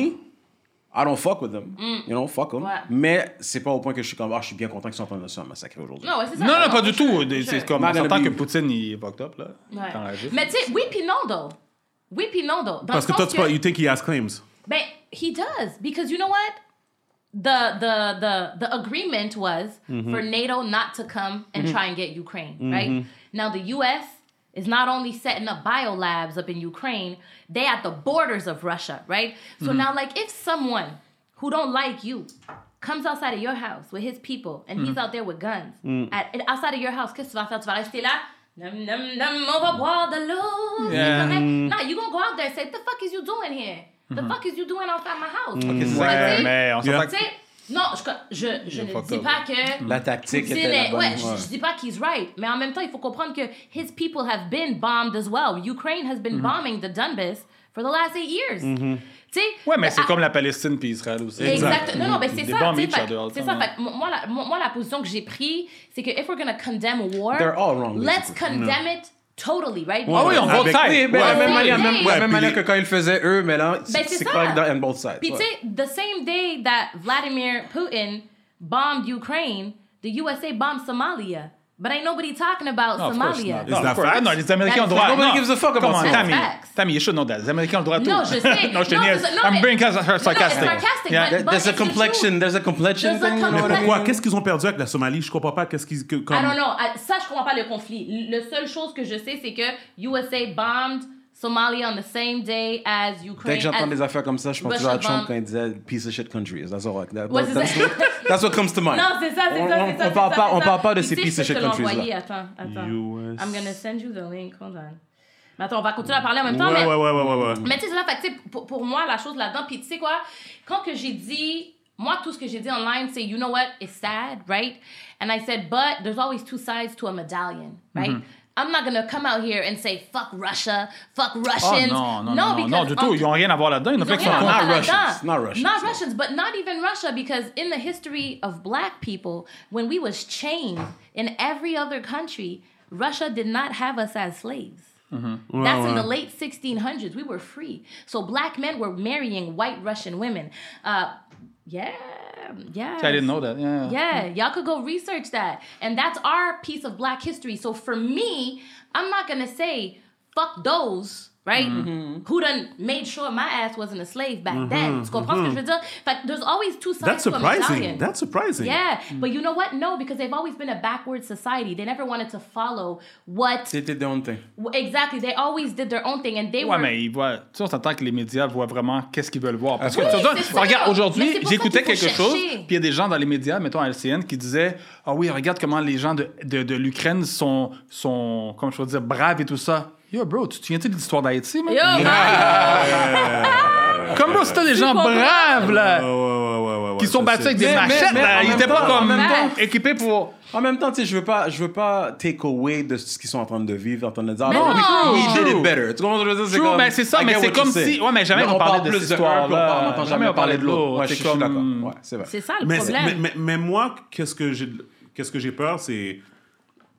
[SPEAKER 4] I don't fuck with them.
[SPEAKER 3] Mm.
[SPEAKER 4] You know, fuck them.
[SPEAKER 3] Ouais.
[SPEAKER 4] Mais c'est pas au point que je suis comme ah, je suis bien content qu'ils sont en train de se massacrer aujourd'hui.
[SPEAKER 3] Non, ouais, c'est ça.
[SPEAKER 1] Non, non, pas du
[SPEAKER 3] c'est
[SPEAKER 1] tout.
[SPEAKER 3] ça.
[SPEAKER 1] C'est comme,
[SPEAKER 4] Not
[SPEAKER 1] on
[SPEAKER 4] gonna
[SPEAKER 1] s'entend
[SPEAKER 4] be-
[SPEAKER 1] que Poutine, il est fucked up, là. Il est
[SPEAKER 3] Ouais.
[SPEAKER 1] enragé.
[SPEAKER 3] Mais tu sais, oui, puis non, though. Oui, puis non, though. Dans
[SPEAKER 2] Parce que
[SPEAKER 3] le
[SPEAKER 2] toi,
[SPEAKER 3] sens
[SPEAKER 2] tu pas- you think he has claims.
[SPEAKER 3] But he does because you know what? The the the the agreement was
[SPEAKER 2] Mhm.
[SPEAKER 3] for NATO not to come and
[SPEAKER 2] Mhm.
[SPEAKER 3] try and get Ukraine,
[SPEAKER 2] Mhm.
[SPEAKER 3] right? Now the US is not only setting up biolabs up in Ukraine, they at the borders of Russia, right? So
[SPEAKER 13] Mhm.
[SPEAKER 3] now like if someone who don't like you comes outside of your house with his people and he's
[SPEAKER 13] Mhm.
[SPEAKER 3] out there with guns
[SPEAKER 13] Mhm.
[SPEAKER 3] at, and outside of your house, qu'est-ce que tu vas faire? Tu vas rester là? Nom, nom, nom, on va boire de l'eau. c'est
[SPEAKER 13] Yeah.
[SPEAKER 3] correct. Nah, you gonna go out there and say, the fuck is you doing here? The
[SPEAKER 13] Mhm.
[SPEAKER 3] fuck is you doing outside my house?
[SPEAKER 4] Ok, c'est
[SPEAKER 3] Tu
[SPEAKER 4] ça.
[SPEAKER 3] vois,
[SPEAKER 4] Ouais,
[SPEAKER 3] tu sais,
[SPEAKER 4] mais on s'entend
[SPEAKER 3] tu sais, Non, je, je, je
[SPEAKER 4] Il
[SPEAKER 3] ne
[SPEAKER 4] est fucked
[SPEAKER 3] dis
[SPEAKER 4] up.
[SPEAKER 3] pas que...
[SPEAKER 4] La tactique
[SPEAKER 3] Poutine
[SPEAKER 4] était la
[SPEAKER 3] est-
[SPEAKER 4] bonne,
[SPEAKER 3] ouais, je-
[SPEAKER 4] ouais.
[SPEAKER 3] Je, dis pas qu'il est right, mais en même temps, il faut comprendre que his people have been bombed as well. Ukraine has been
[SPEAKER 4] Mm-hmm.
[SPEAKER 1] Mhm.
[SPEAKER 3] bombing the Donbass for the last eight years. Tu sais,
[SPEAKER 1] Ouais, mais c'est
[SPEAKER 3] à-
[SPEAKER 4] ah.
[SPEAKER 1] comme la Palestine puis Israël aussi.
[SPEAKER 3] Exact. Non, non, ben c'est
[SPEAKER 1] They
[SPEAKER 3] ça.
[SPEAKER 1] bomb
[SPEAKER 3] tu sais,
[SPEAKER 1] each
[SPEAKER 3] fait-
[SPEAKER 1] other all the
[SPEAKER 3] C'est ça.
[SPEAKER 1] time,
[SPEAKER 3] fait que moi, la, moi, moi, la position que j'ai prise, c'est que if we're gonna condemn a war,
[SPEAKER 4] They're all wrong,
[SPEAKER 3] let's
[SPEAKER 4] basically.
[SPEAKER 3] condemn it totally, right?
[SPEAKER 4] Ah oui, on
[SPEAKER 3] Because-
[SPEAKER 4] vote Oui, ben, la
[SPEAKER 3] Ouais.
[SPEAKER 4] même manière, même, la
[SPEAKER 3] Ouais,
[SPEAKER 4] même
[SPEAKER 3] puis les-
[SPEAKER 4] manière que quand ils faisaient eux, mais là,
[SPEAKER 3] Ben,
[SPEAKER 4] c'est
[SPEAKER 3] c'est
[SPEAKER 4] c'est
[SPEAKER 3] ça.
[SPEAKER 4] correct dans on both sides.
[SPEAKER 3] Puis tu sais, the same day that Vladimir Putin bombed Ukraine, the USA bombed Somalia. But ain't nobody talking about
[SPEAKER 1] No, of course
[SPEAKER 3] Somalia.
[SPEAKER 1] not. No, of course. Ah, Non, les Américains ont
[SPEAKER 3] That's
[SPEAKER 1] droit.
[SPEAKER 3] facts.
[SPEAKER 1] non.
[SPEAKER 3] Nobody gives a fuck
[SPEAKER 1] Come
[SPEAKER 3] about
[SPEAKER 1] on,
[SPEAKER 3] that.
[SPEAKER 1] Tammy.
[SPEAKER 3] That's facts.
[SPEAKER 1] Tammy, you should know that. Les Américains ont droit à tout.
[SPEAKER 3] Non, je sais.
[SPEAKER 1] non, je te
[SPEAKER 3] Non,
[SPEAKER 1] niaise.
[SPEAKER 3] c'est- non, mais-
[SPEAKER 1] I'm being
[SPEAKER 3] Non,
[SPEAKER 1] sarcastic.
[SPEAKER 3] non, it's sarcastic,
[SPEAKER 1] Yeah.
[SPEAKER 3] but- but
[SPEAKER 4] There's a
[SPEAKER 3] it's the
[SPEAKER 4] complexion, there's a complexion
[SPEAKER 3] There's a
[SPEAKER 4] thing. you know what
[SPEAKER 3] complexion.
[SPEAKER 4] I mean?
[SPEAKER 2] Pourquoi? Qu'est-ce qu'ils ont perdu avec la Somalie? Je comprends pas. Qu'est-ce qu'ils. que- Comme...
[SPEAKER 3] I don't know. Ah, Ça, je comprends pas le conflit. Le seule chose que je sais, c'est que USA bombed Somalia on the same day as Ukraine.
[SPEAKER 4] Dès que j'entends
[SPEAKER 3] as-
[SPEAKER 4] des affaires comme ça, je pense
[SPEAKER 3] Russia
[SPEAKER 4] toujours à Trump
[SPEAKER 3] bomb-
[SPEAKER 4] quand il disait piece of shit countries. That's all. I- that-
[SPEAKER 3] Ouais, c'est
[SPEAKER 4] that's,
[SPEAKER 3] ça.
[SPEAKER 4] that's what comes to mind.
[SPEAKER 3] Non, c'est ça, c'est ça, c'est ça.
[SPEAKER 4] On- on-
[SPEAKER 3] c'est ça,
[SPEAKER 4] on parle
[SPEAKER 3] c'est
[SPEAKER 4] pas-
[SPEAKER 3] ça,
[SPEAKER 4] on
[SPEAKER 3] c'est
[SPEAKER 4] parle
[SPEAKER 3] ça.
[SPEAKER 4] pas de
[SPEAKER 3] Puis
[SPEAKER 4] ces
[SPEAKER 3] tu sais,
[SPEAKER 4] piece of
[SPEAKER 3] je peux
[SPEAKER 4] shit
[SPEAKER 3] te
[SPEAKER 4] countries-là.
[SPEAKER 3] l'envoyer. Attends, attends.
[SPEAKER 2] US.
[SPEAKER 3] I'm gonna send you the link. Hold on. Mais attends, on va continuer à parler en même temps.
[SPEAKER 2] Ouais,
[SPEAKER 3] mais...
[SPEAKER 2] ouais, ouais, ouais, ouais.
[SPEAKER 3] Mais tu sais, c'est ça, fait que, tu sais, pour, pour moi, la chose là-dedans, puis tu sais quoi, quand que j'ai dit, moi, tout ce que j'ai dit online, c'est, you know what, it's sad, right? And I said, but there's always two sides to a medallion, right?
[SPEAKER 1] Mhm.
[SPEAKER 3] I'm not gonna come out here and say, fuck Russia, fuck
[SPEAKER 1] Oh,
[SPEAKER 3] Russians.
[SPEAKER 1] non, non, non, non, non,
[SPEAKER 3] because
[SPEAKER 1] du
[SPEAKER 3] on-
[SPEAKER 1] tout. Ils n'ont rien à voir là-dedans. Ils
[SPEAKER 3] ils
[SPEAKER 1] n'ont
[SPEAKER 3] ont
[SPEAKER 1] fait
[SPEAKER 3] rien à voir
[SPEAKER 1] qu'ils sont
[SPEAKER 3] là-dedans.
[SPEAKER 1] contre.
[SPEAKER 3] Not Russians, but not even Russia, because in the history of black people, when we was chained in every other country, Russia did not have us as slaves.
[SPEAKER 1] Mm-hmm.
[SPEAKER 13] Ouais,
[SPEAKER 3] That's in
[SPEAKER 13] ouais.
[SPEAKER 3] the late 1600s. We were free. So black men were marrying white Russian women. Uh, yeah, yeah.
[SPEAKER 1] I didn't know that. Yeah.
[SPEAKER 3] Yeah, y'all could go research that. And that's our piece of black history. So for me, I'm not going to say fuck those, right?
[SPEAKER 12] Mhm.
[SPEAKER 3] Who done made sure my ass wasn't a slave back then?
[SPEAKER 2] Mhm,
[SPEAKER 3] Tu comprends ce que je veux dire? Fait que there's always two sides
[SPEAKER 2] That's
[SPEAKER 3] to a
[SPEAKER 2] surprising.
[SPEAKER 3] medallion.
[SPEAKER 2] That's surprising.
[SPEAKER 3] Yeah, but you know what? No, because they've always been a backward society. They never wanted to follow what
[SPEAKER 4] They did their own thing.
[SPEAKER 3] exactly. They always did their own thing, and they
[SPEAKER 1] Ouais,
[SPEAKER 3] were.
[SPEAKER 1] mais ils voient. Tu sais, on s'entend que les médias voient vraiment qu'est-ce qu'ils veulent voir. Parce que
[SPEAKER 3] Oui,
[SPEAKER 1] tu regardes-
[SPEAKER 3] c'est ça.
[SPEAKER 1] regarde,
[SPEAKER 3] Mais
[SPEAKER 1] aujourd'hui,
[SPEAKER 3] c'est pour
[SPEAKER 1] j'écoutais
[SPEAKER 3] ça qu'il
[SPEAKER 1] quelque
[SPEAKER 3] faut
[SPEAKER 1] chose,
[SPEAKER 3] chercher.
[SPEAKER 1] puis il y a des gens dans les médias, mettons à LCN, qui disaient Ah oui, regarde comment les gens de, de, de l'Ukraine sont, sont, comment je peux dire, braves et tout ça. Yo, bro, tu te souviens-tu de l'histoire d'Haïti, man?
[SPEAKER 3] Yo,
[SPEAKER 2] Euh,
[SPEAKER 1] Comme bro, c'était des gens braves, là. qui sont battus avec des machettes, là. Ils étaient pas comme.
[SPEAKER 4] équipés pour. En même temps, tu sais, je veux pas, je veux pas take away de ce qu'ils sont en train de vivre, en train de dire. ah,
[SPEAKER 1] Mais
[SPEAKER 4] we-
[SPEAKER 1] non!
[SPEAKER 4] we did
[SPEAKER 1] True.
[SPEAKER 4] it better. Tu comprends ce que je veux dire?
[SPEAKER 1] True,
[SPEAKER 4] comme-
[SPEAKER 1] mais c'est ça,
[SPEAKER 4] I
[SPEAKER 1] mais
[SPEAKER 4] get
[SPEAKER 1] c'est
[SPEAKER 4] what
[SPEAKER 1] comme
[SPEAKER 4] you say.
[SPEAKER 1] si- ouais, mais jamais on
[SPEAKER 4] on
[SPEAKER 1] parlait
[SPEAKER 4] parle
[SPEAKER 1] de
[SPEAKER 4] plus
[SPEAKER 1] cette
[SPEAKER 4] de un, puis on
[SPEAKER 1] histoire-là.
[SPEAKER 4] parle- on entend
[SPEAKER 1] Jamais
[SPEAKER 4] jamais
[SPEAKER 1] on parlait
[SPEAKER 4] parler
[SPEAKER 1] de
[SPEAKER 4] de l'autre.
[SPEAKER 1] l'autre.
[SPEAKER 4] Ouais, je
[SPEAKER 1] C'est
[SPEAKER 4] je suis
[SPEAKER 1] comme-
[SPEAKER 4] d'accord. Ouais, c'est vrai.
[SPEAKER 3] C'est ça le
[SPEAKER 2] mais,
[SPEAKER 3] problème.
[SPEAKER 2] mais, mais- mais moi, qu'est-ce que j'ai qu'est-ce que j'ai peur, c'est.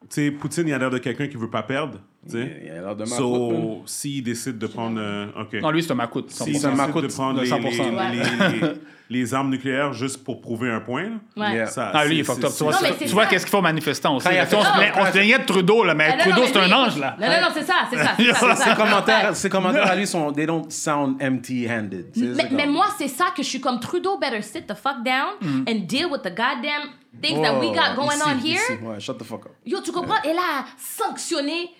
[SPEAKER 2] Tu sais, Poutine, il a l'air de quelqu'un qui veut pas perdre. tu sais.
[SPEAKER 4] Il a l'air de
[SPEAKER 2] So,
[SPEAKER 4] Macoute,
[SPEAKER 2] s'il décide de prendre. euh, ok.
[SPEAKER 1] Non, lui, c'est un Macoute, 100%.
[SPEAKER 2] S'il décide
[SPEAKER 1] Macoute,
[SPEAKER 2] de prendre les,
[SPEAKER 1] 100%.
[SPEAKER 2] les- les- les- les armes nucléaires juste pour prouver un point. là,
[SPEAKER 3] Ouais. Yeah.
[SPEAKER 2] ça-
[SPEAKER 1] Ah, lui, il est
[SPEAKER 2] c'est-
[SPEAKER 1] fucked up.
[SPEAKER 2] c'est-
[SPEAKER 1] Tu vois,
[SPEAKER 3] Non,
[SPEAKER 1] tu-
[SPEAKER 3] mais c'est
[SPEAKER 1] tu vois
[SPEAKER 3] ça.
[SPEAKER 1] qu'est-ce qu'il faut aux manifestants aussi.
[SPEAKER 4] Quand il a
[SPEAKER 1] là. Tu sais, on
[SPEAKER 4] fait
[SPEAKER 1] se
[SPEAKER 4] ça,
[SPEAKER 1] plaint- on se plaignait de Trudeau, là, mais
[SPEAKER 3] Ah, non, non,
[SPEAKER 1] Trudeau,
[SPEAKER 3] mais
[SPEAKER 1] c'est un
[SPEAKER 3] lui,
[SPEAKER 1] ange, là.
[SPEAKER 3] Non, non, non, c'est ça, c'est ça, c'est ça. c'est
[SPEAKER 4] Ses
[SPEAKER 3] ça.
[SPEAKER 4] commentaires, ses commentaires à lui sont. They don't sound empty-handed. tu sais,
[SPEAKER 3] Mais,
[SPEAKER 4] c'est
[SPEAKER 3] mais
[SPEAKER 4] comme-
[SPEAKER 3] moi, c'est ça que je suis comme Trudeau better sit the fuck down
[SPEAKER 2] Mm.
[SPEAKER 4] Mhm.
[SPEAKER 3] and deal with the goddamn things that we got
[SPEAKER 4] Whoa,
[SPEAKER 3] going on
[SPEAKER 4] ici,
[SPEAKER 3] here.
[SPEAKER 4] ici. Ouais, shut the fuck up.
[SPEAKER 3] Yo, tu comprends? Elle a sanctionné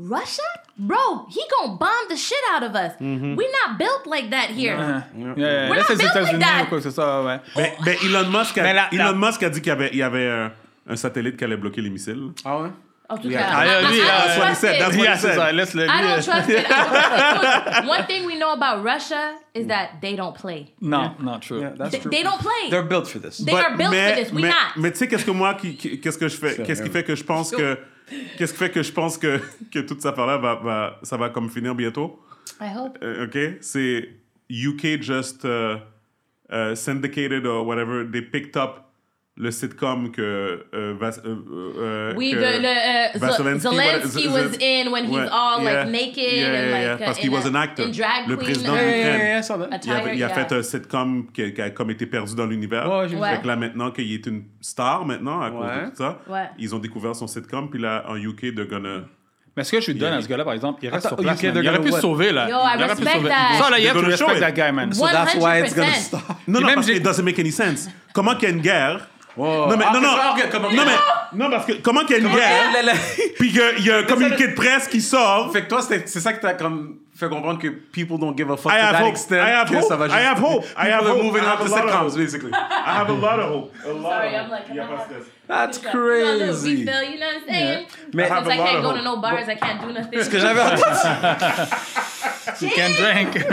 [SPEAKER 3] Russia? Bro, he gonna bomb the shit out of us.
[SPEAKER 2] Mm-hmm.
[SPEAKER 1] Mhm.
[SPEAKER 3] We're not built like that here.
[SPEAKER 1] Ouais, ouais,
[SPEAKER 2] We're
[SPEAKER 1] Là,
[SPEAKER 3] not
[SPEAKER 1] c'est les
[SPEAKER 3] built like
[SPEAKER 1] États-Unis
[SPEAKER 3] that.
[SPEAKER 1] ou quoi que ce soit, ouais.
[SPEAKER 2] Ben, ben, Elon Musk a,
[SPEAKER 1] Mais la-
[SPEAKER 2] Elon Musk a dit qu'il y avait, il y avait un, un satellite qui allait bloquer les missiles.
[SPEAKER 4] Ah ouais?
[SPEAKER 3] En tout
[SPEAKER 2] Yeah.
[SPEAKER 3] cas,
[SPEAKER 2] Ah, yeah,
[SPEAKER 3] Oh, I-
[SPEAKER 2] lui,
[SPEAKER 3] I
[SPEAKER 2] yeah,
[SPEAKER 3] don't
[SPEAKER 2] that's what he
[SPEAKER 3] trust
[SPEAKER 2] said,
[SPEAKER 3] it.
[SPEAKER 2] that's what he
[SPEAKER 1] Yeah, c'est
[SPEAKER 2] said.
[SPEAKER 1] ça, laisse-le.
[SPEAKER 3] I don't
[SPEAKER 1] lui, euh,
[SPEAKER 3] trust it. Look, One thing we know about Russia is that they don't play.
[SPEAKER 1] Non, non, true.
[SPEAKER 3] They, they don't play.
[SPEAKER 4] They're built for this.
[SPEAKER 3] They are built
[SPEAKER 2] mais,
[SPEAKER 3] for this. We
[SPEAKER 2] mais-
[SPEAKER 3] not.
[SPEAKER 2] Mais tu sais qu'est-ce que moi qui, qui- qu'est-ce que je fais qu'est-ce qui fait que je pense que qu'est-ce qui fait que je pense que que toute cette affaire là va, va- ça va comme finir bientôt.
[SPEAKER 3] I hope.
[SPEAKER 2] Euh, OK, c'est UK just euh, euh, syndicated or whatever they picked up le sitcom que euh, Vas- euh, euh,
[SPEAKER 3] We,
[SPEAKER 2] que
[SPEAKER 3] the, le, uh,
[SPEAKER 2] Vasilevsky-
[SPEAKER 3] Zelensky
[SPEAKER 2] what-
[SPEAKER 3] was in when he's
[SPEAKER 2] Ouais,
[SPEAKER 3] all
[SPEAKER 2] yeah.
[SPEAKER 3] like naked
[SPEAKER 2] Yeah,
[SPEAKER 3] and
[SPEAKER 2] yeah, yeah,
[SPEAKER 3] like uh,
[SPEAKER 2] parce
[SPEAKER 3] in
[SPEAKER 2] qu'il was
[SPEAKER 3] a-
[SPEAKER 2] an actor.
[SPEAKER 3] in drag
[SPEAKER 2] le
[SPEAKER 3] queen,
[SPEAKER 2] président
[SPEAKER 3] uh,
[SPEAKER 2] de l'Ukraine. il a,
[SPEAKER 3] attire,
[SPEAKER 2] il a
[SPEAKER 3] yeah.
[SPEAKER 2] fait un sitcom qui, qui a comme été perdu dans l'univers.
[SPEAKER 3] Ouais, j'ai vu Ouais. ça.
[SPEAKER 2] Fait que là, maintenant qu'il est une star maintenant à cause de tout ça,
[SPEAKER 3] Ouais.
[SPEAKER 2] ils ont découvert son sitcom. Puis là, en UK, de gonna...
[SPEAKER 1] Mais ce que je lui donne à ce gars-là, par exemple, il reste
[SPEAKER 2] Attends,
[SPEAKER 1] sur place.
[SPEAKER 2] OK,
[SPEAKER 1] man.
[SPEAKER 2] they're
[SPEAKER 1] il aurait
[SPEAKER 2] gonna
[SPEAKER 1] pu se
[SPEAKER 2] what?
[SPEAKER 1] sauver, là.
[SPEAKER 3] Yo, I
[SPEAKER 1] il aurait pu se
[SPEAKER 3] respect
[SPEAKER 1] sauver.
[SPEAKER 3] that.
[SPEAKER 1] Ça, là, il y a
[SPEAKER 2] They're
[SPEAKER 1] tu
[SPEAKER 2] gonna show
[SPEAKER 1] respectes
[SPEAKER 2] it.
[SPEAKER 1] that guy, man.
[SPEAKER 3] So that's why it's gonna 100%. stop.
[SPEAKER 2] Non, non, parce que it doesn't make any sense. Comment qu'il y a une guerre... Non, mais,
[SPEAKER 4] Ah,
[SPEAKER 2] non, non,
[SPEAKER 4] c'est ça, ok, comment-
[SPEAKER 2] non, mais, non, parce que comment qu'il y a une guerre, puis qu'il y a un communiqué de presse qui sort.
[SPEAKER 4] Fait que toi, c'est c'est ça que t'as comme fait comprendre que people don't give a fuck
[SPEAKER 2] I
[SPEAKER 4] to
[SPEAKER 2] have
[SPEAKER 4] that
[SPEAKER 2] hope.
[SPEAKER 4] extent.
[SPEAKER 2] I have
[SPEAKER 4] que
[SPEAKER 2] hope.
[SPEAKER 4] ça va
[SPEAKER 2] I
[SPEAKER 4] juste-
[SPEAKER 2] have hope. I
[SPEAKER 4] People
[SPEAKER 2] have
[SPEAKER 4] are
[SPEAKER 2] hope.
[SPEAKER 4] moving
[SPEAKER 2] I have
[SPEAKER 4] on to
[SPEAKER 2] a lot of
[SPEAKER 4] sitcoms,
[SPEAKER 2] hope.
[SPEAKER 4] basically.
[SPEAKER 2] I have a lot of hope. A lot
[SPEAKER 3] Sorry,
[SPEAKER 2] of
[SPEAKER 3] I'm
[SPEAKER 2] hope.
[SPEAKER 3] like,
[SPEAKER 2] Il y a pas de stress.
[SPEAKER 4] That's
[SPEAKER 3] We
[SPEAKER 4] crazy.
[SPEAKER 3] feel, you know what I'm saying?
[SPEAKER 4] Mais-
[SPEAKER 3] Since I
[SPEAKER 4] I have a lot
[SPEAKER 3] can't
[SPEAKER 4] of
[SPEAKER 3] go to
[SPEAKER 4] hope.
[SPEAKER 3] no bars, I can't do nothing.
[SPEAKER 4] Ce que j'avais entendu.
[SPEAKER 1] You can drink.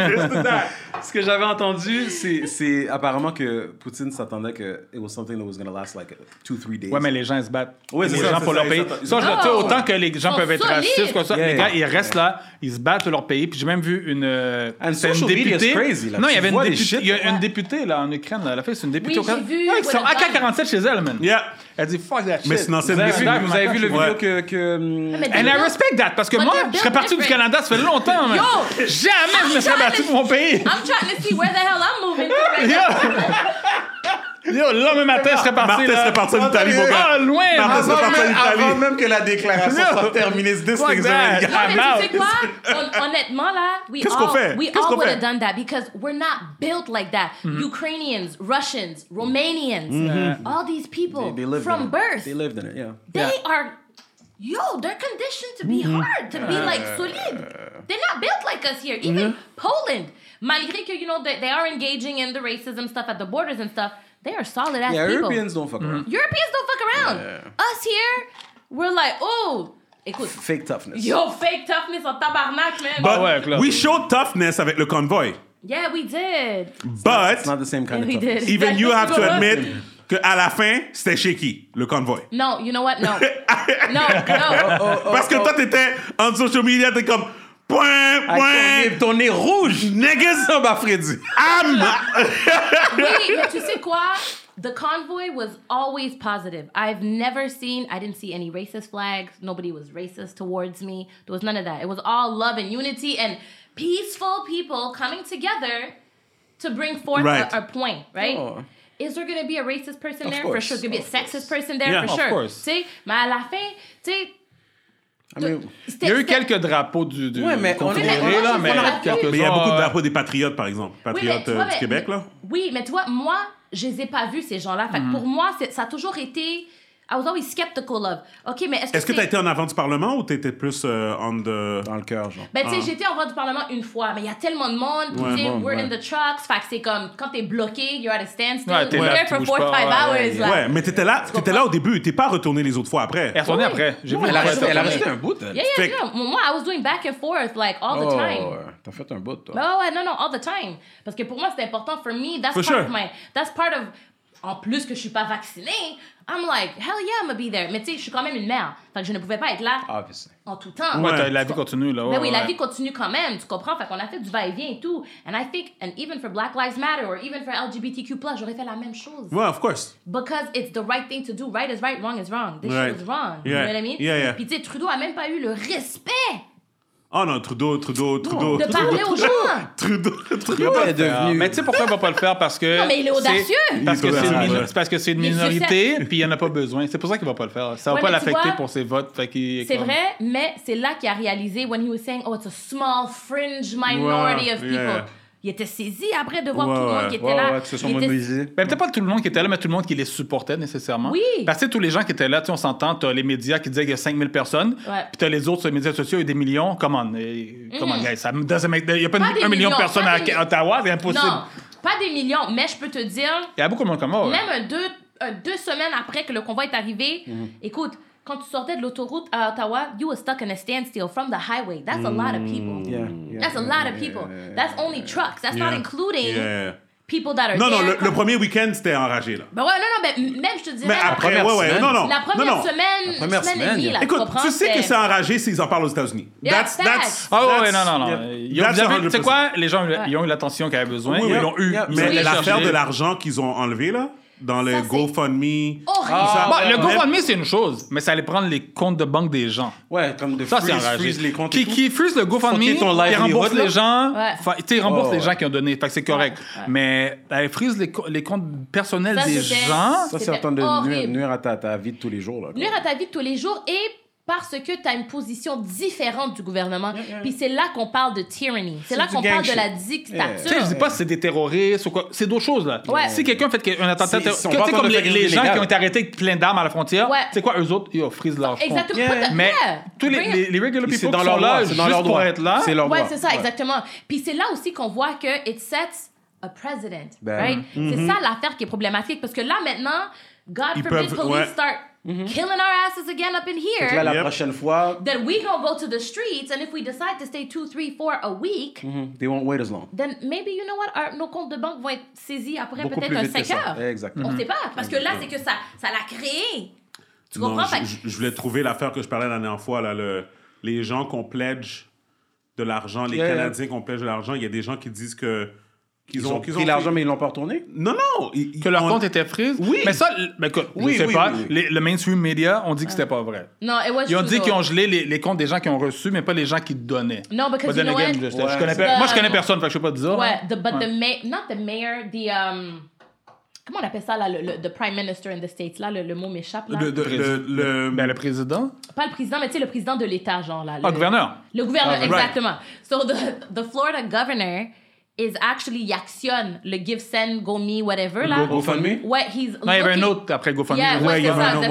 [SPEAKER 4] Ce que j'avais entendu, c'est c'est apparemment que Poutine s'attendait que it was something that was gonna last like two, three days.
[SPEAKER 1] Ouais, mais les gens se battent.
[SPEAKER 4] Ouais, c'est
[SPEAKER 1] les
[SPEAKER 4] ça,
[SPEAKER 1] gens
[SPEAKER 4] c'est
[SPEAKER 1] pour
[SPEAKER 4] ça,
[SPEAKER 1] leur pays.
[SPEAKER 4] ils
[SPEAKER 1] Ça,
[SPEAKER 4] s'attendent-
[SPEAKER 1] je le- tu sais,
[SPEAKER 4] Oh!
[SPEAKER 1] autant que les gens
[SPEAKER 4] Ils
[SPEAKER 1] peuvent être
[SPEAKER 4] sont
[SPEAKER 1] racistes,
[SPEAKER 4] solides!
[SPEAKER 1] comme ça,
[SPEAKER 4] Yeah,
[SPEAKER 1] les gars,
[SPEAKER 4] yeah.
[SPEAKER 1] ils restent là, ils se battent pour leur pays. Puis j'ai même vu une. euh, c'était
[SPEAKER 4] social
[SPEAKER 1] une
[SPEAKER 4] media is
[SPEAKER 1] députée.
[SPEAKER 4] crazy, là.
[SPEAKER 1] Non, il y
[SPEAKER 4] Tu
[SPEAKER 1] avait une
[SPEAKER 4] vois des
[SPEAKER 1] députée.
[SPEAKER 4] shit,
[SPEAKER 1] Il y a une députée, là, en Ukraine, là. Elle a fait, c'est une députée
[SPEAKER 4] Oui,
[SPEAKER 1] au Canada.
[SPEAKER 4] j'ai vu,
[SPEAKER 1] Non, Ils sont
[SPEAKER 4] Gwyneth
[SPEAKER 1] AK-47 chez elle, man.
[SPEAKER 2] Yeah.
[SPEAKER 1] Elle dit fuck that shit.
[SPEAKER 2] Mais c'est une ancienne
[SPEAKER 1] Vous avez
[SPEAKER 2] députée.
[SPEAKER 1] vu-
[SPEAKER 2] Vous avez vu le
[SPEAKER 1] Ouais.
[SPEAKER 2] vidéo
[SPEAKER 4] que.
[SPEAKER 3] Ah,
[SPEAKER 4] que...
[SPEAKER 1] And I respect that, parce que moi, je serais parti du Canada, ça fait longtemps, man.
[SPEAKER 3] Yo,
[SPEAKER 1] Jamais je me serais battu pour mon pays.
[SPEAKER 3] I'm trying to see where the hell I'm moving to right
[SPEAKER 1] Yo.
[SPEAKER 3] now.
[SPEAKER 1] Yo, le lendemain matin, je serais parti.
[SPEAKER 2] Martin
[SPEAKER 1] là.
[SPEAKER 2] serait parti en Italie, mon gars.
[SPEAKER 1] Ah, loin,
[SPEAKER 2] Martin serait parti en Italie.
[SPEAKER 4] Avant même que la déclaration
[SPEAKER 1] Yo.
[SPEAKER 4] soit terminée, c'est this
[SPEAKER 1] Fuck
[SPEAKER 4] thing's
[SPEAKER 1] that.
[SPEAKER 4] already-
[SPEAKER 3] Non,
[SPEAKER 1] I'm
[SPEAKER 3] mais tu sais
[SPEAKER 1] out.
[SPEAKER 3] quoi? Hon- Honnêtement, là, ah, we
[SPEAKER 4] Qu'est-ce qu'on fait?
[SPEAKER 3] all, we
[SPEAKER 4] Qu'est-ce
[SPEAKER 3] all
[SPEAKER 4] qu'on
[SPEAKER 3] would
[SPEAKER 4] fait?
[SPEAKER 3] have done that because we're not built like that.
[SPEAKER 4] Mhm.
[SPEAKER 3] Ukrainians, Russians, Romanians,
[SPEAKER 4] Mhm.
[SPEAKER 3] all these people
[SPEAKER 4] They- they lived in
[SPEAKER 3] from
[SPEAKER 4] it.
[SPEAKER 3] birth,
[SPEAKER 4] They lived in it, yeah.
[SPEAKER 3] they are, yo, they're conditioned to be
[SPEAKER 4] Mhm.
[SPEAKER 3] hard, to be like
[SPEAKER 4] Uh,
[SPEAKER 3] solid. They're not built like us here. Even
[SPEAKER 4] Mm-hmm.
[SPEAKER 3] Poland, malgré que, you know, they, they are engaging in the racism stuff at the borders and stuff, they are solid ass
[SPEAKER 4] Yeah,
[SPEAKER 3] people. Mm-hmm.
[SPEAKER 4] Europeans don't fuck around.
[SPEAKER 3] Europeans don't fuck around. Us here, we're like, oh, écoute.
[SPEAKER 4] Fake toughness.
[SPEAKER 3] Yo, fake toughness en tabarnak, man.
[SPEAKER 4] Ah
[SPEAKER 2] But we showed toughness avec le convoy.
[SPEAKER 3] Yeah, we did.
[SPEAKER 2] But
[SPEAKER 4] not the same kind
[SPEAKER 3] of We did. toughness.
[SPEAKER 2] Even you have to
[SPEAKER 3] That's
[SPEAKER 2] admit
[SPEAKER 3] good.
[SPEAKER 2] qu'à la fin, c'était shaky, le convoy.
[SPEAKER 3] No, you know what? No. no,
[SPEAKER 2] Oh,
[SPEAKER 3] no.
[SPEAKER 2] Parce que toi, t'étais en social media, t'es comme. Point, point.
[SPEAKER 4] Ton nez rouge. Ah.
[SPEAKER 2] Niggas.
[SPEAKER 4] Ça
[SPEAKER 1] bah,
[SPEAKER 4] va, Freddy.
[SPEAKER 3] We, tu sais quoi? The convoy was always positive. I've never seen, I didn't see any racist flags. Nobody was racist towards me. There was none of that. It was all love and unity and peaceful people coming together to bring forth a-
[SPEAKER 2] Right.
[SPEAKER 3] a, point, right?
[SPEAKER 2] Oh.
[SPEAKER 3] Is there gonna be a racist person
[SPEAKER 2] Of
[SPEAKER 3] there? For
[SPEAKER 2] course,
[SPEAKER 3] sure. There's gonna be a
[SPEAKER 2] of
[SPEAKER 3] sexist person there
[SPEAKER 2] Yeah,
[SPEAKER 3] for
[SPEAKER 2] of
[SPEAKER 3] sure.
[SPEAKER 2] course.
[SPEAKER 3] See, mais à la fin, tu sais,
[SPEAKER 4] I mean,
[SPEAKER 1] Il y a eu quelques drapeaux du, du
[SPEAKER 4] Ouais, mais
[SPEAKER 1] du
[SPEAKER 4] on-
[SPEAKER 1] Confédéré,
[SPEAKER 4] mais moi,
[SPEAKER 1] là,
[SPEAKER 4] je-
[SPEAKER 1] mais
[SPEAKER 4] on aurait pu-
[SPEAKER 1] quelques-uns,
[SPEAKER 2] Mais il y a beaucoup de
[SPEAKER 1] euh,
[SPEAKER 2] drapeaux des patriotes, par exemple.
[SPEAKER 3] mais
[SPEAKER 2] Patriotes
[SPEAKER 3] tu
[SPEAKER 2] euh,
[SPEAKER 3] vois,
[SPEAKER 2] du
[SPEAKER 3] mais-
[SPEAKER 2] Québec, là.
[SPEAKER 3] Oui, mais toi, moi, je les ai pas vus, ces gens-là. Fait que
[SPEAKER 2] Mhm.
[SPEAKER 3] pour moi, c'est- ça a toujours été. I was always skeptical of. OK, mais est-ce que.
[SPEAKER 2] Est-ce que
[SPEAKER 3] c'est-
[SPEAKER 2] t'as été en avant du Parlement ou t'étais plus euh, on the... Dans le cœur, genre.
[SPEAKER 3] Ben, tu sais, j'étais en voie du Parlement une fois, mais il y a tellement de monde,
[SPEAKER 2] Ah. Ouais,
[SPEAKER 3] tu sais,
[SPEAKER 2] bon,
[SPEAKER 3] we're in
[SPEAKER 2] ouais.
[SPEAKER 3] the trucks, fait que c'est comme, quand t'es bloqué, you're at a standstill,
[SPEAKER 2] Ouais, t'es
[SPEAKER 3] we're
[SPEAKER 2] là,
[SPEAKER 3] there
[SPEAKER 2] tu
[SPEAKER 3] for
[SPEAKER 2] bouges
[SPEAKER 3] 4
[SPEAKER 2] pas,
[SPEAKER 3] 5 hours,
[SPEAKER 2] Ouais,
[SPEAKER 3] like.
[SPEAKER 2] mais t'étais là, t'étais là au début, t'es pas retourné les autres fois après.
[SPEAKER 1] Elle est retournée Oui. euh, après. J'ai
[SPEAKER 2] Non,
[SPEAKER 1] vu, elle a resté- elle a
[SPEAKER 2] retournée.
[SPEAKER 1] resté un bout,
[SPEAKER 3] Yeah, yeah,
[SPEAKER 2] Fait que-
[SPEAKER 3] yeah. Moi, I was doing back and forth, like, all the
[SPEAKER 4] Oh,
[SPEAKER 3] time.
[SPEAKER 4] ouais, T'as fait un bout, toi.
[SPEAKER 3] Ben ouais, ouais, non, non, all the time. Parce que pour moi, c'est important. For me, that's part
[SPEAKER 4] For sure.
[SPEAKER 3] of my... That's part of... En plus que je suis pas vaccinée, I'm like, hell yeah, I'm gonna be there. Mais tu sais, je suis quand même une mère. Fait que je ne pouvais pas être là
[SPEAKER 4] Ah,
[SPEAKER 1] Obviously.
[SPEAKER 3] en tout temps.
[SPEAKER 1] Ouais, t'as- la vie continue, là.
[SPEAKER 3] Ben
[SPEAKER 1] ouais,
[SPEAKER 3] oui,
[SPEAKER 1] ouais.
[SPEAKER 3] la vie continue quand même, tu comprends? Fait qu'on a fait du va-et-vient et tout. And I think, and even for Black Lives Matter or even for LGBTQ+, j'aurais fait la même chose.
[SPEAKER 2] Ouais, of course.
[SPEAKER 3] Because it's the right thing to do. Right is right, wrong is wrong. This
[SPEAKER 2] Right.
[SPEAKER 3] shit is wrong. You
[SPEAKER 2] Yeah.
[SPEAKER 3] know what I mean?
[SPEAKER 2] Yeah, yeah.
[SPEAKER 3] Puis tu sais, Trudeau a même pas eu le respect
[SPEAKER 2] Oh non, Trudeau, Trudeau, Trudeau.
[SPEAKER 3] de
[SPEAKER 2] Trudeau.
[SPEAKER 3] parler aux gens.
[SPEAKER 2] Trudeau, Trudeau.
[SPEAKER 1] est devenu- Euh, Mais tu sais pourquoi il va pas le faire? Parce que.
[SPEAKER 3] Non, mais il est audacieux.
[SPEAKER 1] c'est- Parce que
[SPEAKER 2] Il est
[SPEAKER 1] c'est une,
[SPEAKER 2] audacieux,
[SPEAKER 1] mino-
[SPEAKER 2] ouais.
[SPEAKER 1] c'est parce que c'est une
[SPEAKER 3] Il est
[SPEAKER 1] minorité,
[SPEAKER 3] succès.
[SPEAKER 1] puis il n'y en a pas besoin. C'est pour ça qu'il va pas le faire. Ça va
[SPEAKER 3] Ouais,
[SPEAKER 1] pas
[SPEAKER 3] mais tu
[SPEAKER 1] l'affecter
[SPEAKER 3] vois,
[SPEAKER 1] pour ses votes. fait qu'il est
[SPEAKER 3] C'est
[SPEAKER 1] comme-
[SPEAKER 3] vrai, mais c'est là qu'il a réalisé, when he was saying, oh, it's a small fringe minority
[SPEAKER 1] Ouais,
[SPEAKER 3] of people.
[SPEAKER 1] yeah.
[SPEAKER 3] Il était saisi après de voir tout le monde qui était là. Il était-
[SPEAKER 1] Ben, peut-être pas tout le monde qui était là, mais tout le monde qui les supportait nécessairement.
[SPEAKER 3] Oui.
[SPEAKER 1] Parce que tu sais, tous les gens qui étaient là, tu sais, on s'entend, t'as les médias qui disaient qu'il y a 5000 personnes,
[SPEAKER 3] Ouais.
[SPEAKER 1] puis t'as les autres sur les médias sociaux, il y a des millions. Come on, eh, come on,
[SPEAKER 3] Mhm.
[SPEAKER 1] guys, ça me doesn't make- Il n'y a pas,
[SPEAKER 3] Pas
[SPEAKER 1] une-
[SPEAKER 3] des
[SPEAKER 1] un million de
[SPEAKER 3] millions,
[SPEAKER 1] personnes
[SPEAKER 3] pas
[SPEAKER 1] à
[SPEAKER 3] des mi-
[SPEAKER 1] à Ottawa, c'est impossible.
[SPEAKER 3] Non, pas des millions, mais je peux te dire,
[SPEAKER 1] Il y a beaucoup de monde comme moi. ouais.
[SPEAKER 3] même un deux, un deux semaines après que le convoi est arrivé,
[SPEAKER 1] Mhm.
[SPEAKER 3] écoute, quand tu sortais de l'autoroute à Ottawa, you were stuck in a standstill from the highway. That's a lot of people.
[SPEAKER 2] Mhm. Yeah,
[SPEAKER 3] That's a lot of people. That's only trucks. That's not
[SPEAKER 2] Yeah.
[SPEAKER 3] including
[SPEAKER 2] Yeah.
[SPEAKER 3] people that are
[SPEAKER 2] Non, non,
[SPEAKER 3] there.
[SPEAKER 2] le, le premier week-end, c'était enragé, là.
[SPEAKER 3] Ben ouais, non, non, ben, même je te dirais.
[SPEAKER 2] Mais
[SPEAKER 3] la
[SPEAKER 2] après,
[SPEAKER 3] première
[SPEAKER 2] ouais, ouais,
[SPEAKER 3] semaine-
[SPEAKER 2] non, non.
[SPEAKER 3] La première
[SPEAKER 2] non, non.
[SPEAKER 3] semaine, semaine, et demie, là, tu
[SPEAKER 2] Écoute,
[SPEAKER 3] comprends,
[SPEAKER 2] tu sais que
[SPEAKER 3] c'est-
[SPEAKER 2] c'est enragé s'ils en parlent aux États-Unis.
[SPEAKER 3] Yeah,
[SPEAKER 2] that's,
[SPEAKER 3] facts.
[SPEAKER 2] that's,
[SPEAKER 1] Ah ouais, ouais, non,
[SPEAKER 2] that's-
[SPEAKER 1] non, non.
[SPEAKER 2] yeah,
[SPEAKER 1] Ils ont-
[SPEAKER 2] that's
[SPEAKER 1] vous avez- Tu sais
[SPEAKER 2] 100%.
[SPEAKER 1] quoi? Les gens ils ont eu l'attention qu'ils avaient besoin.
[SPEAKER 2] Oui,
[SPEAKER 1] ils
[SPEAKER 2] oui.
[SPEAKER 1] l'ont eu.
[SPEAKER 2] Yeah,
[SPEAKER 1] Ils
[SPEAKER 2] Mais
[SPEAKER 1] ont
[SPEAKER 2] l'affaire
[SPEAKER 1] cherché.
[SPEAKER 2] de l'argent qu'ils ont enlevé, là, dans le GoFundMe.
[SPEAKER 3] Horrible.
[SPEAKER 1] Ah,
[SPEAKER 2] Ça-
[SPEAKER 1] bon, le
[SPEAKER 2] Même-
[SPEAKER 1] GoFundMe, c'est une chose, mais ça allait prendre les comptes de banque des gens.
[SPEAKER 4] Ouais, comme de
[SPEAKER 1] Ça, c'est
[SPEAKER 4] freeze-
[SPEAKER 1] enragé.
[SPEAKER 4] freeze les comptes et
[SPEAKER 1] Qui,
[SPEAKER 4] tout.
[SPEAKER 1] qui freeze le GoFundMe,
[SPEAKER 4] Fucker ton
[SPEAKER 1] ils remboursent
[SPEAKER 4] livelihood,
[SPEAKER 1] les
[SPEAKER 4] là.
[SPEAKER 1] gens.
[SPEAKER 4] Ouais.
[SPEAKER 1] Enfin, tu sais, ils remboursent
[SPEAKER 4] Oh,
[SPEAKER 1] les
[SPEAKER 4] ouais.
[SPEAKER 1] gens qui ont donné. Fait que c'est correct. Mais elle freeze les, co- les comptes personnels
[SPEAKER 3] Ça,
[SPEAKER 1] des
[SPEAKER 3] c'était-
[SPEAKER 1] gens.
[SPEAKER 4] Ça, c'est
[SPEAKER 3] C'était
[SPEAKER 4] en train de nuire,
[SPEAKER 3] horrible.
[SPEAKER 4] nuire à ta, ta vie de tous les jours. Là,
[SPEAKER 3] Nuire à ta vie de tous les jours et parce que tu as une position différente du gouvernement. Puis c'est là qu'on parle de tyranny. C'est là
[SPEAKER 1] du
[SPEAKER 3] qu'on
[SPEAKER 1] gang
[SPEAKER 3] parle de
[SPEAKER 1] shit. Tu
[SPEAKER 3] la
[SPEAKER 1] sais, je
[SPEAKER 3] dictature.
[SPEAKER 1] dis pas si c'est des terroristes ou quoi. C'est d'autres choses, là.
[SPEAKER 3] Ouais.
[SPEAKER 1] Si quelqu'un fait un attentat
[SPEAKER 4] Ils
[SPEAKER 1] terroriste,
[SPEAKER 4] sont
[SPEAKER 1] tu
[SPEAKER 4] pas en
[SPEAKER 1] sais,
[SPEAKER 4] train
[SPEAKER 1] comme
[SPEAKER 4] de
[SPEAKER 1] les,
[SPEAKER 4] faire
[SPEAKER 1] les
[SPEAKER 4] une
[SPEAKER 1] gens qui
[SPEAKER 4] illégale.
[SPEAKER 1] ont été arrêtés avec plein d'armes à la frontière,
[SPEAKER 3] Ouais.
[SPEAKER 1] c'est quoi, eux autres, ils freeze leur compte.
[SPEAKER 3] Exactement. Pas de-
[SPEAKER 1] Mais
[SPEAKER 3] Yeah.
[SPEAKER 1] tous les,
[SPEAKER 3] Bring it.
[SPEAKER 1] les, les regular people
[SPEAKER 4] C'est
[SPEAKER 1] qui
[SPEAKER 4] dans
[SPEAKER 1] sont
[SPEAKER 4] leur
[SPEAKER 1] là
[SPEAKER 4] droit, c'est
[SPEAKER 1] juste
[SPEAKER 4] dans leur
[SPEAKER 1] pour
[SPEAKER 4] droit.
[SPEAKER 1] être là.
[SPEAKER 4] C'est leur
[SPEAKER 3] Ouais, c'est ça, exactement. Puis c'est là aussi qu'on voit que it sets a president,
[SPEAKER 1] Ben,
[SPEAKER 3] right?
[SPEAKER 1] mhm.
[SPEAKER 3] C'est ça l'affaire qui est problématique parce que là maintenant, God
[SPEAKER 4] Ils
[SPEAKER 3] forbid,
[SPEAKER 4] peuvent-
[SPEAKER 3] police
[SPEAKER 4] ouais.
[SPEAKER 3] start
[SPEAKER 4] Mhm.
[SPEAKER 3] killing our asses again up in
[SPEAKER 4] Fait
[SPEAKER 3] here.
[SPEAKER 4] que là, la prochaine fois,
[SPEAKER 3] Then we gonna go to the streets, and if we decide to stay two, three, four a week,
[SPEAKER 4] mhm, they won't wait as long.
[SPEAKER 3] then maybe you know what, our- nos comptes de banque vont être saisis après
[SPEAKER 4] Beaucoup
[SPEAKER 3] peut-être
[SPEAKER 4] plus
[SPEAKER 3] un
[SPEAKER 4] vite que
[SPEAKER 3] 5
[SPEAKER 4] ça.
[SPEAKER 3] heures.
[SPEAKER 1] Eh.
[SPEAKER 4] Exactement.
[SPEAKER 3] On sait pas, parce que là,
[SPEAKER 1] Mm-hmm.
[SPEAKER 3] c'est
[SPEAKER 2] Exactement.
[SPEAKER 3] que ça ça l'a créé. Tu
[SPEAKER 2] Non,
[SPEAKER 3] comprends?
[SPEAKER 2] je-
[SPEAKER 3] Fait que-
[SPEAKER 2] je, je voulais trouver l'affaire que je parlais la dernière fois, là, le- les gens qu'on pledge de l'argent, les
[SPEAKER 4] Yeah, yeah.
[SPEAKER 2] Canadiens qu'on pledge de l'argent, il y a des gens qui disent que qu'ils
[SPEAKER 4] Ils
[SPEAKER 2] ont,
[SPEAKER 4] ont
[SPEAKER 2] qu'ils
[SPEAKER 4] pris
[SPEAKER 2] ont-
[SPEAKER 4] l'argent, mais ils l'ont pas retourné.
[SPEAKER 2] Non, non. ils-
[SPEAKER 1] que leur
[SPEAKER 2] on-
[SPEAKER 1] compte était freeze.
[SPEAKER 2] Oui.
[SPEAKER 1] Mais ça, l- ben, écoute,
[SPEAKER 2] Oui,
[SPEAKER 1] je sais
[SPEAKER 2] oui,
[SPEAKER 1] pas.
[SPEAKER 2] oui, oui.
[SPEAKER 1] les- le mainstream media ont dit que c'était pas vrai.
[SPEAKER 3] Non, it was
[SPEAKER 1] Ils ont
[SPEAKER 3] true,
[SPEAKER 1] dit qu'ils
[SPEAKER 3] though.
[SPEAKER 1] ont gelé les, les comptes des gens qui ont reçu, mais pas les gens qui donnaient.
[SPEAKER 3] No, because
[SPEAKER 1] But
[SPEAKER 3] you
[SPEAKER 1] then
[SPEAKER 3] know
[SPEAKER 1] again,
[SPEAKER 3] what?
[SPEAKER 1] je- je
[SPEAKER 3] Ouais.
[SPEAKER 1] connais per- moi, je
[SPEAKER 3] The-
[SPEAKER 1] connais personne, fait que je peux pas te dire.
[SPEAKER 3] Ouais,
[SPEAKER 1] hein.
[SPEAKER 3] the, but
[SPEAKER 1] Ouais.
[SPEAKER 3] the mayor, not the mayor, the, um, comment on appelle ça, là, le, le- the prime minister in the States, là, le, le mot m'échappe, là.
[SPEAKER 1] Le, le-
[SPEAKER 2] le-
[SPEAKER 1] ben, le président.
[SPEAKER 3] Pas le président, mais tu sais, le président de l'État, genre, là. Le,
[SPEAKER 1] Ah, gouverneur.
[SPEAKER 3] Le gouverneur,
[SPEAKER 1] Ah, right.
[SPEAKER 3] exactement. So, the, the Florida governor is actually, il actionne le give, send, go me, whatever, là.
[SPEAKER 1] Go- GoFundMe?
[SPEAKER 3] Ouais, he's
[SPEAKER 1] Non, il y avait un
[SPEAKER 3] looking-
[SPEAKER 1] autre après GoFundMe.
[SPEAKER 3] Yeah, ouais,
[SPEAKER 1] il y
[SPEAKER 3] c'est
[SPEAKER 1] avait
[SPEAKER 3] ça,
[SPEAKER 1] un autre, ouais,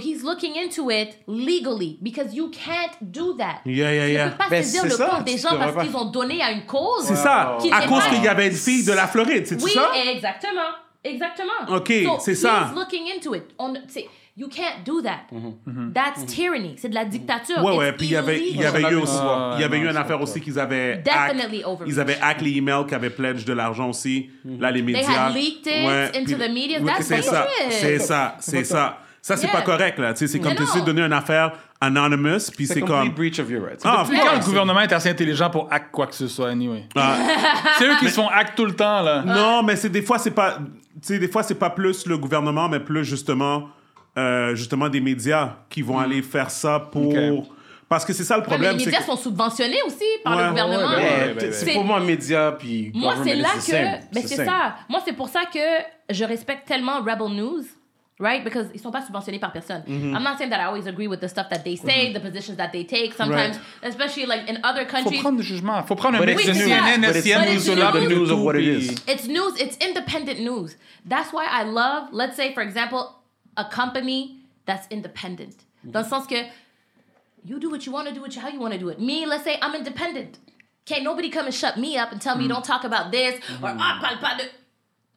[SPEAKER 1] ouais.
[SPEAKER 3] So he's looking into it legally because you can't do that.
[SPEAKER 2] Yeah, yeah, yeah.
[SPEAKER 3] Tu ne peux pas
[SPEAKER 2] Ben,
[SPEAKER 3] saisir
[SPEAKER 2] c'est
[SPEAKER 3] le
[SPEAKER 2] ça,
[SPEAKER 3] compte des
[SPEAKER 2] tu
[SPEAKER 3] gens
[SPEAKER 2] devrais
[SPEAKER 3] parce
[SPEAKER 2] pas.
[SPEAKER 3] qu'ils ont donné à une cause.
[SPEAKER 2] C'est ça,
[SPEAKER 3] qui
[SPEAKER 2] à
[SPEAKER 3] n'est
[SPEAKER 2] cause
[SPEAKER 3] pas-
[SPEAKER 2] qu'il y avait une fille de la Floride, c'est
[SPEAKER 3] Oui,
[SPEAKER 2] ça?
[SPEAKER 3] exactement. Exactement.
[SPEAKER 2] Ok,
[SPEAKER 3] So
[SPEAKER 2] c'est ça.
[SPEAKER 3] He's looking into it. On, tu sais, you can't do that.
[SPEAKER 2] Mm-hmm.
[SPEAKER 3] That's tyranny. C'est de la dictature.
[SPEAKER 2] Ouais,
[SPEAKER 3] It's
[SPEAKER 2] ouais, puis il y avait, il y avait
[SPEAKER 1] illegal.
[SPEAKER 2] eu aussi,
[SPEAKER 1] Ah,
[SPEAKER 2] il y avait
[SPEAKER 1] non,
[SPEAKER 2] eu une
[SPEAKER 1] c'est
[SPEAKER 2] affaire aussi qu'ils avaient hack,
[SPEAKER 3] Definitely over.
[SPEAKER 2] ils avaient hack les emails qui avaient pledge de l'argent aussi, là, les médias.
[SPEAKER 3] had leaked it into the media.
[SPEAKER 2] oui,
[SPEAKER 3] That's
[SPEAKER 2] c'est ça,
[SPEAKER 3] dangerous.
[SPEAKER 2] c'est ça, c'est ça. Ça, c'est
[SPEAKER 3] Yeah.
[SPEAKER 2] pas correct, là, tu sais, c'est
[SPEAKER 3] Mais
[SPEAKER 2] comme tu essaies
[SPEAKER 3] non.
[SPEAKER 2] de donner une affaire anonymous, puis
[SPEAKER 4] C'est
[SPEAKER 2] c'est
[SPEAKER 4] complete
[SPEAKER 2] comme...
[SPEAKER 4] breach of your rights.
[SPEAKER 2] Ah,
[SPEAKER 1] Depuis
[SPEAKER 2] of
[SPEAKER 1] quand
[SPEAKER 2] course.
[SPEAKER 1] le gouvernement est assez intelligent pour hack quoi que ce soit, anyway?
[SPEAKER 2] Ah.
[SPEAKER 1] C'est eux qui se font hack tout le temps, là.
[SPEAKER 2] Non, mais c'est des fois c'est pas, tu sais, des fois c'est pas plus le gouvernement, mais plus justement, euh, justement des médias qui vont aller faire ça pour, parce que c'est ça le
[SPEAKER 3] Ouais, mais
[SPEAKER 2] problème,
[SPEAKER 3] les
[SPEAKER 2] c'est
[SPEAKER 3] médias
[SPEAKER 2] que-
[SPEAKER 3] sont subventionnés aussi par
[SPEAKER 2] Ouais,
[SPEAKER 3] le gouvernement.
[SPEAKER 2] ouais, ouais, ouais, ouais, ouais.
[SPEAKER 4] C'est pour moi, média, puis.
[SPEAKER 3] Moi, c'est
[SPEAKER 4] government,
[SPEAKER 3] là
[SPEAKER 4] the
[SPEAKER 3] que.
[SPEAKER 4] same.
[SPEAKER 3] Ben,
[SPEAKER 4] the
[SPEAKER 3] c'est
[SPEAKER 4] same.
[SPEAKER 3] ça. Moi, c'est pour ça que je respecte tellement Rebel News. Right? Because ils sont pas subventionnés par personne.
[SPEAKER 12] Mhm.
[SPEAKER 3] I'm not saying that I always agree with the stuff that they say, the positions that they take. Sometimes, especially like in other
[SPEAKER 6] Faut
[SPEAKER 3] countries.
[SPEAKER 6] prendre du jugement. Faut prendre un
[SPEAKER 3] But
[SPEAKER 6] mix
[SPEAKER 3] it's
[SPEAKER 6] de
[SPEAKER 3] news.
[SPEAKER 6] CNN,
[SPEAKER 3] But it's
[SPEAKER 6] SCN,
[SPEAKER 3] news.
[SPEAKER 6] News Lab,
[SPEAKER 3] But it's news
[SPEAKER 6] YouTube,
[SPEAKER 3] of what it
[SPEAKER 6] puis-
[SPEAKER 3] is. It's news. It's independent news. That's why I love, let's say, for example, a company that's independent.
[SPEAKER 2] Mm-hmm.
[SPEAKER 3] Dans le sens que you do what you want to do, it how you want to do it. Me, let's say I'm independent. Can't nobody come and shut me up and tell me
[SPEAKER 2] Mm-hmm.
[SPEAKER 3] don't talk about this or ah, parle pas de.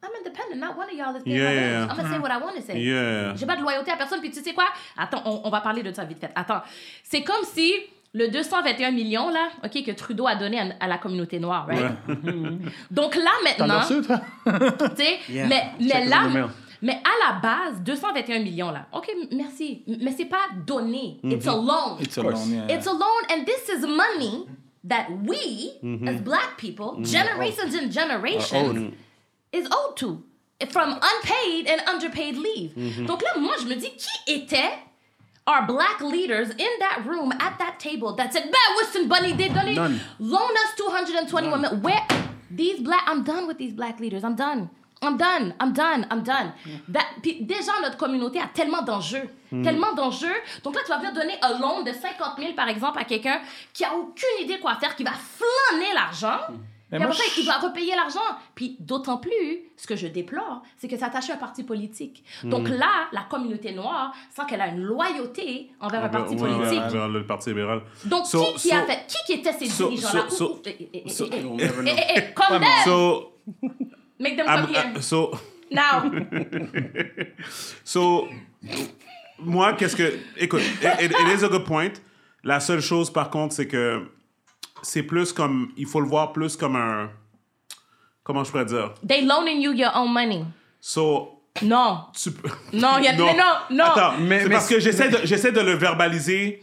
[SPEAKER 3] I'm independent. Not one of y'all is paying my
[SPEAKER 2] Yeah. Mm-hmm.
[SPEAKER 3] bills. I'm gonna say what I want to say.
[SPEAKER 2] Yeah.
[SPEAKER 3] J'ai pas de loyauté à personne. Puis tu sais quoi? Attends, on, on va parler de ça vite fait. Attends. C'est comme si le 221 millions, là, OK, que Trudeau a donné à, à la communauté noire, right? Donc là, maintenant...
[SPEAKER 1] toi?
[SPEAKER 3] Tu sais,
[SPEAKER 1] Yeah.
[SPEAKER 3] mais, mais
[SPEAKER 1] Check
[SPEAKER 3] là,
[SPEAKER 1] the mail.
[SPEAKER 3] mais à la base, 221 millions là. OK, m- merci. M- Mais c'est pas donné. It's a
[SPEAKER 1] Mhm.
[SPEAKER 3] loan.
[SPEAKER 1] It's a Of course. loan, yeah.
[SPEAKER 3] It's a loan, and this is money that we,
[SPEAKER 1] Mhm.
[SPEAKER 3] as black people,
[SPEAKER 1] Mhm.
[SPEAKER 3] generations and generations, is owed to. From unpaid and underpaid leave.
[SPEAKER 1] Mm-hmm.
[SPEAKER 12] Mhm.
[SPEAKER 3] Donc là, moi, je me dis, qui étaient our black leaders in that room, at that table, that said, Ben, Winston Bunny did donate,
[SPEAKER 12] None.
[SPEAKER 3] loan us 221 million. Where these black, I'm done with these black leaders. I'm done. I'm done. I'm done. I'm done. That- puis déjà, notre communauté a tellement d'enjeux.
[SPEAKER 12] Mm.
[SPEAKER 3] Tellement d'enjeux. Donc là, tu vas venir donner un loan de 50 000, par exemple, à quelqu'un qui a aucune idée quoi faire, qui va flâner l'argent.
[SPEAKER 12] Hmm. Mais
[SPEAKER 3] Et
[SPEAKER 12] moi,
[SPEAKER 3] après,
[SPEAKER 12] je-
[SPEAKER 3] il doit repayer l'argent. Puis d'autant plus, ce que je déplore, c'est que c'est attaché à un parti politique. Donc
[SPEAKER 2] Mm.
[SPEAKER 3] là, la communauté noire sent qu'elle a une loyauté envers un
[SPEAKER 2] Envers-
[SPEAKER 3] parti
[SPEAKER 2] ouais,
[SPEAKER 3] politique.
[SPEAKER 2] envers le Parti libéral.
[SPEAKER 3] Donc,
[SPEAKER 2] So-
[SPEAKER 3] qui, qui
[SPEAKER 2] so-
[SPEAKER 3] a fait, qui, qui étaient ces
[SPEAKER 2] so-
[SPEAKER 3] dirigeants-là?
[SPEAKER 2] so-
[SPEAKER 3] Ouh, ouh, eh, eh, eh,
[SPEAKER 2] so- oh,
[SPEAKER 3] eh, eh.
[SPEAKER 2] You'll never
[SPEAKER 3] Eh,
[SPEAKER 2] know.
[SPEAKER 3] eh, eh, come down.
[SPEAKER 2] So,
[SPEAKER 3] Make them
[SPEAKER 2] I'm-
[SPEAKER 3] come here.
[SPEAKER 2] uh, so,
[SPEAKER 3] Now.
[SPEAKER 2] so, moi, qu'est-ce que. Écoute, it, it is a good point. La seule chose, par contre, c'est que c'est plus comme. Il faut le voir plus comme un. Comment je pourrais dire?
[SPEAKER 3] They loaning you your own money.
[SPEAKER 2] So.
[SPEAKER 3] Non.
[SPEAKER 2] Tu peux.
[SPEAKER 3] Non, y a- mais non, non.
[SPEAKER 2] Attends,
[SPEAKER 3] Mais-
[SPEAKER 2] c'est
[SPEAKER 3] mais-
[SPEAKER 2] parce que j'essaie de, j'essaie de le verbaliser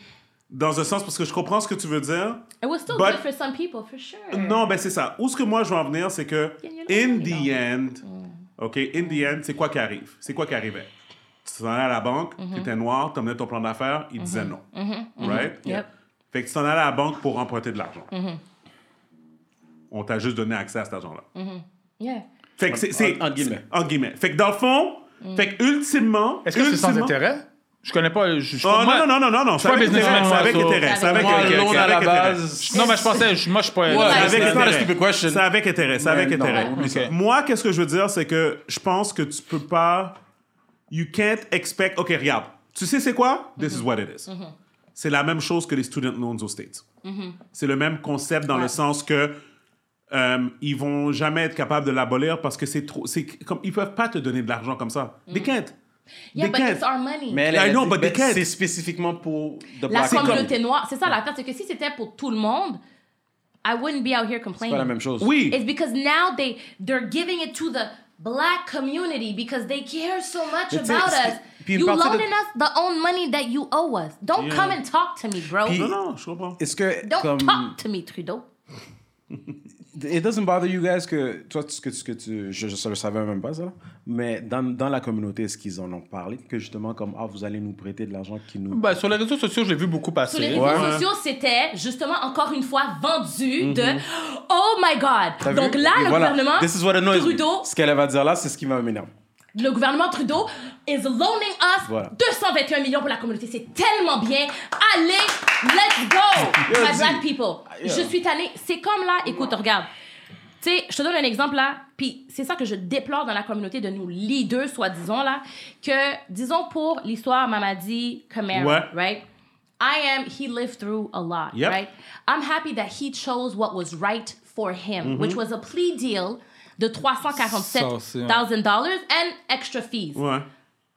[SPEAKER 2] dans un sens parce que je comprends ce que tu veux dire.
[SPEAKER 3] It was still
[SPEAKER 2] But-
[SPEAKER 3] good for some people, for sure.
[SPEAKER 2] Non, ben c'est ça. Où ce que moi je veux en venir, c'est que in the end, OK, in the end, c'est quoi qui arrive? C'est quoi qui arrivait? Tu t'en allais à la banque,
[SPEAKER 12] Mhm.
[SPEAKER 2] tu étais noir, tu emmenais ton plan d'affaires, ils disaient non.
[SPEAKER 12] Mhm.
[SPEAKER 2] Right?
[SPEAKER 12] Yep.
[SPEAKER 2] Fait que tu t'en allais à la banque pour emprunter de l'argent.
[SPEAKER 12] Mhm.
[SPEAKER 2] On t'a juste donné accès à cet argent-là.
[SPEAKER 3] Mhm. Yeah.
[SPEAKER 2] Fait que c'est. c'est-
[SPEAKER 6] En- en guillemets.
[SPEAKER 2] c'est- En guillemets. Fait que dans le fond,
[SPEAKER 3] Mm.
[SPEAKER 2] fait que ultimement.
[SPEAKER 6] Est-ce que c'est sans
[SPEAKER 2] ultimement-
[SPEAKER 6] intérêt? Je connais pas. Je, je,
[SPEAKER 2] Oh,
[SPEAKER 6] moi-
[SPEAKER 2] non, non, non, non, non,
[SPEAKER 6] Je suis pas
[SPEAKER 2] c'est avec
[SPEAKER 6] businessman.
[SPEAKER 2] intérêt, c'est avec
[SPEAKER 6] moi, ça.
[SPEAKER 2] intérêt, c'est avec
[SPEAKER 6] Moi,
[SPEAKER 2] intérêt,
[SPEAKER 6] loan
[SPEAKER 2] c'est
[SPEAKER 6] à la
[SPEAKER 2] avec
[SPEAKER 6] base. Non, mais je pensais, je- moi, je suis pas.
[SPEAKER 2] Ouais,
[SPEAKER 6] c'est
[SPEAKER 2] avec
[SPEAKER 6] avec
[SPEAKER 2] intérêt.
[SPEAKER 6] intérêt.
[SPEAKER 2] C'est avec intérêt. C'est avec
[SPEAKER 6] Mais non,
[SPEAKER 2] intérêt.
[SPEAKER 6] oublie ça.
[SPEAKER 2] Moi, qu'est-ce que je veux dire, c'est que je pense que tu peux pas. You can't expect. OK, regarde. Tu sais, c'est quoi? This is what it is.
[SPEAKER 3] Mm-hmm.
[SPEAKER 2] C'est la même chose que les student loans aux States. C'est le même concept dans le sens que euh, ils vont jamais être capables de l'abolir parce que c'est trop. C'est comme ils peuvent pas te donner de l'argent comme ça.
[SPEAKER 3] Mm-hmm.
[SPEAKER 2] Des quêtes.
[SPEAKER 3] Yeah,
[SPEAKER 2] They
[SPEAKER 3] but
[SPEAKER 2] can't.
[SPEAKER 3] it's our money.
[SPEAKER 4] Mais elle,
[SPEAKER 2] I
[SPEAKER 4] elle a
[SPEAKER 2] know,
[SPEAKER 4] dit-
[SPEAKER 2] but they
[SPEAKER 4] ben,
[SPEAKER 2] can't.
[SPEAKER 4] c'est spécifiquement pour the
[SPEAKER 3] la
[SPEAKER 4] black people.
[SPEAKER 3] communauté noire, c'est ça l'affaire, c'est que si c'était pour tout le monde, I wouldn't be out here complaining.
[SPEAKER 4] C'est pas la même chose.
[SPEAKER 2] Oui.
[SPEAKER 3] It's because now they they're giving it to the black community because they care so much
[SPEAKER 4] Mais tu sais,
[SPEAKER 3] about
[SPEAKER 4] ce qui-
[SPEAKER 3] us.
[SPEAKER 4] puis une
[SPEAKER 3] You
[SPEAKER 4] partie de-
[SPEAKER 3] loaning us the own money that you owe us. Don't
[SPEAKER 4] Yeah.
[SPEAKER 3] come and talk to me, bro.
[SPEAKER 4] Puis-
[SPEAKER 2] je comprends.
[SPEAKER 4] Est-ce que
[SPEAKER 3] Don't
[SPEAKER 4] comme
[SPEAKER 3] talk to me, Trudeau.
[SPEAKER 4] It doesn't bother you guys que toi, tu- ce que, tu- ce que tu. Je, je le savais même pas, ça. là. Mais dans, dans la communauté, est-ce qu'ils en ont parlé Que justement, comme, ah, vous allez nous prêter de l'argent qui nous.
[SPEAKER 6] Ben, sur les réseaux sociaux, je l'ai vu beaucoup passer.
[SPEAKER 3] Sur les réseaux sociaux, c'était justement encore une fois vendu de
[SPEAKER 4] Mhm.
[SPEAKER 3] Oh my God.
[SPEAKER 4] T'as vu?
[SPEAKER 3] Donc là,
[SPEAKER 4] Et
[SPEAKER 3] Ah, le
[SPEAKER 4] voilà.
[SPEAKER 3] gouvernement
[SPEAKER 4] This is what annoys me.
[SPEAKER 3] Trudeau,
[SPEAKER 4] Ce qu'elle va dire là, c'est ce qui va m'énerve.
[SPEAKER 3] le gouvernement Trudeau is loaning us
[SPEAKER 4] Voilà.
[SPEAKER 3] 221 millions pour la communauté. C'est tellement bien. Allez, let's go,
[SPEAKER 12] Yeah,
[SPEAKER 3] my
[SPEAKER 12] dis.
[SPEAKER 3] black people.
[SPEAKER 12] Yeah.
[SPEAKER 3] Je suis tannée. C'est comme là, écoute, regarde. Tu sais, je te donne un exemple là, puis c'est ça que je déplore dans la communauté de nous leaders, soi-disant là, que, disons pour l'histoire Mamadi Kamara,
[SPEAKER 12] Ouais.
[SPEAKER 3] right? I am, he lived through a lot,
[SPEAKER 12] Yep.
[SPEAKER 3] right? I'm happy that he chose what was right for him,
[SPEAKER 12] Mhm.
[SPEAKER 3] which was a plea deal de 347 thousand dollars and extra fees.
[SPEAKER 2] Ouais.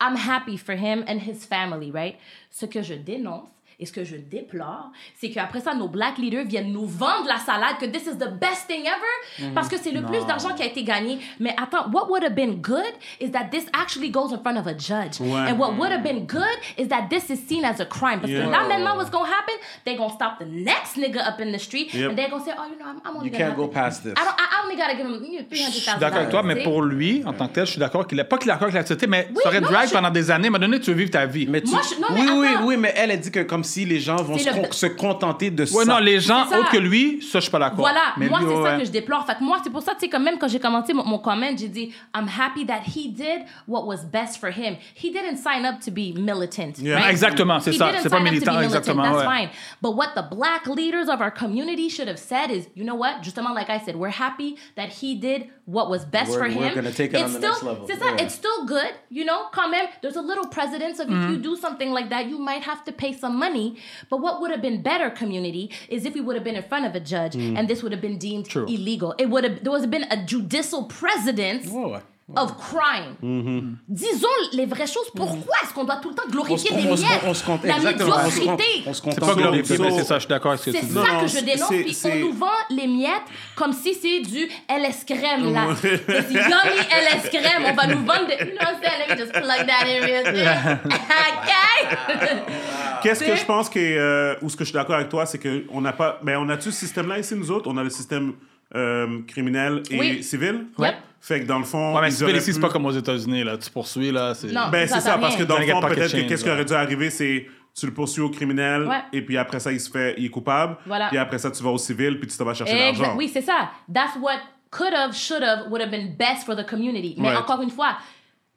[SPEAKER 3] I'm happy for him and his family, right? Ce que je dénonce et ce que je déplore, c'est qu'après ça, nos black leaders viennent nous vendre la salade, que this is the best thing
[SPEAKER 6] Mm-hmm.
[SPEAKER 3] ever,
[SPEAKER 12] Mhm.
[SPEAKER 3] parce que c'est le plus
[SPEAKER 12] Non.
[SPEAKER 3] d'argent qui a été gagné. Mais attends, what would have been good is that this actually goes in front of a judge.
[SPEAKER 12] Ouais.
[SPEAKER 3] And what would have been good is that this is seen as a crime. Parce
[SPEAKER 12] Yeah.
[SPEAKER 3] que là, maintenant, what's gonna happen? They're gonna stop the next nigga up in the street,
[SPEAKER 6] Yep.
[SPEAKER 3] and they're gonna say, oh, you know, I'm, I'm only
[SPEAKER 6] You
[SPEAKER 3] gonna
[SPEAKER 6] can't
[SPEAKER 3] have
[SPEAKER 6] go past this.
[SPEAKER 3] I, don't, I, I only gotta give him you know, $300,000.
[SPEAKER 6] Je suis d'accord avec toi, mais pour lui, en tant que tel, je suis d'accord qu'il est pas qu'il est d'accord avec la société, mais
[SPEAKER 3] Oui,
[SPEAKER 6] ça aurait
[SPEAKER 3] non,
[SPEAKER 6] drag
[SPEAKER 3] je-
[SPEAKER 6] pendant des années. À un moment donné, tu veux vivre ta vie. Mais
[SPEAKER 3] Moi, je- non, mais
[SPEAKER 4] oui, oui, oui, mais elle, elle dit que comme comme si les gens vont
[SPEAKER 3] C'est
[SPEAKER 4] se,
[SPEAKER 3] le-
[SPEAKER 4] con- se contenter de ça.
[SPEAKER 1] Ouais, non, les gens
[SPEAKER 3] C'est ça.
[SPEAKER 1] autres que lui, ça, je suis pas d'accord.
[SPEAKER 3] Voilà,
[SPEAKER 1] Mais
[SPEAKER 3] moi,
[SPEAKER 1] lui,
[SPEAKER 3] c'est ça
[SPEAKER 1] ouais.
[SPEAKER 3] que je déplore. Fait que moi, c'est pour ça, tu sais, quand même, quand j'ai commenté mon, mon comment, j'ai dit, I'm happy that he did what was best for him. He didn't sign up to be militant.
[SPEAKER 1] Yeah,
[SPEAKER 3] right?
[SPEAKER 1] exactement, c'est
[SPEAKER 3] He
[SPEAKER 1] ça.
[SPEAKER 3] didn't
[SPEAKER 1] C'est pas
[SPEAKER 3] sign up to be
[SPEAKER 1] militant,
[SPEAKER 3] militant,
[SPEAKER 1] exactement,
[SPEAKER 3] That's
[SPEAKER 1] ouais.
[SPEAKER 3] fine. But what the black leaders of our community should have said is, you know what, justement, like I said, we're happy that he did what was best
[SPEAKER 4] We're-
[SPEAKER 3] for
[SPEAKER 4] we're
[SPEAKER 3] him.
[SPEAKER 4] gonna take it
[SPEAKER 3] it's
[SPEAKER 4] on the
[SPEAKER 3] still,
[SPEAKER 4] next level.
[SPEAKER 3] C'est ça,
[SPEAKER 4] Yeah.
[SPEAKER 3] it's still good, you know, quand même, there's a little precedence of if
[SPEAKER 1] Mm.
[SPEAKER 3] you do something like that, you might have to pay some money. But what would have been better, community, is if we would have been in front of a judge
[SPEAKER 1] Mm.
[SPEAKER 3] and this would have been deemed
[SPEAKER 1] True.
[SPEAKER 3] illegal. It would have there would have been a judicial precedence of crime.
[SPEAKER 4] Mm-hmm.
[SPEAKER 3] Disons les vraies choses. Pourquoi est-ce qu'on doit tout le temps glorifier
[SPEAKER 1] On se-
[SPEAKER 3] des
[SPEAKER 1] on se-
[SPEAKER 3] miettes,
[SPEAKER 1] on se compte-
[SPEAKER 3] la
[SPEAKER 1] exactement, on se compte-
[SPEAKER 3] médiocrité?
[SPEAKER 1] on se compte- C'est pas glorifié, mais c'est ça, je suis d'accord avec ce que tu
[SPEAKER 3] C'est
[SPEAKER 1] dis.
[SPEAKER 3] ça
[SPEAKER 1] Non,
[SPEAKER 3] que je dénonce,
[SPEAKER 1] c'est-
[SPEAKER 3] puis on
[SPEAKER 1] c'est-
[SPEAKER 3] nous vend les miettes comme si c'est du LS crème, là.
[SPEAKER 1] Ouais.
[SPEAKER 3] C'est du yummy LS crème, on va nous vendre... des- You know what I'm saying? Let me just plug that in real quick. OK?
[SPEAKER 4] Ah.
[SPEAKER 2] Qu'est-ce que je pense que, euh, ou ce que je suis d'accord avec toi, c'est qu'on n'a pas. Ben, on a-tu ce système-là ici, nous autres On a le système euh, criminel et
[SPEAKER 3] Oui.
[SPEAKER 2] civil
[SPEAKER 3] Yep.
[SPEAKER 2] Fait que dans le fond.
[SPEAKER 1] Ouais, mais
[SPEAKER 2] ils
[SPEAKER 1] c'est
[SPEAKER 2] auraient
[SPEAKER 1] pas- ici, c'est
[SPEAKER 2] pu-
[SPEAKER 1] pas comme aux États-Unis, là. Tu poursuis, là. c'est-
[SPEAKER 3] Non,
[SPEAKER 2] Ben,
[SPEAKER 3] ça,
[SPEAKER 2] c'est
[SPEAKER 3] t'as
[SPEAKER 2] ça, parce que
[SPEAKER 3] rien.
[SPEAKER 2] dans le
[SPEAKER 1] Like a
[SPEAKER 2] fond,
[SPEAKER 1] pocket
[SPEAKER 2] peut-être que
[SPEAKER 1] change,
[SPEAKER 2] qu'est-ce qui
[SPEAKER 1] ouais.
[SPEAKER 2] aurait dû arriver, c'est tu le poursuis au criminel,
[SPEAKER 3] Ouais.
[SPEAKER 2] et puis après ça, il se fait, il est coupable,
[SPEAKER 3] Voilà.
[SPEAKER 2] puis après ça, tu vas au civil, puis tu te vas chercher
[SPEAKER 3] Exact-
[SPEAKER 2] l'argent.
[SPEAKER 3] Oui, c'est ça. That's what could have, should have, would have been best for the community. Mais
[SPEAKER 2] Ouais.
[SPEAKER 3] encore une fois,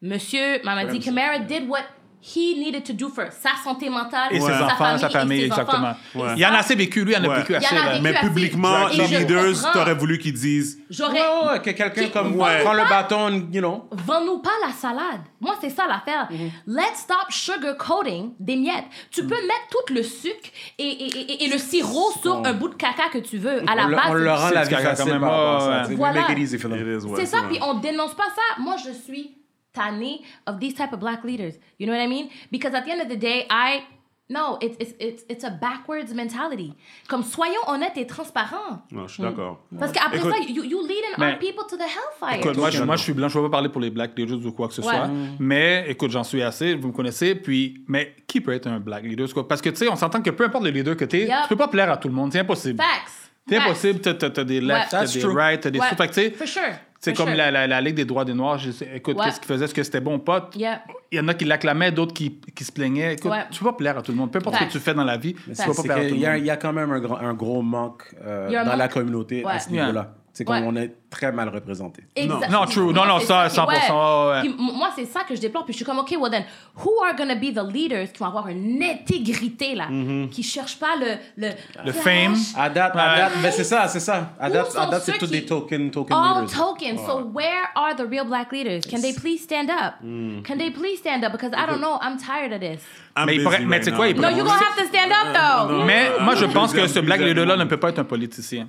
[SPEAKER 3] Monsieur Mamadi
[SPEAKER 1] Ouais,
[SPEAKER 3] Kamara did what he needed to do for sa santé mentale,
[SPEAKER 1] Et ses enfants, sa famille,
[SPEAKER 3] et ses
[SPEAKER 1] exactement.
[SPEAKER 3] enfants.
[SPEAKER 1] Ouais. Il en a assez vécu, lui, il en a
[SPEAKER 2] Ouais.
[SPEAKER 1] vécu assez. là.
[SPEAKER 2] Mais publiquement,
[SPEAKER 3] assez.
[SPEAKER 2] les
[SPEAKER 3] Et je
[SPEAKER 2] leaders,
[SPEAKER 3] comprends.
[SPEAKER 2] t'aurais voulu qu'ils disent.
[SPEAKER 3] J'aurais.
[SPEAKER 4] Ouais, ouais, que quelqu'un
[SPEAKER 3] Qui-
[SPEAKER 4] comme
[SPEAKER 3] Ouais.
[SPEAKER 4] prend le bâton, you know.
[SPEAKER 3] Vends-nous pas la salade. Moi, c'est ça l'affaire.
[SPEAKER 1] Mhm.
[SPEAKER 3] Let's stop sugarcoating des miettes. Tu peux mettre tout le sucre et, et, et, et le sirop sur un bout de caca que tu veux. À la
[SPEAKER 4] on, le-
[SPEAKER 3] base,
[SPEAKER 4] on leur rend
[SPEAKER 3] c'est-
[SPEAKER 4] la
[SPEAKER 1] c'est
[SPEAKER 4] vie
[SPEAKER 1] quand
[SPEAKER 4] facile
[SPEAKER 1] même,
[SPEAKER 4] par rapport à ça.
[SPEAKER 1] ouais.
[SPEAKER 4] tu sais. We
[SPEAKER 3] Voilà.
[SPEAKER 4] Make it easy for them.
[SPEAKER 3] C'est ça, puis on dénonce pas ça. Moi, je suis tannée of these type of black leaders. You know what I mean? Because at the end of the day, I no, it's it's it's, it's a backwards mentality. Comme soyons honnêtes et transparents.
[SPEAKER 2] Non, je suis d'accord.
[SPEAKER 3] Parce qu'après
[SPEAKER 1] Écoute-
[SPEAKER 3] ça, you, you leading
[SPEAKER 1] Mais-
[SPEAKER 3] our people to the hellfire.
[SPEAKER 1] Écoute, moi, je, moi, je suis blanc, je ne vais pas parler pour les blacks, les juges ou quoi que ce
[SPEAKER 3] Ouais.
[SPEAKER 1] soit.
[SPEAKER 3] Mm.
[SPEAKER 1] Mais écoute, j'en suis assez, vous me connaissez. Puis, mais qui peut être un black leader? quoi? Parce que tu sais, on s'entend que peu importe le leader que tu es,
[SPEAKER 3] Yep.
[SPEAKER 1] tu peux pas plaire à tout le monde. C'est impossible.
[SPEAKER 3] Facts.
[SPEAKER 1] C'est
[SPEAKER 3] Facts.
[SPEAKER 1] impossible. Tu as, des left,
[SPEAKER 3] Ouais.
[SPEAKER 1] t'as
[SPEAKER 3] That's
[SPEAKER 1] des
[SPEAKER 3] true.
[SPEAKER 1] right, t'as des
[SPEAKER 3] Ouais.
[SPEAKER 1] sous. Fait que tu sais,
[SPEAKER 3] For sure.
[SPEAKER 1] c'est
[SPEAKER 3] For
[SPEAKER 1] comme
[SPEAKER 3] sure.
[SPEAKER 1] la, la- la Ligue des droits des Noirs. Je sais- écoute,
[SPEAKER 3] Ouais.
[SPEAKER 1] qu'est-ce qu'ils faisaient? Est-ce que c'était bon pote?
[SPEAKER 3] Yeah.
[SPEAKER 1] Il y en a qui l'acclamaient, d'autres qui, qui se plaignaient. Écoute,
[SPEAKER 3] Ouais.
[SPEAKER 1] tu peux pas plaire à tout le monde. Peu importe ce que
[SPEAKER 3] Facts.
[SPEAKER 1] tu fais dans la vie, tu
[SPEAKER 4] Mais
[SPEAKER 1] vas pas
[SPEAKER 4] c'est
[SPEAKER 1] plaire à
[SPEAKER 4] que
[SPEAKER 1] tout
[SPEAKER 4] il y,
[SPEAKER 1] le
[SPEAKER 4] a-
[SPEAKER 1] monde.
[SPEAKER 4] il y a quand même un, grand- un gros manque euh,
[SPEAKER 3] Il y a un
[SPEAKER 4] dans la
[SPEAKER 3] manque.
[SPEAKER 4] communauté
[SPEAKER 3] Ouais.
[SPEAKER 4] à ce niveau-là.
[SPEAKER 1] Yeah.
[SPEAKER 4] C'est comme
[SPEAKER 3] Ouais.
[SPEAKER 4] on est très mal représenté.
[SPEAKER 3] Exact-
[SPEAKER 1] Non, true. Non, non,
[SPEAKER 3] c'est
[SPEAKER 1] ça,
[SPEAKER 3] qui- ouais.
[SPEAKER 1] 100%, ouais, ouais.
[SPEAKER 3] Puis m- moi, c'est ça que je déplore. Puis je suis comme, OK, well then, who are gonna be the leaders qui vont avoir une intégrité, là, qui cherchent pas le... Le,
[SPEAKER 1] Mm-hmm. Le fame.
[SPEAKER 4] À date, à date, ben c'est ça, c'est ça. À
[SPEAKER 3] Où
[SPEAKER 4] date, à
[SPEAKER 3] sont
[SPEAKER 4] date, c'est
[SPEAKER 3] ceux
[SPEAKER 4] tous
[SPEAKER 3] qui- Oh,
[SPEAKER 4] des token, token
[SPEAKER 3] All
[SPEAKER 4] leaders.
[SPEAKER 3] tokens. So
[SPEAKER 4] Ouais.
[SPEAKER 3] where are the real black leaders? Can they please stand up?
[SPEAKER 4] Mm.
[SPEAKER 3] Can they please stand up? Because I don't know. I'm tired of this.
[SPEAKER 1] Mais il pourrait- mais tu sais quoi? il
[SPEAKER 3] No,
[SPEAKER 1] pourrait-
[SPEAKER 3] you're gonna have to stand up though.
[SPEAKER 1] Mais moi, je pense que ce
[SPEAKER 2] Ah, Deuxième-
[SPEAKER 1] black
[SPEAKER 2] deuxième
[SPEAKER 1] leader-là ne peut pas être un politicien.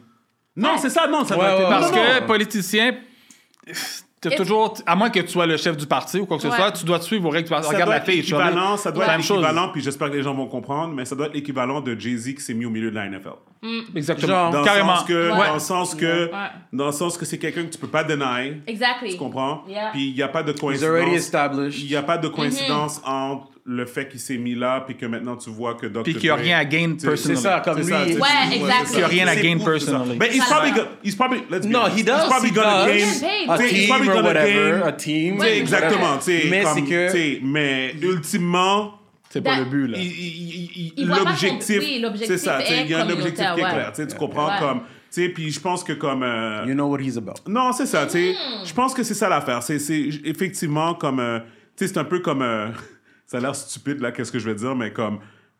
[SPEAKER 2] Non, c'est ça, non, ça
[SPEAKER 1] Ouais,
[SPEAKER 2] doit être.
[SPEAKER 1] ouais, Parce
[SPEAKER 2] Non, non,
[SPEAKER 1] que
[SPEAKER 2] non.
[SPEAKER 1] politicien, t'as toujours, à moins que tu sois le chef du parti ou quoi que ce
[SPEAKER 3] Ouais.
[SPEAKER 1] soit, tu dois te suivre aux règles.
[SPEAKER 2] Ça
[SPEAKER 1] Regarde
[SPEAKER 2] doit
[SPEAKER 1] la
[SPEAKER 2] être
[SPEAKER 1] fille,
[SPEAKER 2] l'équivalent,
[SPEAKER 1] Charlie.
[SPEAKER 2] ça doit
[SPEAKER 1] C'est la
[SPEAKER 2] être
[SPEAKER 1] même chose.
[SPEAKER 2] l'équivalent, puis j'espère que les gens vont comprendre, mais ça doit être l'équivalent de Jay-Z qui s'est mis au milieu de la NFL.
[SPEAKER 1] Exactement.
[SPEAKER 2] dans
[SPEAKER 1] Carrément.
[SPEAKER 2] Le sens que,
[SPEAKER 1] Ouais.
[SPEAKER 2] Dans le sens que,
[SPEAKER 3] Ouais.
[SPEAKER 2] dans le sens que c'est quelqu'un que tu peux pas deny.
[SPEAKER 3] Exactly.
[SPEAKER 2] Tu comprends?
[SPEAKER 3] Yeah.
[SPEAKER 2] Puis il n'y a pas de
[SPEAKER 4] He's already
[SPEAKER 2] coïncidence.
[SPEAKER 4] established.
[SPEAKER 2] Il n'y a pas de coïncidence entre le fait qu'il s'est mis là, puis que maintenant tu vois que Dr.
[SPEAKER 1] Puis qu'il y a
[SPEAKER 2] Dre-
[SPEAKER 1] rien à gain
[SPEAKER 2] Tu sais,
[SPEAKER 1] personally.
[SPEAKER 2] C'est ça, comme
[SPEAKER 4] Ouais,
[SPEAKER 2] lui.
[SPEAKER 3] exactly.
[SPEAKER 1] Qu'il y a rien à gain personally.
[SPEAKER 2] personally. Mais he's
[SPEAKER 3] Voilà.
[SPEAKER 2] probably go- he's probably let's be
[SPEAKER 4] No,
[SPEAKER 2] honest,
[SPEAKER 4] he does.
[SPEAKER 2] He's probably
[SPEAKER 4] he
[SPEAKER 2] gonna
[SPEAKER 4] does.
[SPEAKER 2] gain-
[SPEAKER 3] He's
[SPEAKER 4] a
[SPEAKER 2] tu sais, he's
[SPEAKER 4] team
[SPEAKER 2] probably
[SPEAKER 4] or
[SPEAKER 2] gonna
[SPEAKER 4] whatever,
[SPEAKER 2] gain-
[SPEAKER 4] a team.
[SPEAKER 2] Tu sais, exactement, tu sais,
[SPEAKER 4] Mais
[SPEAKER 2] comme-
[SPEAKER 4] c'est que-
[SPEAKER 2] tu sais, mais ultimement,
[SPEAKER 1] C'est pas le
[SPEAKER 3] That-
[SPEAKER 1] but, là.
[SPEAKER 2] il- il- il-
[SPEAKER 3] Il voit pas son-
[SPEAKER 2] l'objectif,
[SPEAKER 3] oui, l'objectif
[SPEAKER 2] c'est ça, tu sais,
[SPEAKER 3] est
[SPEAKER 2] il y a un objectif
[SPEAKER 3] communautaire,
[SPEAKER 2] qui est
[SPEAKER 3] ouais.
[SPEAKER 2] clair, tu sais, tu comprends
[SPEAKER 3] Ouais.
[SPEAKER 2] comme, tu sais, puis je pense que comme, euh,
[SPEAKER 4] You know what he's about.
[SPEAKER 2] non, c'est ça, tu sais, je pense que c'est ça l'affaire, c'est c'est j- effectivement comme, euh, tu sais, c'est un peu comme, euh, ça a l'air stupide là, qu'est-ce que je vais dire, mais comme,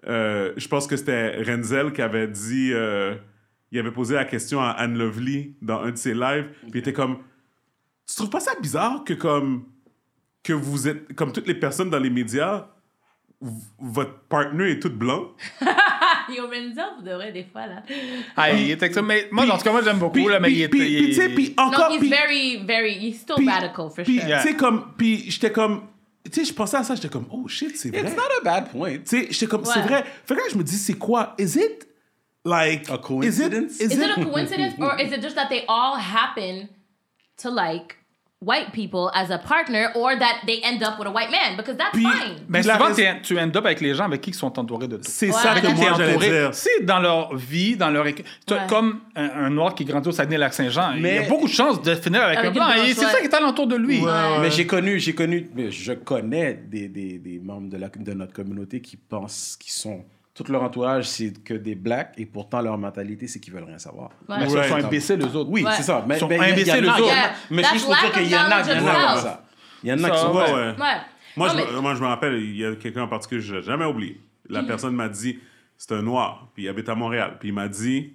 [SPEAKER 2] euh, je pense que c'était Renzel qui avait dit, euh, il avait posé la question à Anne Lovely dans un de ses lives, puis il était comme, tu trouves pas ça bizarre que comme que vous êtes comme toutes les personnes dans les médias v- votre partner est tout blanc
[SPEAKER 3] Yo, Renzo, vous devrez des fois là.
[SPEAKER 1] Ah, il est excellent. Mais moi, dans ce cas, moi, j'aime beaucoup, là, mais il est.
[SPEAKER 2] puis puis, tu sais
[SPEAKER 1] il-
[SPEAKER 2] puis
[SPEAKER 3] No,
[SPEAKER 2] encore
[SPEAKER 3] he's
[SPEAKER 2] puis
[SPEAKER 3] very, very, he's still
[SPEAKER 2] Puis-
[SPEAKER 3] radical for
[SPEAKER 2] puis,
[SPEAKER 3] sure.
[SPEAKER 2] tu sais comme puis j'étais comme tu sais je pensais à ça j'étais comme oh shit c'est vrai
[SPEAKER 4] It's not a bad point.
[SPEAKER 2] tu sais j'étais comme c'est
[SPEAKER 3] Ouais.
[SPEAKER 2] vrai fait que là, je me dis c'est quoi is it like
[SPEAKER 4] A
[SPEAKER 2] is it
[SPEAKER 4] coincidence?
[SPEAKER 2] is
[SPEAKER 3] Is it
[SPEAKER 2] it
[SPEAKER 3] a coincidence or is it just that they all happen to like white people as a partner or that they end up with a white man? Because that's
[SPEAKER 2] Puis-
[SPEAKER 3] fine.
[SPEAKER 1] Mais
[SPEAKER 2] Puis la
[SPEAKER 1] souvent,
[SPEAKER 2] raison-
[SPEAKER 1] t'es- tu end up avec les gens avec qui ils sont entourés de toi.
[SPEAKER 2] c'est
[SPEAKER 3] Ouais.
[SPEAKER 2] ça que
[SPEAKER 3] Avec
[SPEAKER 1] T'es
[SPEAKER 2] moi j'allais
[SPEAKER 1] entouré.
[SPEAKER 2] dire
[SPEAKER 1] C'est dans leur vie, dans leur. équ- t'as
[SPEAKER 3] Ouais.
[SPEAKER 1] Comme un, un noir qui grandit au Saguenay-Lac-Saint-Jean, il y
[SPEAKER 4] Mais-
[SPEAKER 1] a beaucoup de chances de finir avec,
[SPEAKER 3] Avec
[SPEAKER 1] un
[SPEAKER 3] une
[SPEAKER 1] blanc.
[SPEAKER 3] blanche,
[SPEAKER 1] Et c'est
[SPEAKER 3] ouais.
[SPEAKER 1] ça qui est alentour de lui.
[SPEAKER 4] Mais j'ai connu, j'ai connu, mais je connais des, des, des membres de, la, de notre communauté qui pensent qu'ils sont tout leur entourage, c'est que des blacks et pourtant leur mentalité, c'est qu'ils veulent rien savoir.
[SPEAKER 6] Ouais. Mais ils sont imbéciles,
[SPEAKER 4] eux autres. Oui,
[SPEAKER 6] Ouais.
[SPEAKER 4] c'est ça. Mais,
[SPEAKER 6] Ils sont
[SPEAKER 4] mais il y a- il y en a-
[SPEAKER 6] imbéciles, eux
[SPEAKER 4] il y en a-
[SPEAKER 6] autres.
[SPEAKER 4] Mais
[SPEAKER 3] That's
[SPEAKER 4] juste pour dire
[SPEAKER 3] lack of
[SPEAKER 4] qu'il y en a,
[SPEAKER 3] knowledge
[SPEAKER 4] il y en a
[SPEAKER 3] itself.
[SPEAKER 4] comme ça. Il y en a
[SPEAKER 2] Ça,
[SPEAKER 4] qui sont
[SPEAKER 2] ouais,
[SPEAKER 4] comme ça.
[SPEAKER 2] ouais.
[SPEAKER 3] Ouais.
[SPEAKER 2] Moi,
[SPEAKER 3] Non,
[SPEAKER 2] je, me-
[SPEAKER 3] mais- Mm.
[SPEAKER 2] moi, je me rappelle, il y a quelqu'un en particulier que j'ai jamais oublié. La personne m'a dit, c'est un noir, puis il habite à Montréal. Puis il m'a dit,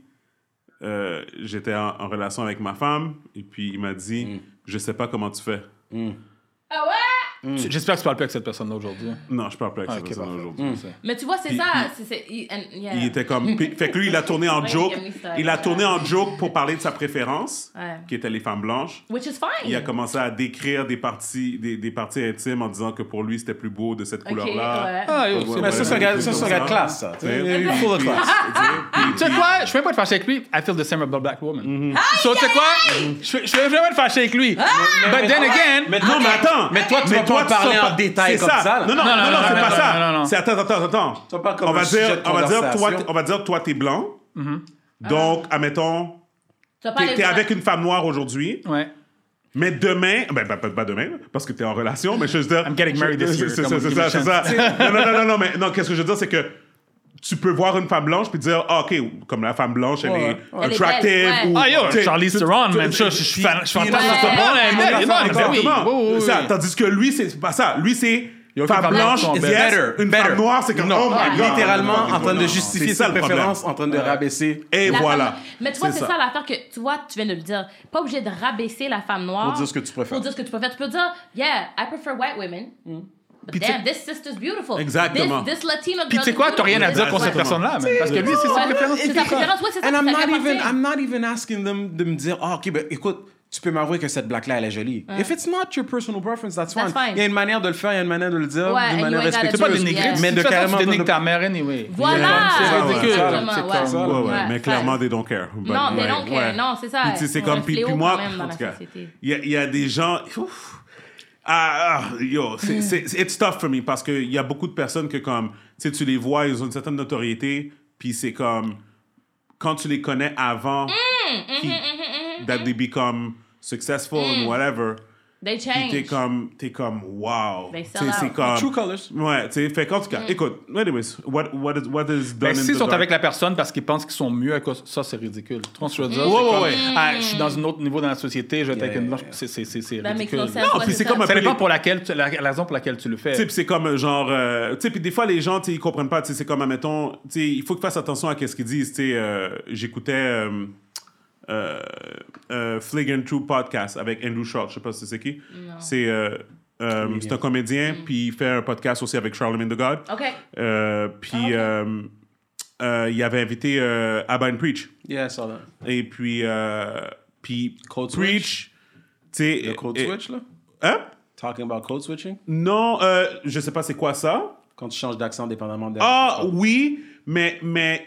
[SPEAKER 2] euh, j'étais en, en relation avec ma femme, et puis il m'a dit, je sais pas comment tu fais.
[SPEAKER 3] Ah ouais?
[SPEAKER 6] Tu- J'espère que tu parles plus avec cette personne-là aujourd'hui.
[SPEAKER 2] Non, je parle plus avec
[SPEAKER 6] Ah,
[SPEAKER 2] cette
[SPEAKER 6] ok,
[SPEAKER 2] personne
[SPEAKER 6] parfait.
[SPEAKER 3] Mm.
[SPEAKER 2] aujourd'hui.
[SPEAKER 3] Mais tu vois, c'est
[SPEAKER 2] Puis-
[SPEAKER 3] ça.
[SPEAKER 2] puis-
[SPEAKER 3] c'est- c'est- il- and- yeah.
[SPEAKER 2] Il était comme. puis- fait que lui, il a tourné en
[SPEAKER 3] Euh. Ouais,
[SPEAKER 2] joke.
[SPEAKER 3] il a mis ça,
[SPEAKER 2] Il a
[SPEAKER 3] ouais.
[SPEAKER 2] tourné en joke pour parler de sa préférence,
[SPEAKER 3] Ouais.
[SPEAKER 2] qui était les femmes blanches.
[SPEAKER 3] Which is fine.
[SPEAKER 2] Il a commencé à décrire des parties, des, des parties intimes en disant que pour lui, c'était plus beau de cette
[SPEAKER 3] ouais.
[SPEAKER 2] couleur-là.
[SPEAKER 6] Ah, yo,
[SPEAKER 2] Ouais,
[SPEAKER 6] c'est-
[SPEAKER 2] ouais,
[SPEAKER 4] Mais ça,
[SPEAKER 2] ouais,
[SPEAKER 4] c'est un gars-
[SPEAKER 2] des
[SPEAKER 4] ça,
[SPEAKER 2] trucs
[SPEAKER 4] c'est un
[SPEAKER 2] comme
[SPEAKER 4] gars classe, ça.
[SPEAKER 2] Tu sais,
[SPEAKER 4] Il est
[SPEAKER 2] puis-
[SPEAKER 4] full of
[SPEAKER 2] puis-
[SPEAKER 4] classe.
[SPEAKER 2] tu sais, puis-
[SPEAKER 6] Tu sais quoi? Je suis même pas être fâché avec lui. I feel the same about black woman. So, tu sais quoi? Je je suis vraiment être fâché avec
[SPEAKER 3] Ah!
[SPEAKER 6] lui. But then again,
[SPEAKER 4] Mais
[SPEAKER 2] Non, mais attends!
[SPEAKER 4] Ah, Mais toi, tu vas pas
[SPEAKER 2] tu
[SPEAKER 4] parler
[SPEAKER 2] sais
[SPEAKER 4] en
[SPEAKER 2] pas-
[SPEAKER 4] détail
[SPEAKER 2] c'est
[SPEAKER 4] comme ça, là.
[SPEAKER 2] Non,
[SPEAKER 6] Non,
[SPEAKER 2] non, non,
[SPEAKER 6] non,
[SPEAKER 2] non,
[SPEAKER 6] non,
[SPEAKER 2] c'est pas
[SPEAKER 6] non, non, non,
[SPEAKER 2] ça.
[SPEAKER 6] non.
[SPEAKER 2] C'est attends, attends, attends.
[SPEAKER 4] Ça parle comme
[SPEAKER 2] On
[SPEAKER 4] un
[SPEAKER 2] va
[SPEAKER 4] sujet
[SPEAKER 2] dire,
[SPEAKER 4] de
[SPEAKER 2] on va dire, toi,
[SPEAKER 4] conversation.
[SPEAKER 2] t'es- on va dire, toi, t'es blanc. Donc, admettons,
[SPEAKER 3] Tu vas pas
[SPEAKER 2] t'es
[SPEAKER 3] aller
[SPEAKER 2] t'es
[SPEAKER 3] voir-
[SPEAKER 2] avec une femme noire aujourd'hui.
[SPEAKER 6] ouais.
[SPEAKER 2] Mais demain, ben, ben, ben, pas demain, parce que t'es en relation, mais je veux dire.
[SPEAKER 6] I'm getting married this year,
[SPEAKER 2] C'est
[SPEAKER 6] come
[SPEAKER 2] ça,
[SPEAKER 6] on,
[SPEAKER 2] c'est
[SPEAKER 6] give me
[SPEAKER 2] ça,
[SPEAKER 6] a
[SPEAKER 2] c'est ça. Non, non, non, non, non, mais non, qu'est-ce que je veux dire, c'est que tu peux voir une femme blanche puis dire, ah, OK, comme la femme blanche, elle
[SPEAKER 4] Ouais,
[SPEAKER 2] est
[SPEAKER 3] Elle est
[SPEAKER 2] attractive.
[SPEAKER 3] belle, ouais.
[SPEAKER 2] ou,
[SPEAKER 6] Ah yo,
[SPEAKER 2] tu sais,
[SPEAKER 6] Charlie
[SPEAKER 2] tu-
[SPEAKER 6] Theron,
[SPEAKER 2] tu-
[SPEAKER 6] même
[SPEAKER 2] tu-
[SPEAKER 6] ça, je suis fan- je suis
[SPEAKER 4] il est
[SPEAKER 6] fantasme sur
[SPEAKER 3] dans
[SPEAKER 6] ce point,
[SPEAKER 3] son
[SPEAKER 6] elle est belle, elle est
[SPEAKER 4] corps,
[SPEAKER 6] bonne, ben oui,
[SPEAKER 2] Exactement.
[SPEAKER 6] oui, oui.
[SPEAKER 2] Ça, Tandis que lui, c'est pas ça. Lui, c'est. Femme
[SPEAKER 6] femme
[SPEAKER 2] blanche,
[SPEAKER 6] blanche,
[SPEAKER 2] yes,
[SPEAKER 6] better,
[SPEAKER 2] une femme noire, c'est comme
[SPEAKER 4] Non,
[SPEAKER 2] oh my God.
[SPEAKER 4] littéralement en train
[SPEAKER 2] Non,
[SPEAKER 4] de justifier
[SPEAKER 2] c'est ça
[SPEAKER 4] sa
[SPEAKER 2] le problème.
[SPEAKER 4] préférence, en train de rabaisser.
[SPEAKER 2] Et
[SPEAKER 3] la
[SPEAKER 2] voilà.
[SPEAKER 3] femme- Mais tu vois,
[SPEAKER 2] C'est
[SPEAKER 3] c'est ça, l'affaire que tu vois, tu viens de le dire. Pas obligé de rabaisser la femme noire.
[SPEAKER 4] Pour dire ce que tu préfères.
[SPEAKER 3] Ah. Pour dire ce que tu préfères. Tu peux dire, yeah, I prefer white women.
[SPEAKER 2] Hmm.
[SPEAKER 3] But
[SPEAKER 6] Puis tu-
[SPEAKER 3] damn, this sister's beautiful.
[SPEAKER 2] Exactement.
[SPEAKER 3] This, this Latina girl.
[SPEAKER 6] Puis tu sais quoi?
[SPEAKER 3] is
[SPEAKER 6] T'as rien à
[SPEAKER 3] beautiful.
[SPEAKER 6] dire contre cette
[SPEAKER 2] Exactement.
[SPEAKER 6] personne-là, man, parce que lui, c'est sa
[SPEAKER 3] Ouais.
[SPEAKER 6] préférence.
[SPEAKER 3] C'est
[SPEAKER 6] c'est
[SPEAKER 3] ta
[SPEAKER 6] ça.
[SPEAKER 3] préférence, ouais, c'est ça.
[SPEAKER 4] And I'm
[SPEAKER 3] ça
[SPEAKER 4] not
[SPEAKER 3] fait
[SPEAKER 4] even,
[SPEAKER 3] partie.
[SPEAKER 4] I'm not even asking them de me dire, ah, ok, ben écoute, tu peux m'avouer que cette blague-là, elle est jolie. If it's not your personal preference, that's fine.
[SPEAKER 3] That's fine.
[SPEAKER 4] Il y a une manière de le faire, il y a une manière de le dire,
[SPEAKER 3] Ouais, and
[SPEAKER 4] d'une
[SPEAKER 3] you
[SPEAKER 4] manière
[SPEAKER 3] ain't gotta
[SPEAKER 4] respectueuse.
[SPEAKER 6] C'est pas
[SPEAKER 3] Yeah.
[SPEAKER 6] dénigrer.
[SPEAKER 3] Mais
[SPEAKER 6] Mais
[SPEAKER 4] de
[SPEAKER 6] de
[SPEAKER 4] carrément
[SPEAKER 6] carrément. Tu dénigres
[SPEAKER 4] prendre
[SPEAKER 6] ta mère, anyway.
[SPEAKER 3] Voilà.
[SPEAKER 2] C'est
[SPEAKER 3] Ouais,
[SPEAKER 2] ridicule.
[SPEAKER 3] exactement,
[SPEAKER 6] C'est
[SPEAKER 3] ouais.
[SPEAKER 6] comme
[SPEAKER 2] Ouais,
[SPEAKER 6] ça.
[SPEAKER 2] ouais,
[SPEAKER 3] Ouais,
[SPEAKER 2] mais
[SPEAKER 3] ouais.
[SPEAKER 2] clairement, they don't care. But,
[SPEAKER 3] Non, they
[SPEAKER 2] ouais,
[SPEAKER 3] don't care.
[SPEAKER 2] ouais.
[SPEAKER 3] Non, c'est ça.
[SPEAKER 2] Puis, tu sais, c'est
[SPEAKER 3] Ouais,
[SPEAKER 2] comme,
[SPEAKER 3] un
[SPEAKER 2] puis,
[SPEAKER 3] fléau
[SPEAKER 2] puis moi,
[SPEAKER 3] quand même dans
[SPEAKER 2] en
[SPEAKER 3] la
[SPEAKER 2] tout cas,
[SPEAKER 3] société.
[SPEAKER 2] il y, a- il y a des gens. Ouf. Ah, ah, yo,
[SPEAKER 3] Hmm.
[SPEAKER 2] c'est, c'est, c'est- it's tough for me parce qu'il y a beaucoup de personnes que, comme, tu sais, tu les vois, ils ont une certaine notoriété, puis c'est comme, quand tu les connais
[SPEAKER 3] Hmm,
[SPEAKER 2] avant, qui- that they become successful
[SPEAKER 3] Hmm.
[SPEAKER 2] and whatever,
[SPEAKER 3] They
[SPEAKER 2] puis t'es
[SPEAKER 3] change.
[SPEAKER 2] comme, t'es comme, wow.
[SPEAKER 3] They
[SPEAKER 2] Tu sais,
[SPEAKER 3] sell
[SPEAKER 2] c'est
[SPEAKER 3] out. Hmm.
[SPEAKER 2] comme.
[SPEAKER 4] True colors.
[SPEAKER 2] Ouais, tu sais, fait qu'en tout cas, écoute, anyways, what, what is, what is done
[SPEAKER 6] Ben,
[SPEAKER 2] in
[SPEAKER 6] s'ils
[SPEAKER 2] the
[SPEAKER 6] sont
[SPEAKER 2] dark?
[SPEAKER 6] avec la personne parce qu'ils pensent qu'ils sont mieux à cause ça, c'est ridicule. Tu vois ce que je veux dire?
[SPEAKER 2] Ouais,
[SPEAKER 6] C'est
[SPEAKER 2] ouais,
[SPEAKER 6] comme,
[SPEAKER 2] ouais.
[SPEAKER 6] Ah, je suis dans un autre niveau dans la société, je vais être avec
[SPEAKER 4] Yeah,
[SPEAKER 6] une
[SPEAKER 4] yeah,
[SPEAKER 6] blanche. C'est c'est- c'est- c'est
[SPEAKER 3] That makes
[SPEAKER 6] ridicule.
[SPEAKER 3] no sense.
[SPEAKER 2] Non,
[SPEAKER 3] Ouais,
[SPEAKER 2] puis
[SPEAKER 3] c'est
[SPEAKER 2] c'est
[SPEAKER 3] Ben, ça.
[SPEAKER 2] comme un
[SPEAKER 6] Ça
[SPEAKER 2] peu
[SPEAKER 6] dépend
[SPEAKER 2] les-
[SPEAKER 6] pour laquelle tu- la, la raison pour laquelle tu le fais.
[SPEAKER 2] Tu sais, puis c'est comme euh, genre. euh, tu sais, puis des fois, les gens, tu sais, ils comprennent pas. Tu sais, c'est comme, admettons, tu sais, il faut qu'ils fassent attention à qu'est-ce qu'ils disent. Tu sais, euh, j'écoutais. Euh, euh, euh, Flig and True podcast avec Andrew Schultz, je sais pas si c'est qui. C'est euh, euh, c'est un comédien, puis il fait un podcast aussi avec Charlemagne the God.
[SPEAKER 3] OK.
[SPEAKER 2] Euh, puis euh, euh, il avait invité euh, Abba and Preach.
[SPEAKER 4] Yeah, I saw that.
[SPEAKER 2] Et puis, euh, puis
[SPEAKER 4] Code switch?
[SPEAKER 2] Preach, tu sais.
[SPEAKER 4] Le code
[SPEAKER 2] euh,
[SPEAKER 4] switch, là?
[SPEAKER 2] Hein?
[SPEAKER 4] Talking about code switching?
[SPEAKER 2] Non, euh, je sais pas c'est quoi ça.
[SPEAKER 4] Quand tu changes d'accent dépendamment de...
[SPEAKER 2] Ah oui, mais, mais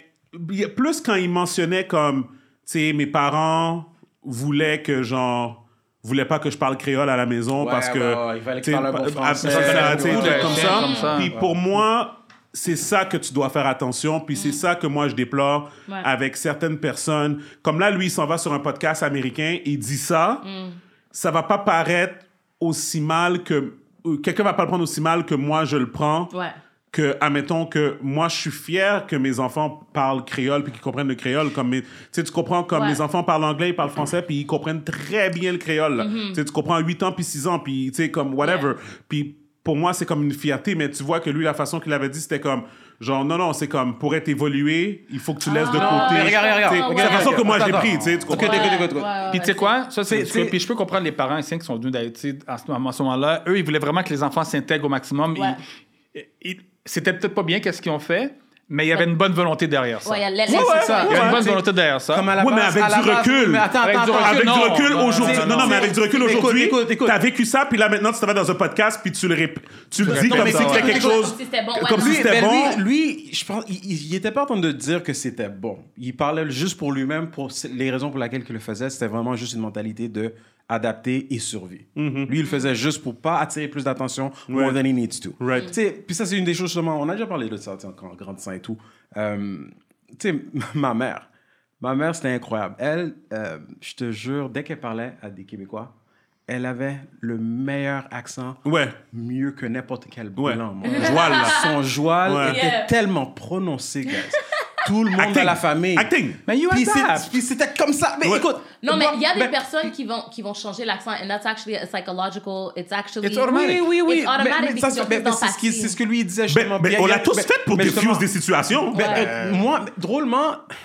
[SPEAKER 2] y a plus quand il mentionnait comme, tu sais, mes parents voulaient que genre voulaient pas que je parle créole à la maison
[SPEAKER 4] Ouais,
[SPEAKER 2] parce que
[SPEAKER 4] ouais, ouais, il fallait que
[SPEAKER 2] tu sais,
[SPEAKER 4] parle un bon
[SPEAKER 2] pa-
[SPEAKER 4] français,
[SPEAKER 2] après ça,
[SPEAKER 4] ouais,
[SPEAKER 2] tu sais,
[SPEAKER 4] ouais,
[SPEAKER 2] trucs
[SPEAKER 4] ouais,
[SPEAKER 2] comme
[SPEAKER 4] ouais,
[SPEAKER 2] ça.
[SPEAKER 6] comme ça.
[SPEAKER 2] Puis pour moi, c'est ça que tu dois faire attention, puis c'est ça que moi je déplore
[SPEAKER 3] Mm. Ouais.
[SPEAKER 2] avec certaines personnes. Comme là, lui, il s'en va sur un podcast américain, il dit ça,
[SPEAKER 3] Mm.
[SPEAKER 2] ça va pas paraître aussi mal que euh, quelqu'un va pas le prendre aussi mal que moi je le prends
[SPEAKER 3] Ouais.
[SPEAKER 2] que, admettons que moi, je suis fier que mes enfants parlent créole puis qu'ils comprennent le créole. Comme mes- tu sais, tu comprends, comme
[SPEAKER 3] Ouais.
[SPEAKER 2] mes enfants parlent anglais, ils parlent français puis ils comprennent très bien le créole. là.
[SPEAKER 3] Mm-hmm.
[SPEAKER 2] Tu sais, tu comprends 8 ans puis 6 ans puis, tu sais, comme whatever. Puis pour moi, c'est comme une fierté, mais tu vois que lui, la façon qu'il avait dit, c'était comme, genre, non, non, c'est comme, pour être évolué, il faut que tu laisses de
[SPEAKER 3] Ah.
[SPEAKER 2] côté.
[SPEAKER 4] Mais regarde, regarde,
[SPEAKER 2] Tu sais,
[SPEAKER 3] regarde,
[SPEAKER 2] C'est la
[SPEAKER 3] regarde,
[SPEAKER 2] façon que moi, je l'ai
[SPEAKER 4] regarde.
[SPEAKER 2] pris, tu sais, tu comprends.
[SPEAKER 4] Ok,
[SPEAKER 3] Ouais,
[SPEAKER 4] écoute, écoute, écoute.
[SPEAKER 3] ouais, ouais,
[SPEAKER 6] Puis tu
[SPEAKER 3] ouais,
[SPEAKER 6] sais quoi? Ça, c'est,
[SPEAKER 4] Tu sais-
[SPEAKER 6] puis je peux comprendre les parents haïtiens qui sont venus d'Haïti à ce moment- à ce moment-là. Eux, ils voulaient vraiment que les enfants s'intègrent au maximum.
[SPEAKER 3] Ouais.
[SPEAKER 6] Ils- ils- c'était peut-être pas bien qu'est-ce qu'ils ont fait, mais il y avait une bonne volonté derrière ça.
[SPEAKER 3] Ouais, il y a la-
[SPEAKER 6] il y
[SPEAKER 3] la-
[SPEAKER 4] ça.
[SPEAKER 6] avait
[SPEAKER 2] ouais,
[SPEAKER 6] une bonne
[SPEAKER 4] c'est-
[SPEAKER 6] volonté derrière ça.
[SPEAKER 4] Comme à la
[SPEAKER 2] Ouais, mais
[SPEAKER 4] base-
[SPEAKER 2] avec
[SPEAKER 4] à la
[SPEAKER 2] du
[SPEAKER 4] base-
[SPEAKER 2] recul.
[SPEAKER 4] Mais attends,
[SPEAKER 6] Avec
[SPEAKER 4] attends,
[SPEAKER 6] du
[SPEAKER 4] attends.
[SPEAKER 2] Avec
[SPEAKER 6] Non,
[SPEAKER 2] du recul
[SPEAKER 6] non, non,
[SPEAKER 2] aujourd'hui.
[SPEAKER 6] non,
[SPEAKER 2] Non, non,
[SPEAKER 6] non.
[SPEAKER 2] mais avec du recul
[SPEAKER 4] Écoute,
[SPEAKER 2] aujourd'hui,
[SPEAKER 4] écoute, écoute.
[SPEAKER 2] t'as vécu ça, puis là maintenant, tu te vas dans un podcast, puis tu le, rép- tu le dis
[SPEAKER 6] répètes
[SPEAKER 2] comme si
[SPEAKER 6] ça,
[SPEAKER 2] c'était
[SPEAKER 6] ouais.
[SPEAKER 2] quelque chose.
[SPEAKER 3] Comme si c'était bon, ouais,
[SPEAKER 2] Comme
[SPEAKER 3] non.
[SPEAKER 2] si
[SPEAKER 4] Lui,
[SPEAKER 2] c'était
[SPEAKER 4] ben,
[SPEAKER 2] bon.
[SPEAKER 4] lui, lui, je pense, il, il- il était pas en train de dire que c'était bon. Il parlait juste pour lui-même, pour c- les raisons pour lesquelles il le faisait. C'était vraiment juste une mentalité de adapter et survivre.
[SPEAKER 2] Mhm.
[SPEAKER 4] Lui, il le faisait juste pour pas attirer plus d'attention more than he needs to.
[SPEAKER 2] Right.
[SPEAKER 4] Tu sais, Puis ça, c'est une des choses, justement, on a déjà parlé de ça tu sais, en grandissant et tout. Euh, tu sais, ma mère, ma mère, c'était incroyable. Elle, euh, je te jure, dès qu'elle parlait à des Québécois, elle avait le meilleur accent.
[SPEAKER 2] Ouais.
[SPEAKER 4] Mieux que n'importe quel blanc.
[SPEAKER 2] Ouais.
[SPEAKER 4] moi.
[SPEAKER 2] Joual, là.
[SPEAKER 4] Son joual
[SPEAKER 2] Ouais.
[SPEAKER 4] était
[SPEAKER 2] Yeah.
[SPEAKER 4] tellement prononcé, guys. Tout le monde
[SPEAKER 2] Acting.
[SPEAKER 4] dans la famille.
[SPEAKER 2] Acting.
[SPEAKER 4] Mais you
[SPEAKER 2] Puis c'est-
[SPEAKER 4] Puis c'était comme ça. Mais écoute.
[SPEAKER 3] Non, mais il y a des
[SPEAKER 4] ben-
[SPEAKER 3] personnes qui vont, qui vont changer l'accent, and that's actually a psychological, it's actually...
[SPEAKER 4] It's automatic. Oui, oui, oui.
[SPEAKER 3] It's
[SPEAKER 4] Mais-
[SPEAKER 3] automatic
[SPEAKER 4] mais ça,
[SPEAKER 3] because
[SPEAKER 4] c'est-
[SPEAKER 3] you're
[SPEAKER 4] mais-
[SPEAKER 3] plus
[SPEAKER 4] mais
[SPEAKER 3] dans
[SPEAKER 4] c'est ce qui-
[SPEAKER 3] passé.
[SPEAKER 4] c'est ce que lui il disait justement.
[SPEAKER 2] mais
[SPEAKER 4] Bien,
[SPEAKER 2] on
[SPEAKER 4] bien,
[SPEAKER 2] l'a tous
[SPEAKER 4] ben-
[SPEAKER 2] fait pour
[SPEAKER 4] ben,
[SPEAKER 2] diffuse
[SPEAKER 4] justement.
[SPEAKER 2] des situations.
[SPEAKER 4] Ben,
[SPEAKER 2] Ouais.
[SPEAKER 4] euh, moi, mais drôlement, tu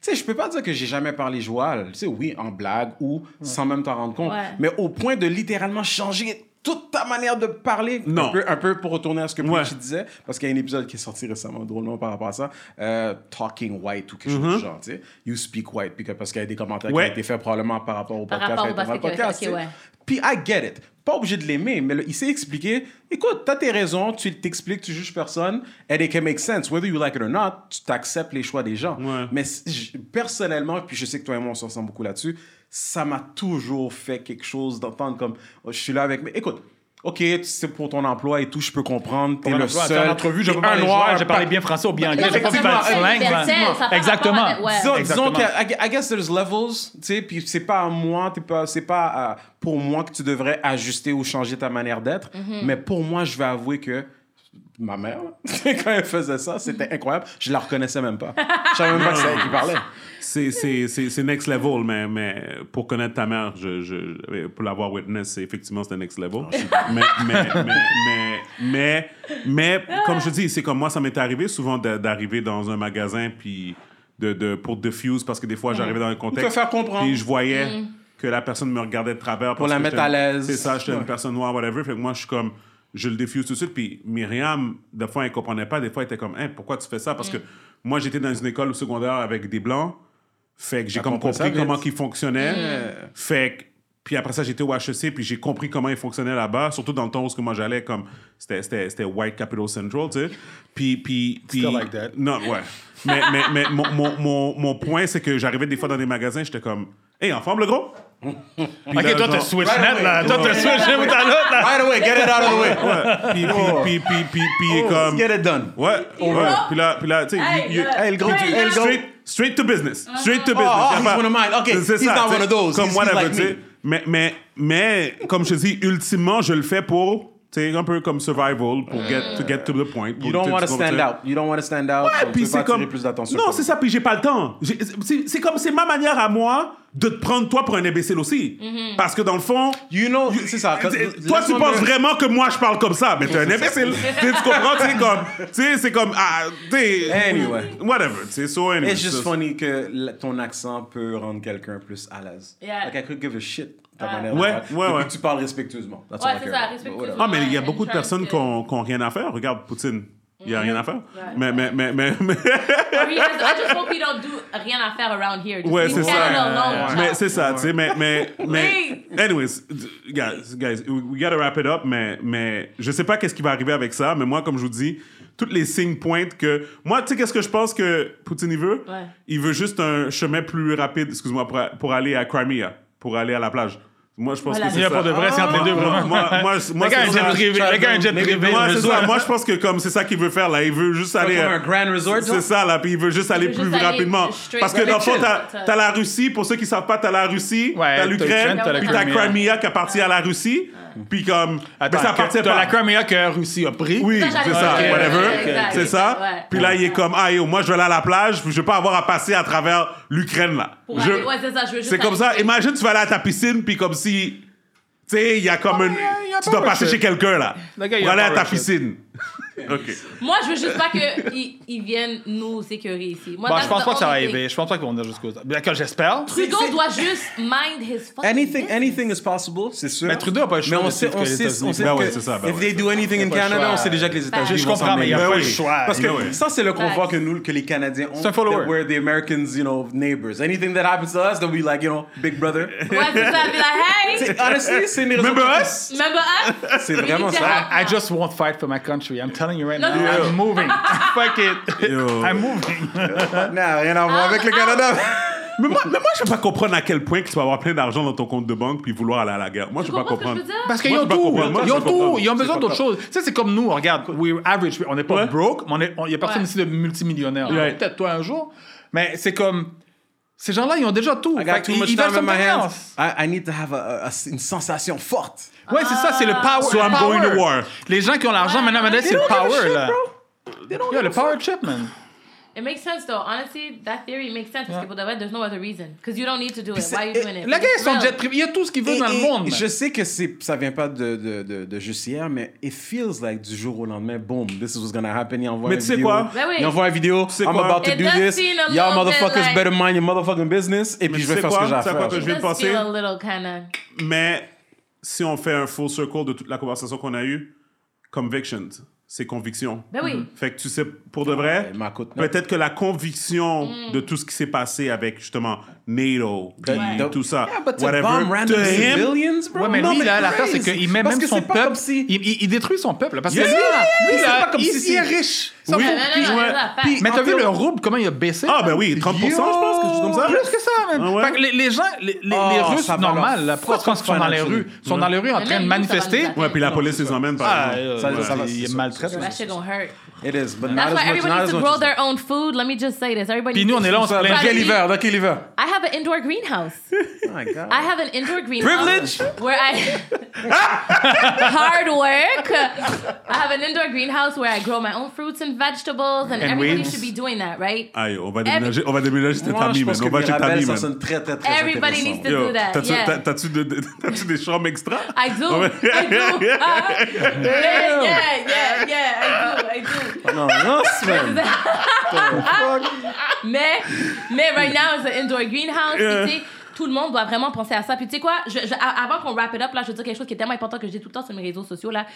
[SPEAKER 4] sais, je peux pas dire que j'ai jamais parlé joual. Tu sais, oui, en blague ou sans même t'en rendre compte.
[SPEAKER 2] Ouais.
[SPEAKER 4] Mais au point de littéralement changer toute ta manière de parler. Non. Un peu, un peu pour retourner à ce que tu disais, parce qu'il y a un épisode qui est sorti récemment, drôlement par rapport à ça, euh, Talking White ou quelque chose
[SPEAKER 2] Mhm.
[SPEAKER 4] du genre, tu sais. You speak white, puis que- parce qu'il y a des commentaires
[SPEAKER 2] Ouais.
[SPEAKER 4] qui ont été faits probablement par rapport au
[SPEAKER 3] Par
[SPEAKER 4] podcast.
[SPEAKER 3] rapport au
[SPEAKER 4] par rapport
[SPEAKER 3] basket,
[SPEAKER 4] podcast,
[SPEAKER 3] ok,
[SPEAKER 4] tu sais.
[SPEAKER 3] ouais.
[SPEAKER 4] Puis I get it. Pas obligé de l'aimer, mais le- il s'est expliqué. Écoute, t'as tes raisons, tu t'expliques, tu juges personne, and it can make sense. Whether you like it or not, tu t'acceptes les choix des gens. Mais si- j- personnellement, puis je sais que toi et moi, on se ressemble beaucoup là-dessus, ça m'a toujours fait quelque chose d'entendre comme oh, je suis là avec. Mais écoute, OK, c'est pour ton emploi et tout, je peux comprendre. T'es
[SPEAKER 1] mon
[SPEAKER 4] le
[SPEAKER 1] emploi,
[SPEAKER 4] seul.
[SPEAKER 1] en entrevue, j'ai
[SPEAKER 4] T'es
[SPEAKER 1] pas parlé
[SPEAKER 4] un
[SPEAKER 1] joual, j'ai
[SPEAKER 4] un
[SPEAKER 1] parlé
[SPEAKER 4] pa-
[SPEAKER 1] bien français ou bien
[SPEAKER 4] Ben,
[SPEAKER 1] anglais,
[SPEAKER 4] non,
[SPEAKER 1] j'ai pas
[SPEAKER 4] mais
[SPEAKER 1] pu parler
[SPEAKER 4] c'est
[SPEAKER 1] de langue,
[SPEAKER 4] universel,
[SPEAKER 1] hein.
[SPEAKER 4] ça fait rapport
[SPEAKER 1] Exactement.
[SPEAKER 3] avec- ouais.
[SPEAKER 4] Disons,
[SPEAKER 1] Exactement.
[SPEAKER 4] disons que, I, I guess there's levels, tu sais, puis c'est pas à moi, t'es pas, c'est pas à- pour moi que tu devrais ajuster ou changer ta manière d'être,
[SPEAKER 1] Mhm.
[SPEAKER 4] mais pour moi, je vais avouer que ma mère, quand elle faisait ça, c'était incroyable, je la reconnaissais même pas. Je savais même pas que c'est elle qui parlait.
[SPEAKER 2] C'est, c'est, c'est, c'est next level, mais, mais pour connaître ta mère, je, je, pour l'avoir witness, c'est effectivement c'est next level.
[SPEAKER 4] Ah,
[SPEAKER 2] mais, mais, mais, mais, mais, mais comme je dis, c'est comme moi, ça m'est arrivé souvent d'a- d'arriver dans un magasin puis de, de, pour diffuse parce que des fois, j'arrivais dans un contexte.
[SPEAKER 4] Te faire comprendre.
[SPEAKER 2] Puis je voyais
[SPEAKER 4] Mm.
[SPEAKER 2] que la personne me regardait de travers.
[SPEAKER 4] Pour
[SPEAKER 2] parce
[SPEAKER 4] la
[SPEAKER 2] que
[SPEAKER 4] mettre
[SPEAKER 2] j'étais-
[SPEAKER 4] à l'aise.
[SPEAKER 2] C'est ça, j'étais
[SPEAKER 4] Ouais.
[SPEAKER 2] une personne noire, whatever. Fait que moi, je suis comme, je le diffuse tout de suite. Puis Myriam, des fois, elle comprenait pas. Des fois, elle était comme, Hein, pourquoi tu fais ça? Parce que moi, j'étais dans une école secondaire avec des blancs. Fait que j'ai
[SPEAKER 4] T'as
[SPEAKER 2] comme
[SPEAKER 4] compris ça
[SPEAKER 2] compris
[SPEAKER 4] vite.
[SPEAKER 2] comment ils fonctionnaient.
[SPEAKER 4] Mm.
[SPEAKER 2] Fait que, puis après ça, j'étais au HEC, puis j'ai compris comment ils fonctionnaient là-bas, surtout dans le temps où ce que moi j'allais, comme, c'était- c'était c'était White Capital Central, tu sais. Puis, puis, puis.
[SPEAKER 6] Still like that.
[SPEAKER 2] Non, ouais. mais mais, mais mon, mon, mon, mon point, c'est que j'arrivais des fois dans des magasins, j'étais comme, hey, en forme le gros?
[SPEAKER 1] Ok, toi, t'as switch net, là. Toi, t'as switch net ou t'as l'autre, là.
[SPEAKER 2] Right away, get it out of the way. Ouais. Puis,
[SPEAKER 1] Oh.
[SPEAKER 2] puis, puis, puis, puis, puis, il est
[SPEAKER 1] Oh,
[SPEAKER 2] comme.
[SPEAKER 1] let's
[SPEAKER 4] get it done.
[SPEAKER 2] Ouais,
[SPEAKER 1] Il
[SPEAKER 2] ouais.
[SPEAKER 1] va.
[SPEAKER 2] Puis là, puis là, tu sais,
[SPEAKER 1] Hey,
[SPEAKER 2] you- you-
[SPEAKER 1] hey, le gros,
[SPEAKER 2] you-
[SPEAKER 1] hey, le gros.
[SPEAKER 2] straight- Straight to business. Straight to
[SPEAKER 4] Oh,
[SPEAKER 2] business.
[SPEAKER 4] oh,
[SPEAKER 2] Y a
[SPEAKER 4] he's
[SPEAKER 2] pas-
[SPEAKER 4] one of mine. Okay,
[SPEAKER 2] C'est
[SPEAKER 4] he's
[SPEAKER 2] ça,
[SPEAKER 4] not
[SPEAKER 2] tu
[SPEAKER 4] one
[SPEAKER 2] sais,
[SPEAKER 4] of those.
[SPEAKER 2] Comme
[SPEAKER 4] He's-
[SPEAKER 2] whatever,
[SPEAKER 4] he's
[SPEAKER 2] tu
[SPEAKER 4] like
[SPEAKER 2] sais.
[SPEAKER 4] me.
[SPEAKER 2] Mais, mais, mais, comme je te dis, ultimement, je le fais pour, tu sais, un peu comme survival, pour get, to get to the point.
[SPEAKER 4] You don't want to stand out. You don't want to stand out.
[SPEAKER 2] Ouais, puis
[SPEAKER 4] donc tu veux
[SPEAKER 2] c'est
[SPEAKER 4] pas
[SPEAKER 2] comme.
[SPEAKER 4] attirer plus d'attention.
[SPEAKER 2] Non, c'est ça, puis j'ai pas le temps. J'ai- C'est c'est comme, c'est ma manière à moi de te prendre toi pour un imbécile aussi.
[SPEAKER 4] Mhm.
[SPEAKER 2] Parce que dans le fond.
[SPEAKER 4] You know, c'est ça. quand-
[SPEAKER 2] Toi, tu
[SPEAKER 4] laisse-moi
[SPEAKER 2] penses
[SPEAKER 4] me-
[SPEAKER 2] vraiment que moi, je parle comme ça, mais t'es un
[SPEAKER 4] C'est ça.
[SPEAKER 2] imbécile. tu sais, tu comprends? Tu sais, comme. Tu sais, c'est comme. Ah, tu sais.
[SPEAKER 4] Anyway.
[SPEAKER 2] Whatever. Tu sais, so anyway.
[SPEAKER 4] It's just
[SPEAKER 2] so-
[SPEAKER 4] funny que la- ton accent peut rendre quelqu'un plus à l'aise.
[SPEAKER 3] Yeah.
[SPEAKER 4] Like, I could give a shit ta
[SPEAKER 3] Ouais.
[SPEAKER 4] manière
[SPEAKER 2] Ouais,
[SPEAKER 4] de parler.
[SPEAKER 2] ouais,
[SPEAKER 4] Depuis
[SPEAKER 2] ouais.
[SPEAKER 4] que Tu parles respectueusement. That's
[SPEAKER 3] Ouais,
[SPEAKER 4] all I
[SPEAKER 3] c'est
[SPEAKER 4] care
[SPEAKER 3] ça,
[SPEAKER 4] about.
[SPEAKER 3] respectueusement.
[SPEAKER 4] Whatever.
[SPEAKER 2] Ah, mais il y a
[SPEAKER 3] and
[SPEAKER 2] beaucoup de
[SPEAKER 3] trying
[SPEAKER 2] personnes
[SPEAKER 3] to-
[SPEAKER 2] qui ont qui ont rien à faire. Regarde, Poutine. Il n'y a rien à faire.
[SPEAKER 3] Ouais.
[SPEAKER 2] Mais, mais, mais, mais, mais-
[SPEAKER 3] Or you guys- I just hope you don't do rien à faire around here. Just
[SPEAKER 2] Ouais,
[SPEAKER 3] leave
[SPEAKER 2] c'est ça.
[SPEAKER 3] Canada alone,
[SPEAKER 2] Mais
[SPEAKER 3] child.
[SPEAKER 2] c'est ça, tu sais, mais, mais, mais, anyways, guys, guys, we we gotta wrap it up, mais, mais je sais pas qu'est-ce qui va arriver avec ça, mais moi, comme je vous dis, tous les signes pointent que, moi, tu sais, qu'est-ce que je pense que Poutine, il veut?
[SPEAKER 3] Ouais.
[SPEAKER 2] Il veut juste un chemin plus rapide, excuse-moi, pour, pour aller à Crimea, pour aller à la plage. Moi, je pense
[SPEAKER 1] Voilà.
[SPEAKER 2] que c'est
[SPEAKER 1] Il y a
[SPEAKER 2] ça.
[SPEAKER 1] pas de vrai, c'est entre les deux,
[SPEAKER 2] Moi,
[SPEAKER 1] vraiment.
[SPEAKER 2] Moi, moi, c'est- moi,
[SPEAKER 1] Le gars,
[SPEAKER 2] c'est
[SPEAKER 1] un jet
[SPEAKER 2] ça.
[SPEAKER 1] privé, le gars, un jet
[SPEAKER 2] Mais-
[SPEAKER 1] privé, je
[SPEAKER 2] Moi, c'est
[SPEAKER 1] veux
[SPEAKER 2] ça.
[SPEAKER 1] ça.
[SPEAKER 2] Moi, je pense que comme c'est ça qu'il veut faire, là. Il veut juste aller... euh,
[SPEAKER 4] comme un grand resort,
[SPEAKER 2] C'est
[SPEAKER 4] genre?
[SPEAKER 2] ça, là, puis il veut juste aller
[SPEAKER 4] veut
[SPEAKER 2] plus
[SPEAKER 4] juste aller
[SPEAKER 2] rapidement.
[SPEAKER 4] straight-
[SPEAKER 2] Parce que
[SPEAKER 4] Ouais,
[SPEAKER 2] dans le fond,
[SPEAKER 4] chill.
[SPEAKER 2] t'as t'as la Russie, pour ceux qui savent pas, t'as la Russie, t'as l'Ukraine,
[SPEAKER 1] t'as la
[SPEAKER 2] puis t'as
[SPEAKER 1] Crimea.
[SPEAKER 2] Crimea qui appartient à la Russie, puis comme...
[SPEAKER 1] Attends,
[SPEAKER 2] Mais ça appartient
[SPEAKER 1] que- t'as
[SPEAKER 2] pas...
[SPEAKER 1] la Crimea que Russie a pris.
[SPEAKER 2] Oui,
[SPEAKER 1] Ça,
[SPEAKER 2] c'est
[SPEAKER 1] j'allais
[SPEAKER 2] ça,
[SPEAKER 1] dire. Ok, ok,
[SPEAKER 2] whatever.
[SPEAKER 1] ok.
[SPEAKER 2] C'est ça.
[SPEAKER 3] Ouais.
[SPEAKER 2] Puis là, il est comme, ah, yo, moi, je vais aller à la plage, puis je vais pas avoir à passer à travers l'Ukraine, là.
[SPEAKER 3] Pour
[SPEAKER 2] Je-
[SPEAKER 3] aller- ouais, c'est ça, je veux juste
[SPEAKER 2] C'est comme
[SPEAKER 3] aller-
[SPEAKER 2] ça. Imagine, tu vas aller à ta piscine, puis comme si. Tu sais, il y a comme une.
[SPEAKER 3] Ah, y a
[SPEAKER 2] Tu
[SPEAKER 3] pas
[SPEAKER 2] dois passer
[SPEAKER 3] de
[SPEAKER 2] chez
[SPEAKER 3] shit.
[SPEAKER 2] quelqu'un, là.
[SPEAKER 3] Le gars, il y
[SPEAKER 2] Pour
[SPEAKER 3] a
[SPEAKER 2] aller à ta
[SPEAKER 3] pas de shit.
[SPEAKER 2] piscine. OK.
[SPEAKER 3] Moi, je veux juste pas qu'ils ils viennent nous sécuriser ici. Moi,
[SPEAKER 1] Bon,
[SPEAKER 3] that's
[SPEAKER 1] Bah, je pense
[SPEAKER 3] the
[SPEAKER 1] pas que ça va
[SPEAKER 3] only thing.
[SPEAKER 1] arriver. Je pense pas qu'ils vont venir jusqu'au. D'accord, j'espère.
[SPEAKER 3] Trudeau doit juste mind his fucking
[SPEAKER 4] Anything, anything is possible, c'est sûr.
[SPEAKER 1] Mais Trudeau a pas le choix
[SPEAKER 4] Mais on
[SPEAKER 1] de
[SPEAKER 4] sait,
[SPEAKER 1] dire
[SPEAKER 4] on
[SPEAKER 1] que les
[SPEAKER 4] sait, on
[SPEAKER 1] États-Unis-
[SPEAKER 4] sait
[SPEAKER 1] Ben
[SPEAKER 4] que
[SPEAKER 1] ouais, c'est ça, ben
[SPEAKER 4] if
[SPEAKER 1] ouais,
[SPEAKER 4] they do anything in
[SPEAKER 1] pas le
[SPEAKER 4] Canada,
[SPEAKER 1] choix.
[SPEAKER 4] on sait déjà que les États-Unis
[SPEAKER 1] Je
[SPEAKER 4] vont s'en
[SPEAKER 1] comprends, mais il y a
[SPEAKER 4] mêler.
[SPEAKER 1] pas
[SPEAKER 4] Ben
[SPEAKER 1] le
[SPEAKER 4] oui.
[SPEAKER 1] choix.
[SPEAKER 4] Parce que
[SPEAKER 1] Ben oui.
[SPEAKER 4] ça, c'est le confort que nous, que les Canadiens ont.
[SPEAKER 1] C'est un follower.
[SPEAKER 4] That we're the Americans, you know, neighbors. Anything that happens to us, they'll be like, you know, big brother.
[SPEAKER 3] Ouais, c'est ça. Be like, hey!
[SPEAKER 4] C'est- honestly, c'est une raison- Remember us?
[SPEAKER 3] Remember us?
[SPEAKER 4] C'est
[SPEAKER 3] We
[SPEAKER 4] vraiment
[SPEAKER 3] need your
[SPEAKER 4] ça.
[SPEAKER 1] I
[SPEAKER 3] help.
[SPEAKER 1] just won't fight for my country. I'm telling you right
[SPEAKER 3] No,
[SPEAKER 1] now.
[SPEAKER 3] no, no.
[SPEAKER 1] I'm moving. Fuck it. I'm moving.
[SPEAKER 4] Non, rien à voir
[SPEAKER 3] Ah,
[SPEAKER 4] avec le Canada.
[SPEAKER 2] Mais moi, mais moi, je peux pas comprendre à quel point que tu peux avoir plein d'argent dans ton compte de banque puis vouloir aller à la guerre. Moi, je peux pas
[SPEAKER 1] comprends ce que
[SPEAKER 2] comprendre.
[SPEAKER 1] je veux dire? Parce qu'ils
[SPEAKER 2] Moi,
[SPEAKER 1] ont
[SPEAKER 2] je peux pas
[SPEAKER 1] tout,
[SPEAKER 2] comprendre. Moi,
[SPEAKER 1] ils
[SPEAKER 2] je
[SPEAKER 1] ont
[SPEAKER 2] peux pas
[SPEAKER 1] tout,
[SPEAKER 2] comprendre.
[SPEAKER 1] ils ont besoin
[SPEAKER 2] C'est
[SPEAKER 1] d'autre
[SPEAKER 2] fucked up.
[SPEAKER 1] chose. Tu sais, c'est comme nous, regarde, we're average, on n'est pas broke, mais on est- on- il n'y a personne
[SPEAKER 3] Ouais.
[SPEAKER 1] ici de multimillionnaire.
[SPEAKER 2] Ouais.
[SPEAKER 1] Peut-être toi un jour, mais c'est comme. Ces gens-là, ils ont déjà tout.
[SPEAKER 4] I got
[SPEAKER 1] Fait
[SPEAKER 4] too
[SPEAKER 1] qu'ils-
[SPEAKER 4] much
[SPEAKER 1] ils veulent
[SPEAKER 4] time in my
[SPEAKER 1] something
[SPEAKER 4] hands.
[SPEAKER 1] else.
[SPEAKER 4] I, I need to have a- a- a- une sensation forte.
[SPEAKER 1] Ouais, c'est ça, c'est le power.
[SPEAKER 4] So
[SPEAKER 1] le
[SPEAKER 4] I'm
[SPEAKER 1] power.
[SPEAKER 4] going to war.
[SPEAKER 1] Les gens qui ont l'argent, maintenant, maintenant,
[SPEAKER 4] They
[SPEAKER 1] c'est le
[SPEAKER 4] don't give a
[SPEAKER 1] power,
[SPEAKER 4] shit,
[SPEAKER 1] là. Yo, le power chip, man.
[SPEAKER 3] It makes sense though. Honestly, that theory makes sense. Parce que pour de vrai, there's no other reason. Because you don't need to do it. Why are you doing it?
[SPEAKER 1] La guerre,
[SPEAKER 3] It's
[SPEAKER 1] son
[SPEAKER 3] real.
[SPEAKER 1] jet privé, il y a tout ce qu'il veut
[SPEAKER 4] Et-
[SPEAKER 1] dans le
[SPEAKER 4] et-
[SPEAKER 1] monde.
[SPEAKER 4] et
[SPEAKER 1] man.
[SPEAKER 4] Je sais que c'est, ça vient pas de, de, de, de juste hier, mais it feels like du jour au lendemain, boom, this is what's gonna happen. Il envoie
[SPEAKER 2] Mais
[SPEAKER 4] une
[SPEAKER 2] tu sais
[SPEAKER 4] vidéo.
[SPEAKER 2] quoi?
[SPEAKER 3] Ben oui.
[SPEAKER 4] Il envoie une vidéo. I'm
[SPEAKER 2] quoi?
[SPEAKER 4] about to
[SPEAKER 3] It
[SPEAKER 4] do
[SPEAKER 3] does
[SPEAKER 4] this.
[SPEAKER 3] feel a
[SPEAKER 4] Y'all
[SPEAKER 3] little bit
[SPEAKER 4] motherfuckers
[SPEAKER 3] like-
[SPEAKER 4] better mind your motherfucking business. Et puis
[SPEAKER 2] tu
[SPEAKER 4] je vais
[SPEAKER 2] sais
[SPEAKER 4] faire
[SPEAKER 2] quoi?
[SPEAKER 4] ce que j'ai à
[SPEAKER 2] Tu sais
[SPEAKER 4] faire.
[SPEAKER 2] quoi que
[SPEAKER 4] genre.
[SPEAKER 2] je viens de
[SPEAKER 3] It does
[SPEAKER 2] penser?
[SPEAKER 3] feel a little kinda-
[SPEAKER 2] Mais si on fait un full circle de toute la conversation qu'on a eue, convictions, c'est conviction.
[SPEAKER 3] Ben oui. Mhm.
[SPEAKER 2] Fait que tu sais, pour de vrai,
[SPEAKER 4] ma coute-
[SPEAKER 2] peut-être que la conviction de
[SPEAKER 3] Mm.
[SPEAKER 2] tout ce qui s'est passé avec justement NATO, puis
[SPEAKER 4] Ouais.
[SPEAKER 2] tout ça,
[SPEAKER 4] Yeah, but to
[SPEAKER 2] whatever,
[SPEAKER 4] bomb random
[SPEAKER 2] to him,
[SPEAKER 4] civilians, bro?
[SPEAKER 1] Ouais, mais
[SPEAKER 4] Non,
[SPEAKER 1] lui, là,
[SPEAKER 4] it's
[SPEAKER 1] l'affaire, c'est
[SPEAKER 4] crazy.
[SPEAKER 1] qu'il met
[SPEAKER 4] Parce
[SPEAKER 1] même
[SPEAKER 4] que
[SPEAKER 1] son
[SPEAKER 4] c'est pas
[SPEAKER 1] peuple.
[SPEAKER 4] comme si-
[SPEAKER 1] Il, il- il détruit son peuple. Parce
[SPEAKER 4] Yeah,
[SPEAKER 1] que lui, là,
[SPEAKER 4] yeah,
[SPEAKER 1] lui,
[SPEAKER 4] yeah,
[SPEAKER 1] là,
[SPEAKER 4] c'est pas comme
[SPEAKER 1] il,
[SPEAKER 4] si
[SPEAKER 1] il est
[SPEAKER 4] c'est-
[SPEAKER 1] riche. Ça,
[SPEAKER 3] Non,
[SPEAKER 1] on-
[SPEAKER 3] non, Ah, non,
[SPEAKER 1] puis-
[SPEAKER 3] non,
[SPEAKER 2] ouais.
[SPEAKER 3] c'est ça, fact.
[SPEAKER 1] Puis- mais t'as
[SPEAKER 4] en fait,
[SPEAKER 1] vu le
[SPEAKER 4] on-
[SPEAKER 1] rouble, comment il a baissé?
[SPEAKER 2] Ah, ben oui, 30%, je pense, quelque chose comme ça.
[SPEAKER 1] Plus que ça, man.
[SPEAKER 2] Ah ouais?
[SPEAKER 1] Fait que les, les gens, les, les-
[SPEAKER 4] Oh,
[SPEAKER 1] les
[SPEAKER 4] ça
[SPEAKER 1] Russes,
[SPEAKER 4] va
[SPEAKER 1] normal,
[SPEAKER 4] leur
[SPEAKER 1] là, pourquoi tu penses qu'ils sont dans les
[SPEAKER 4] financially.
[SPEAKER 1] rues? Ils sont dans les rues en
[SPEAKER 3] Mais
[SPEAKER 1] train de
[SPEAKER 3] même nous, ça va nous
[SPEAKER 1] manifester.
[SPEAKER 3] affecter.
[SPEAKER 2] Ouais, puis la police les emmène par
[SPEAKER 1] Ah,
[SPEAKER 2] exemple.
[SPEAKER 1] euh,
[SPEAKER 4] Ça,
[SPEAKER 1] ouais,
[SPEAKER 4] ça va, c'est
[SPEAKER 1] il
[SPEAKER 4] ça,
[SPEAKER 1] maltraite.
[SPEAKER 4] c'est
[SPEAKER 3] That shit gonna hurt.
[SPEAKER 4] It is, but not
[SPEAKER 3] That's why
[SPEAKER 4] as much.
[SPEAKER 3] everybody
[SPEAKER 4] Not
[SPEAKER 3] needs
[SPEAKER 4] as
[SPEAKER 3] to grow
[SPEAKER 4] much.
[SPEAKER 3] their own food. Let me just say this. Everybody
[SPEAKER 1] Puis nous, on est là, on se
[SPEAKER 4] Dans
[SPEAKER 1] plaint.
[SPEAKER 4] quel hiver? Dans quel hiver?
[SPEAKER 3] I have an indoor greenhouse.
[SPEAKER 4] Oh my God.
[SPEAKER 3] I have an indoor greenhouse.
[SPEAKER 4] Privilege?
[SPEAKER 3] Where I hard work. I have an indoor greenhouse where I grow my own fruits and vegetables, and,
[SPEAKER 1] And
[SPEAKER 3] everybody
[SPEAKER 1] weeds.
[SPEAKER 3] should be doing that, right?
[SPEAKER 2] Aïe, on va déménager, on va déménager tes
[SPEAKER 4] Moi,
[SPEAKER 2] familles,
[SPEAKER 4] je
[SPEAKER 2] man.
[SPEAKER 4] pense
[SPEAKER 2] On
[SPEAKER 4] que
[SPEAKER 2] va chez ta
[SPEAKER 4] Mirabelle,
[SPEAKER 2] vie,
[SPEAKER 4] ça
[SPEAKER 2] man.
[SPEAKER 4] sonne très, très, très
[SPEAKER 3] Everybody
[SPEAKER 4] intéressant.
[SPEAKER 3] needs to do that.
[SPEAKER 2] t'as-tu
[SPEAKER 3] yeah.
[SPEAKER 2] t'as- t'as-tu de- de- t'as-tu des chambres extra?
[SPEAKER 3] I do.
[SPEAKER 2] Ouais.
[SPEAKER 3] I do. Uh, yeah, yeah, yeah, yeah. I do. I do.
[SPEAKER 4] Non, non, Sven.
[SPEAKER 3] Mais, mais right now, it's an indoor greenhouse. puis tu sais, tout le monde doit vraiment penser à ça. Puis tu sais quoi, je, je- a- avant qu'on wrap it up, là, je veux dire quelque chose qui est tellement important que je dis tout le temps sur mes réseaux sociaux. là.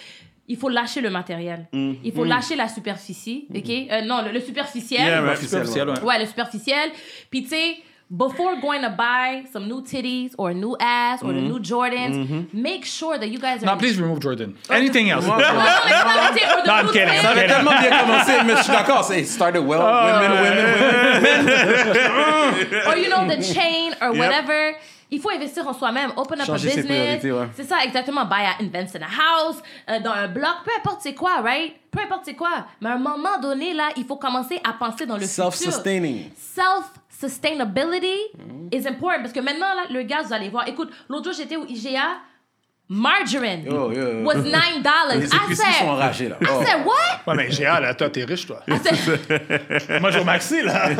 [SPEAKER 3] Il faut lâcher le matériel. Il faut lâcher la superficie. OK? Euh, non, le, le superficiel.
[SPEAKER 2] Yeah, man.
[SPEAKER 1] Officiel, officiel, ouais.
[SPEAKER 3] Ouais, le superficiel. Puis tu sais, before going to buy some new titties or a new ass or the new Jordans, make sure that you guys
[SPEAKER 1] Mm-hmm.
[SPEAKER 3] are...
[SPEAKER 1] Non, please remove Jordan.
[SPEAKER 3] Ah,
[SPEAKER 1] Anything else.
[SPEAKER 3] Non, non, mais c'est pas vrai, or the
[SPEAKER 1] Non, I'm
[SPEAKER 3] new
[SPEAKER 1] kidding,
[SPEAKER 3] Jordans.
[SPEAKER 1] I'm
[SPEAKER 4] Ça avait tellement bien commencé, mais je suis d'accord. c'est- It started well. Women, women, women.
[SPEAKER 3] or you know the chain or whatever. Il faut investir en soi-même, open up
[SPEAKER 4] Changer
[SPEAKER 3] a
[SPEAKER 4] ses
[SPEAKER 3] business.
[SPEAKER 4] priorités, ouais.
[SPEAKER 3] C'est ça exactement, buy a invest in a house, euh, dans un bloc, peu importe c'est quoi, right? Peu importe c'est quoi. Mais à un moment donné là, il faut commencer à penser dans le futur.
[SPEAKER 4] Self-sustaining.
[SPEAKER 3] Self-sustainability
[SPEAKER 4] Mm-hmm.
[SPEAKER 3] is important parce que maintenant là, le gaz vous allez voir. Écoute, l'autre jour j'étais au IGA, margarine
[SPEAKER 4] Yo, yo, yo.
[SPEAKER 3] was nine dollars.
[SPEAKER 4] Oh. Les
[SPEAKER 3] I
[SPEAKER 4] épiceries sont
[SPEAKER 3] said,
[SPEAKER 4] enragées, là. Oh.
[SPEAKER 3] I said what?
[SPEAKER 1] Ouais, mais Géa, là, toi, t'es riche, toi.
[SPEAKER 3] I said,
[SPEAKER 1] Moi, je remercie, là.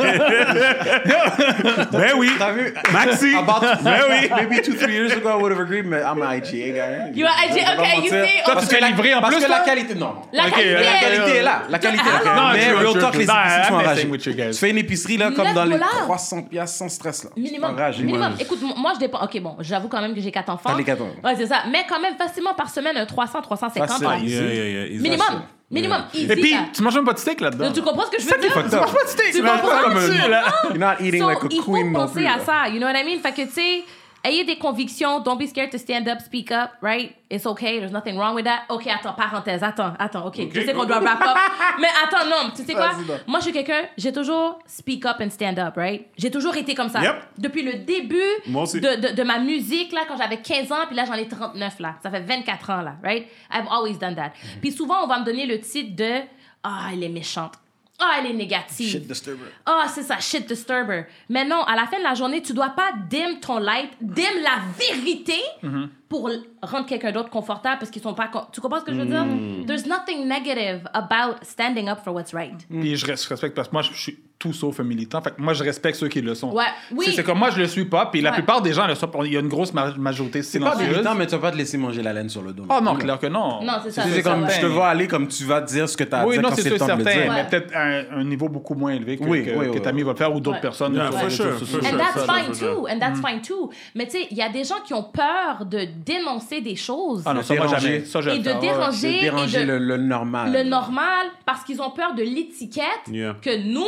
[SPEAKER 2] Ben oui!
[SPEAKER 4] T'as vu?
[SPEAKER 2] Maxi!
[SPEAKER 4] About
[SPEAKER 2] Ben oui!
[SPEAKER 4] Ah, bah, maybe two, three years ago, I would have agreed, mais I'm an IGA guy.
[SPEAKER 3] You are IGA,
[SPEAKER 4] Je vais pas
[SPEAKER 3] okay, you oh.
[SPEAKER 4] mentir.
[SPEAKER 3] see, Toi, tu
[SPEAKER 4] Parce
[SPEAKER 1] te
[SPEAKER 4] que
[SPEAKER 1] fais
[SPEAKER 4] la-
[SPEAKER 1] livrer en
[SPEAKER 4] Parce
[SPEAKER 1] plus,
[SPEAKER 4] que la
[SPEAKER 1] là?
[SPEAKER 4] qualité, non. non.
[SPEAKER 3] la
[SPEAKER 1] Ok,
[SPEAKER 3] qualité,
[SPEAKER 4] La qualité est là. La
[SPEAKER 3] Don't-
[SPEAKER 4] qualité est
[SPEAKER 3] Ah,
[SPEAKER 4] là.
[SPEAKER 3] non,
[SPEAKER 4] Mais
[SPEAKER 1] true,
[SPEAKER 4] real
[SPEAKER 1] true,
[SPEAKER 4] talk,
[SPEAKER 1] true.
[SPEAKER 4] les
[SPEAKER 1] Nah,
[SPEAKER 4] épiceries
[SPEAKER 1] I'm
[SPEAKER 4] sont
[SPEAKER 1] messing
[SPEAKER 4] enragées.
[SPEAKER 1] with you
[SPEAKER 4] Tu
[SPEAKER 1] guys.
[SPEAKER 4] fais une épicerie, là, comme
[SPEAKER 3] Neuf
[SPEAKER 4] dans les
[SPEAKER 3] dollars.
[SPEAKER 4] 300 piastres sans stress, là.
[SPEAKER 3] Minimum.
[SPEAKER 4] Enragé.
[SPEAKER 3] Minimum. Écoute, m- moi, je dépends. OK, bon, j'avoue quand même que j'ai quatre enfants.
[SPEAKER 4] T'as les quatre, ouais.
[SPEAKER 3] Ouais, c'est ça. Mais quand même, facilement par semaine, un 300, 350
[SPEAKER 4] Facile.
[SPEAKER 3] par
[SPEAKER 4] Ah,
[SPEAKER 2] Yeah, yeah, yeah, exactly.
[SPEAKER 3] Minimum. Minimum. Easy,
[SPEAKER 1] Et puis,
[SPEAKER 3] là.
[SPEAKER 1] tu manges même pas de steak là-dedans.
[SPEAKER 3] Donc, tu comprends ce que je veux dire?
[SPEAKER 4] fucked
[SPEAKER 1] Tu
[SPEAKER 4] up.
[SPEAKER 1] manges pas de steak,
[SPEAKER 3] Tu
[SPEAKER 1] là.
[SPEAKER 3] comprends
[SPEAKER 1] Pas comme euh,
[SPEAKER 3] ça,
[SPEAKER 1] un- là.
[SPEAKER 4] You're not eating
[SPEAKER 3] So,
[SPEAKER 4] like a
[SPEAKER 3] il faut
[SPEAKER 4] queen non
[SPEAKER 3] penser
[SPEAKER 4] plus.
[SPEAKER 3] à
[SPEAKER 4] là.
[SPEAKER 3] ça. You know what I mean? Fait que, tu sais, ayez des convictions. Don't be scared to stand up, speak up, right? It's okay. There's nothing wrong with that. OK, attends, parenthèse. Attends, attends. OK, je sais qu'on doit wrap up. Mais attends, non, tu sais quoi? Moi, je suis quelqu'un, j'ai toujours speak up and stand up, right? J'ai toujours été comme ça.
[SPEAKER 2] Yep.
[SPEAKER 3] Depuis le début
[SPEAKER 2] Moi aussi.
[SPEAKER 3] de, de, de ma musique, là, quand j'avais 15 ans, puis là, j'en ai 39, là. Ça fait 24 ans, là, right? I've always done that.
[SPEAKER 2] Mm-hmm.
[SPEAKER 3] Puis souvent, on va me donner le titre de « Ah, elle est méchante. Ah, elle est négative. »
[SPEAKER 4] Shit disturber.
[SPEAKER 3] Ah, c'est ça, shit disturber. Mais non, à la fin de la journée, tu dois pas dim ton light, dim la vérité
[SPEAKER 2] Mm-hmm.
[SPEAKER 3] pour l- rendre quelqu'un d'autre confortable parce qu'ils sont pas. con- Tu comprends ce que je veux dire?
[SPEAKER 2] Mm.
[SPEAKER 3] There's nothing negative about standing up for what's right.
[SPEAKER 2] Mm-hmm.
[SPEAKER 1] Puis je res- je respecte parce que moi, je suis tout sauf un militant. Fait que moi, je respecte ceux qui le sont.
[SPEAKER 3] Ouais, oui.
[SPEAKER 1] C'est- C'est comme moi, je le suis pas. Puis la
[SPEAKER 3] Ouais.
[SPEAKER 1] plupart des gens le sont. Il y a une grosse ma- majorité
[SPEAKER 4] C'est pas
[SPEAKER 1] silencieuse.
[SPEAKER 4] militant, mais tu vas pas te laisser manger la laine sur le dos.
[SPEAKER 1] Oh non,
[SPEAKER 4] plus, là.
[SPEAKER 1] clair que non.
[SPEAKER 3] Non, c'est ça.
[SPEAKER 4] Tu sais,
[SPEAKER 3] c'est
[SPEAKER 4] C'est comme, je te
[SPEAKER 1] certain.
[SPEAKER 4] vois aller comme tu vas dire ce que t'as à
[SPEAKER 1] Oui,
[SPEAKER 4] dire
[SPEAKER 1] non,
[SPEAKER 4] quand
[SPEAKER 1] c'est
[SPEAKER 4] c'est le
[SPEAKER 1] sûr,
[SPEAKER 4] temps de le
[SPEAKER 1] certain,
[SPEAKER 4] dire.
[SPEAKER 3] Ouais.
[SPEAKER 1] mais peut-être à un, un niveau beaucoup moins élevé que,
[SPEAKER 4] Oui,
[SPEAKER 1] que,
[SPEAKER 4] oui,
[SPEAKER 1] que
[SPEAKER 4] oui,
[SPEAKER 1] Tami
[SPEAKER 4] oui.
[SPEAKER 1] va faire ou d'autres
[SPEAKER 3] Ouais.
[SPEAKER 1] personnes.
[SPEAKER 2] Yeah,
[SPEAKER 1] Ouais.
[SPEAKER 2] for sure,
[SPEAKER 1] C'est- c'est-
[SPEAKER 2] for
[SPEAKER 1] c'est-
[SPEAKER 3] And
[SPEAKER 2] sure.
[SPEAKER 1] c'est-
[SPEAKER 3] that's
[SPEAKER 1] c'est-
[SPEAKER 3] fine too, and
[SPEAKER 2] Mm-hmm.
[SPEAKER 3] that's fine too. Mais tu sais, il y a des gens qui ont peur de dénoncer des choses
[SPEAKER 1] Ah non, ça, moi,
[SPEAKER 4] Déranger.
[SPEAKER 1] jamais. Ça, je
[SPEAKER 3] et
[SPEAKER 1] le
[SPEAKER 3] de
[SPEAKER 1] fais. Ouais, ouais.
[SPEAKER 3] déranger,
[SPEAKER 4] De
[SPEAKER 3] et
[SPEAKER 4] déranger
[SPEAKER 3] de-
[SPEAKER 4] le, le normal.
[SPEAKER 3] le normal parce qu'ils ont peur de l'étiquette
[SPEAKER 2] Yeah.
[SPEAKER 3] que nous,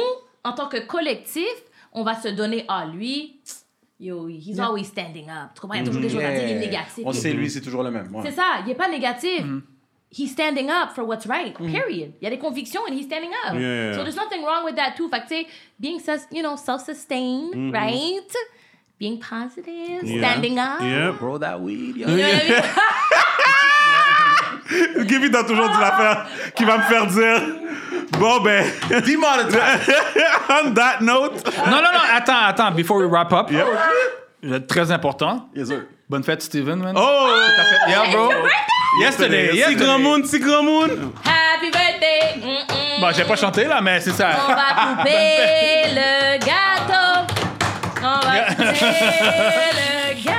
[SPEAKER 3] en tant que collectif, on va se donner à lui. Yo, he's always standing up. Tu comprends? Il y a
[SPEAKER 2] Mm-hmm.
[SPEAKER 3] toujours des choses à dire, il est
[SPEAKER 4] Yeah.
[SPEAKER 3] négatif.
[SPEAKER 4] On sait, lui, c'est toujours le même. ouais.
[SPEAKER 3] C'est ça, il est pas négatif.
[SPEAKER 1] Mm-hmm.
[SPEAKER 3] He's standing up for what's right, period. Il y a des convictions and he's standing up.
[SPEAKER 2] Yeah.
[SPEAKER 3] So there's nothing wrong with that too. Fait que, tu sais, being, sus- you know, self-sustained, right? being positive,
[SPEAKER 2] Mm-hmm. Yeah.
[SPEAKER 3] standing up.
[SPEAKER 2] Yeah.
[SPEAKER 4] Grow that weed, yo.
[SPEAKER 3] You know what I mean?
[SPEAKER 2] Give t'a toujours dit l'affaire qui va me faire dire. Bon, ben. On that note.
[SPEAKER 1] Non, non, non, attends, attends, before we wrap up. Euh, Très important.
[SPEAKER 4] Yes, sir.
[SPEAKER 1] Bonne fête, Steven, man.
[SPEAKER 2] Oh!
[SPEAKER 1] yeah, bro. Yesterday,
[SPEAKER 2] Si
[SPEAKER 1] yesterday.
[SPEAKER 2] grand monde,
[SPEAKER 4] si grand monde.
[SPEAKER 3] Happy birthday! Mm-mm.
[SPEAKER 1] Bon, Bah, j'ai pas chanté, là, mais c'est ça.
[SPEAKER 3] On va couper le gâteau. On va couper le gâteau.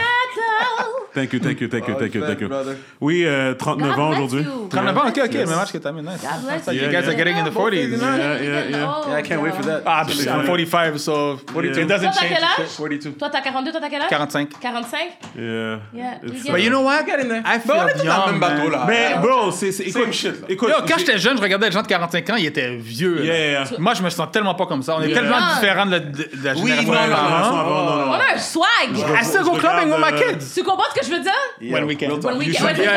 [SPEAKER 2] Thank you, thank you, thank you, thank you, thank you.
[SPEAKER 1] Brother.
[SPEAKER 2] Oui, euh, 39 ans
[SPEAKER 3] God bless
[SPEAKER 2] aujourd'hui.
[SPEAKER 3] you.
[SPEAKER 1] 39 ans, ok, ok,
[SPEAKER 2] Yes.
[SPEAKER 1] même âge que t'as mis. Nice.
[SPEAKER 3] God bless
[SPEAKER 1] So you
[SPEAKER 2] you.
[SPEAKER 1] guys are getting in the 40s.
[SPEAKER 2] Yeah, yeah, yeah.
[SPEAKER 3] Oh,
[SPEAKER 1] that. Ah, pff, I'm 45, so 42 it doesn't
[SPEAKER 3] Toi, t'as
[SPEAKER 1] change.
[SPEAKER 3] quel âge?
[SPEAKER 1] 42.
[SPEAKER 3] Toi, t'as 42, toi, t'as quel âge?
[SPEAKER 1] 45.
[SPEAKER 3] 45?
[SPEAKER 2] Yeah.
[SPEAKER 3] Yeah.
[SPEAKER 2] It's,
[SPEAKER 3] Yeah.
[SPEAKER 2] uh,
[SPEAKER 1] But you know what? I feel
[SPEAKER 4] on est tous dans le même
[SPEAKER 1] young, man.
[SPEAKER 4] bateau, là.
[SPEAKER 1] Ah,
[SPEAKER 2] Mais, bro, c'est. c'est- Écoute, écoute.
[SPEAKER 1] Yo, quand
[SPEAKER 2] j'ai-
[SPEAKER 1] j'étais jeune, je regardais les gens de 45 ans, ils étaient vieux.
[SPEAKER 2] Yeah,
[SPEAKER 1] là.
[SPEAKER 2] yeah, yeah.
[SPEAKER 1] Moi, je me sens tellement pas comme ça. On est
[SPEAKER 2] Yeah.
[SPEAKER 1] tellement
[SPEAKER 3] Ah.
[SPEAKER 1] différents de la, de- de la
[SPEAKER 2] Oui,
[SPEAKER 1] génération.
[SPEAKER 2] non, non,
[SPEAKER 1] des
[SPEAKER 2] non,
[SPEAKER 1] parents.
[SPEAKER 2] non, non, non,
[SPEAKER 3] On
[SPEAKER 2] non.
[SPEAKER 3] a un swag. Ah,
[SPEAKER 1] I still go
[SPEAKER 2] Je
[SPEAKER 1] clubbing with
[SPEAKER 2] regarde,
[SPEAKER 1] my
[SPEAKER 2] euh,
[SPEAKER 1] kids.
[SPEAKER 3] Tu comprends ce que je veux dire?
[SPEAKER 1] When we can.
[SPEAKER 3] When we
[SPEAKER 2] You
[SPEAKER 3] can.
[SPEAKER 2] should,
[SPEAKER 3] Ouais, c'est ça.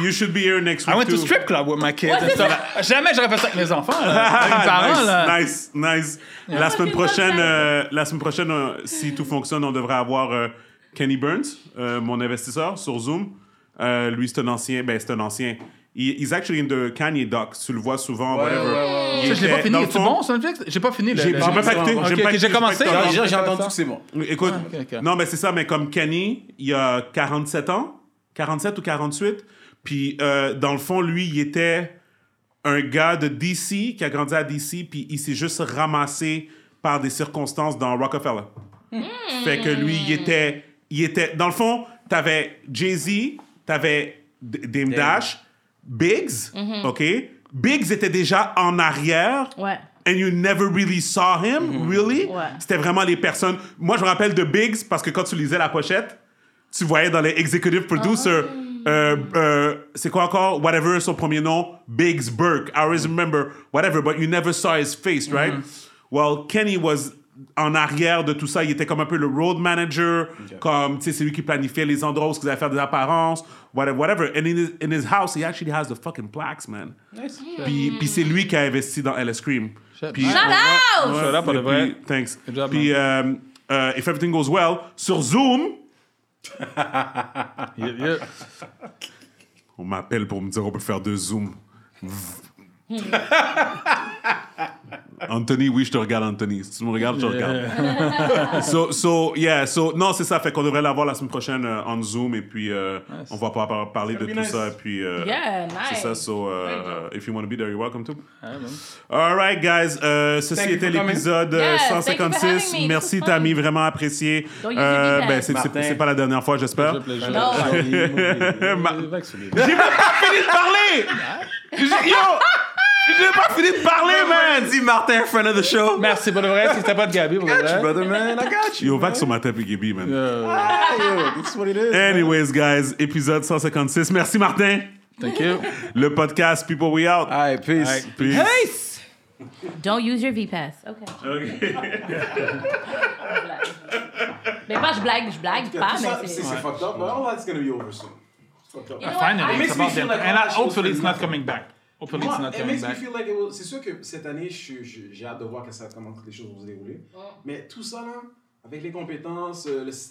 [SPEAKER 1] Yeah.
[SPEAKER 2] you should be here next week.
[SPEAKER 1] I went to
[SPEAKER 2] too.
[SPEAKER 1] strip club with my kids
[SPEAKER 3] Ouais,
[SPEAKER 1] and
[SPEAKER 3] c'est
[SPEAKER 1] stuff. Jamais j'aurais fait ça avec mes enfants. là. Avec mes parents, là.
[SPEAKER 2] nice, nice, nice. La
[SPEAKER 3] Ouais,
[SPEAKER 2] semaine
[SPEAKER 3] c'est une bonne
[SPEAKER 2] prochaine,
[SPEAKER 3] scène.
[SPEAKER 2] euh, la semaine prochaine, euh, si tout fonctionne, on devrait avoir euh, Kenny Burns, euh, mon investisseur, sur Zoom. Euh, lui, c'est un ancien. Ben, c'est un ancien. He, he's actually in the Kanye doc. Tu le vois souvent, whatever. Il
[SPEAKER 1] Ça, Je l'ai pas
[SPEAKER 2] était- dans
[SPEAKER 1] fini.
[SPEAKER 2] le
[SPEAKER 1] C'est
[SPEAKER 2] fond-
[SPEAKER 1] bon, sur Netflix? J'ai pas fini. le-
[SPEAKER 2] J'ai-
[SPEAKER 1] le-
[SPEAKER 2] j'ai pas écouté,
[SPEAKER 1] Ok,
[SPEAKER 2] j'ai
[SPEAKER 1] ok,
[SPEAKER 2] pas écouté,
[SPEAKER 1] J'ai
[SPEAKER 2] j'ai
[SPEAKER 1] commencé.
[SPEAKER 2] pas écouté.
[SPEAKER 4] J'ai j'ai entendu que c'est bon.
[SPEAKER 2] Écoute,
[SPEAKER 1] Ah, ok, ok.
[SPEAKER 2] non, mais c'est ça, mais comme Kenny, il a 47 ans, 47 ou 48, puis euh, dans le fond, lui, il était un gars de DC, qui a grandi à DC, puis il s'est juste ramassé par des circonstances dans Rockefeller.
[SPEAKER 1] Hmm.
[SPEAKER 2] Fait que lui, il était, il était... Dans le fond, t'avais Jay-Z, t'avais D- Dame Dash, Biggs,
[SPEAKER 1] Mhm.
[SPEAKER 2] OK? Biggs était déjà en arrière.
[SPEAKER 3] Ouais.
[SPEAKER 2] And you never really saw him, really?
[SPEAKER 3] Ouais.
[SPEAKER 2] C'était vraiment les personnes. Moi, je me rappelle de Biggs parce que quand tu lisais la pochette, tu voyais dans les executive producers, euh, euh, c'est quoi encore? Whatever son premier nom, Biggs Burke. I always remember, whatever, but you never saw his face, right? Well, Kenny was en arrière de tout ça. Il était comme un peu le road manager, comme, tu sais, c'est lui qui planifiait les endroits où ils allaient faire des apparences, whatever, whatever. And in his, in his house, he actually has the fucking plaques, man. Puis, puis c'est lui qui a investi dans LS Cream. Puis,
[SPEAKER 3] Shout out!
[SPEAKER 2] Ouais,
[SPEAKER 1] Shout out pour le
[SPEAKER 2] et
[SPEAKER 1] vrai.
[SPEAKER 2] puis- Thanks.
[SPEAKER 1] Good job,
[SPEAKER 2] puis, euh, euh, if everything goes well, sur Zoom,
[SPEAKER 1] Yeah, yeah.
[SPEAKER 2] on m'appelle pour me dire on peut faire deux Zoom. Anthony, oui, je te regarde, Anthony. Si tu me regardes, je te regarde. so, so, yeah, so, non, c'est ça. Fait qu'on devrait l'avoir la semaine prochaine euh, en Zoom et puis euh, on va pas par- parler de tout ça. Et puis, euh,
[SPEAKER 3] Yeah, nice.
[SPEAKER 2] C'est ça, so, euh, if you want to be there, you're welcome to.
[SPEAKER 3] Ah,
[SPEAKER 2] All right, guys, euh, ceci
[SPEAKER 4] you
[SPEAKER 2] était
[SPEAKER 4] for coming.
[SPEAKER 2] l'épisode euh,
[SPEAKER 3] Yes, thank you for having
[SPEAKER 2] 156.
[SPEAKER 3] me.
[SPEAKER 2] Merci,
[SPEAKER 3] This was fun.
[SPEAKER 2] Tammy, vraiment apprécié.
[SPEAKER 3] Don't use
[SPEAKER 2] Euh, ben,
[SPEAKER 3] it again.
[SPEAKER 2] c'est- c'est
[SPEAKER 4] Martin.
[SPEAKER 2] c'est pas la dernière fois, j'espère.
[SPEAKER 3] Non.
[SPEAKER 2] J'ai même pas fini de parler! J'ai- Yo! J'ai pas fini de parler, man!
[SPEAKER 4] Dis Martin, friend of the show.
[SPEAKER 1] Merci pour le vrai. Si c'était pas de Gabi, pour le vrai.
[SPEAKER 4] Brother, man, I got you.
[SPEAKER 2] Yo, vax sur ma tête, Gaby, man.
[SPEAKER 4] Ah, yo, this is what it is.
[SPEAKER 2] Anyways, guys, épisode 156. Merci, Martin.
[SPEAKER 1] Thank you.
[SPEAKER 2] Le podcast People We Out.
[SPEAKER 4] All right, peace.
[SPEAKER 2] Peace.
[SPEAKER 3] Don't use your V-Pass. OK. Mais pas je blague, je blague pas, Bah, mais c'est...
[SPEAKER 4] fucked up, but all that's gonna be over soon. It's fucked up.
[SPEAKER 3] You know what?
[SPEAKER 1] Finally,
[SPEAKER 3] I-
[SPEAKER 1] it's
[SPEAKER 4] me
[SPEAKER 1] about
[SPEAKER 4] feel
[SPEAKER 1] them.
[SPEAKER 4] like
[SPEAKER 1] And I-
[SPEAKER 4] I'm
[SPEAKER 1] hopefully it's
[SPEAKER 4] supposed
[SPEAKER 1] not
[SPEAKER 4] to
[SPEAKER 1] coming back. Hopefully it's
[SPEAKER 4] Moi,
[SPEAKER 1] not
[SPEAKER 4] it
[SPEAKER 1] coming
[SPEAKER 4] makes me
[SPEAKER 1] back.
[SPEAKER 4] feel like it will- C'est sûr que cette année, je- je- j'ai hâte de voir que ça, comment les choses vont se dérouler. Mais tout ça, là, avec les compétences, euh, le système.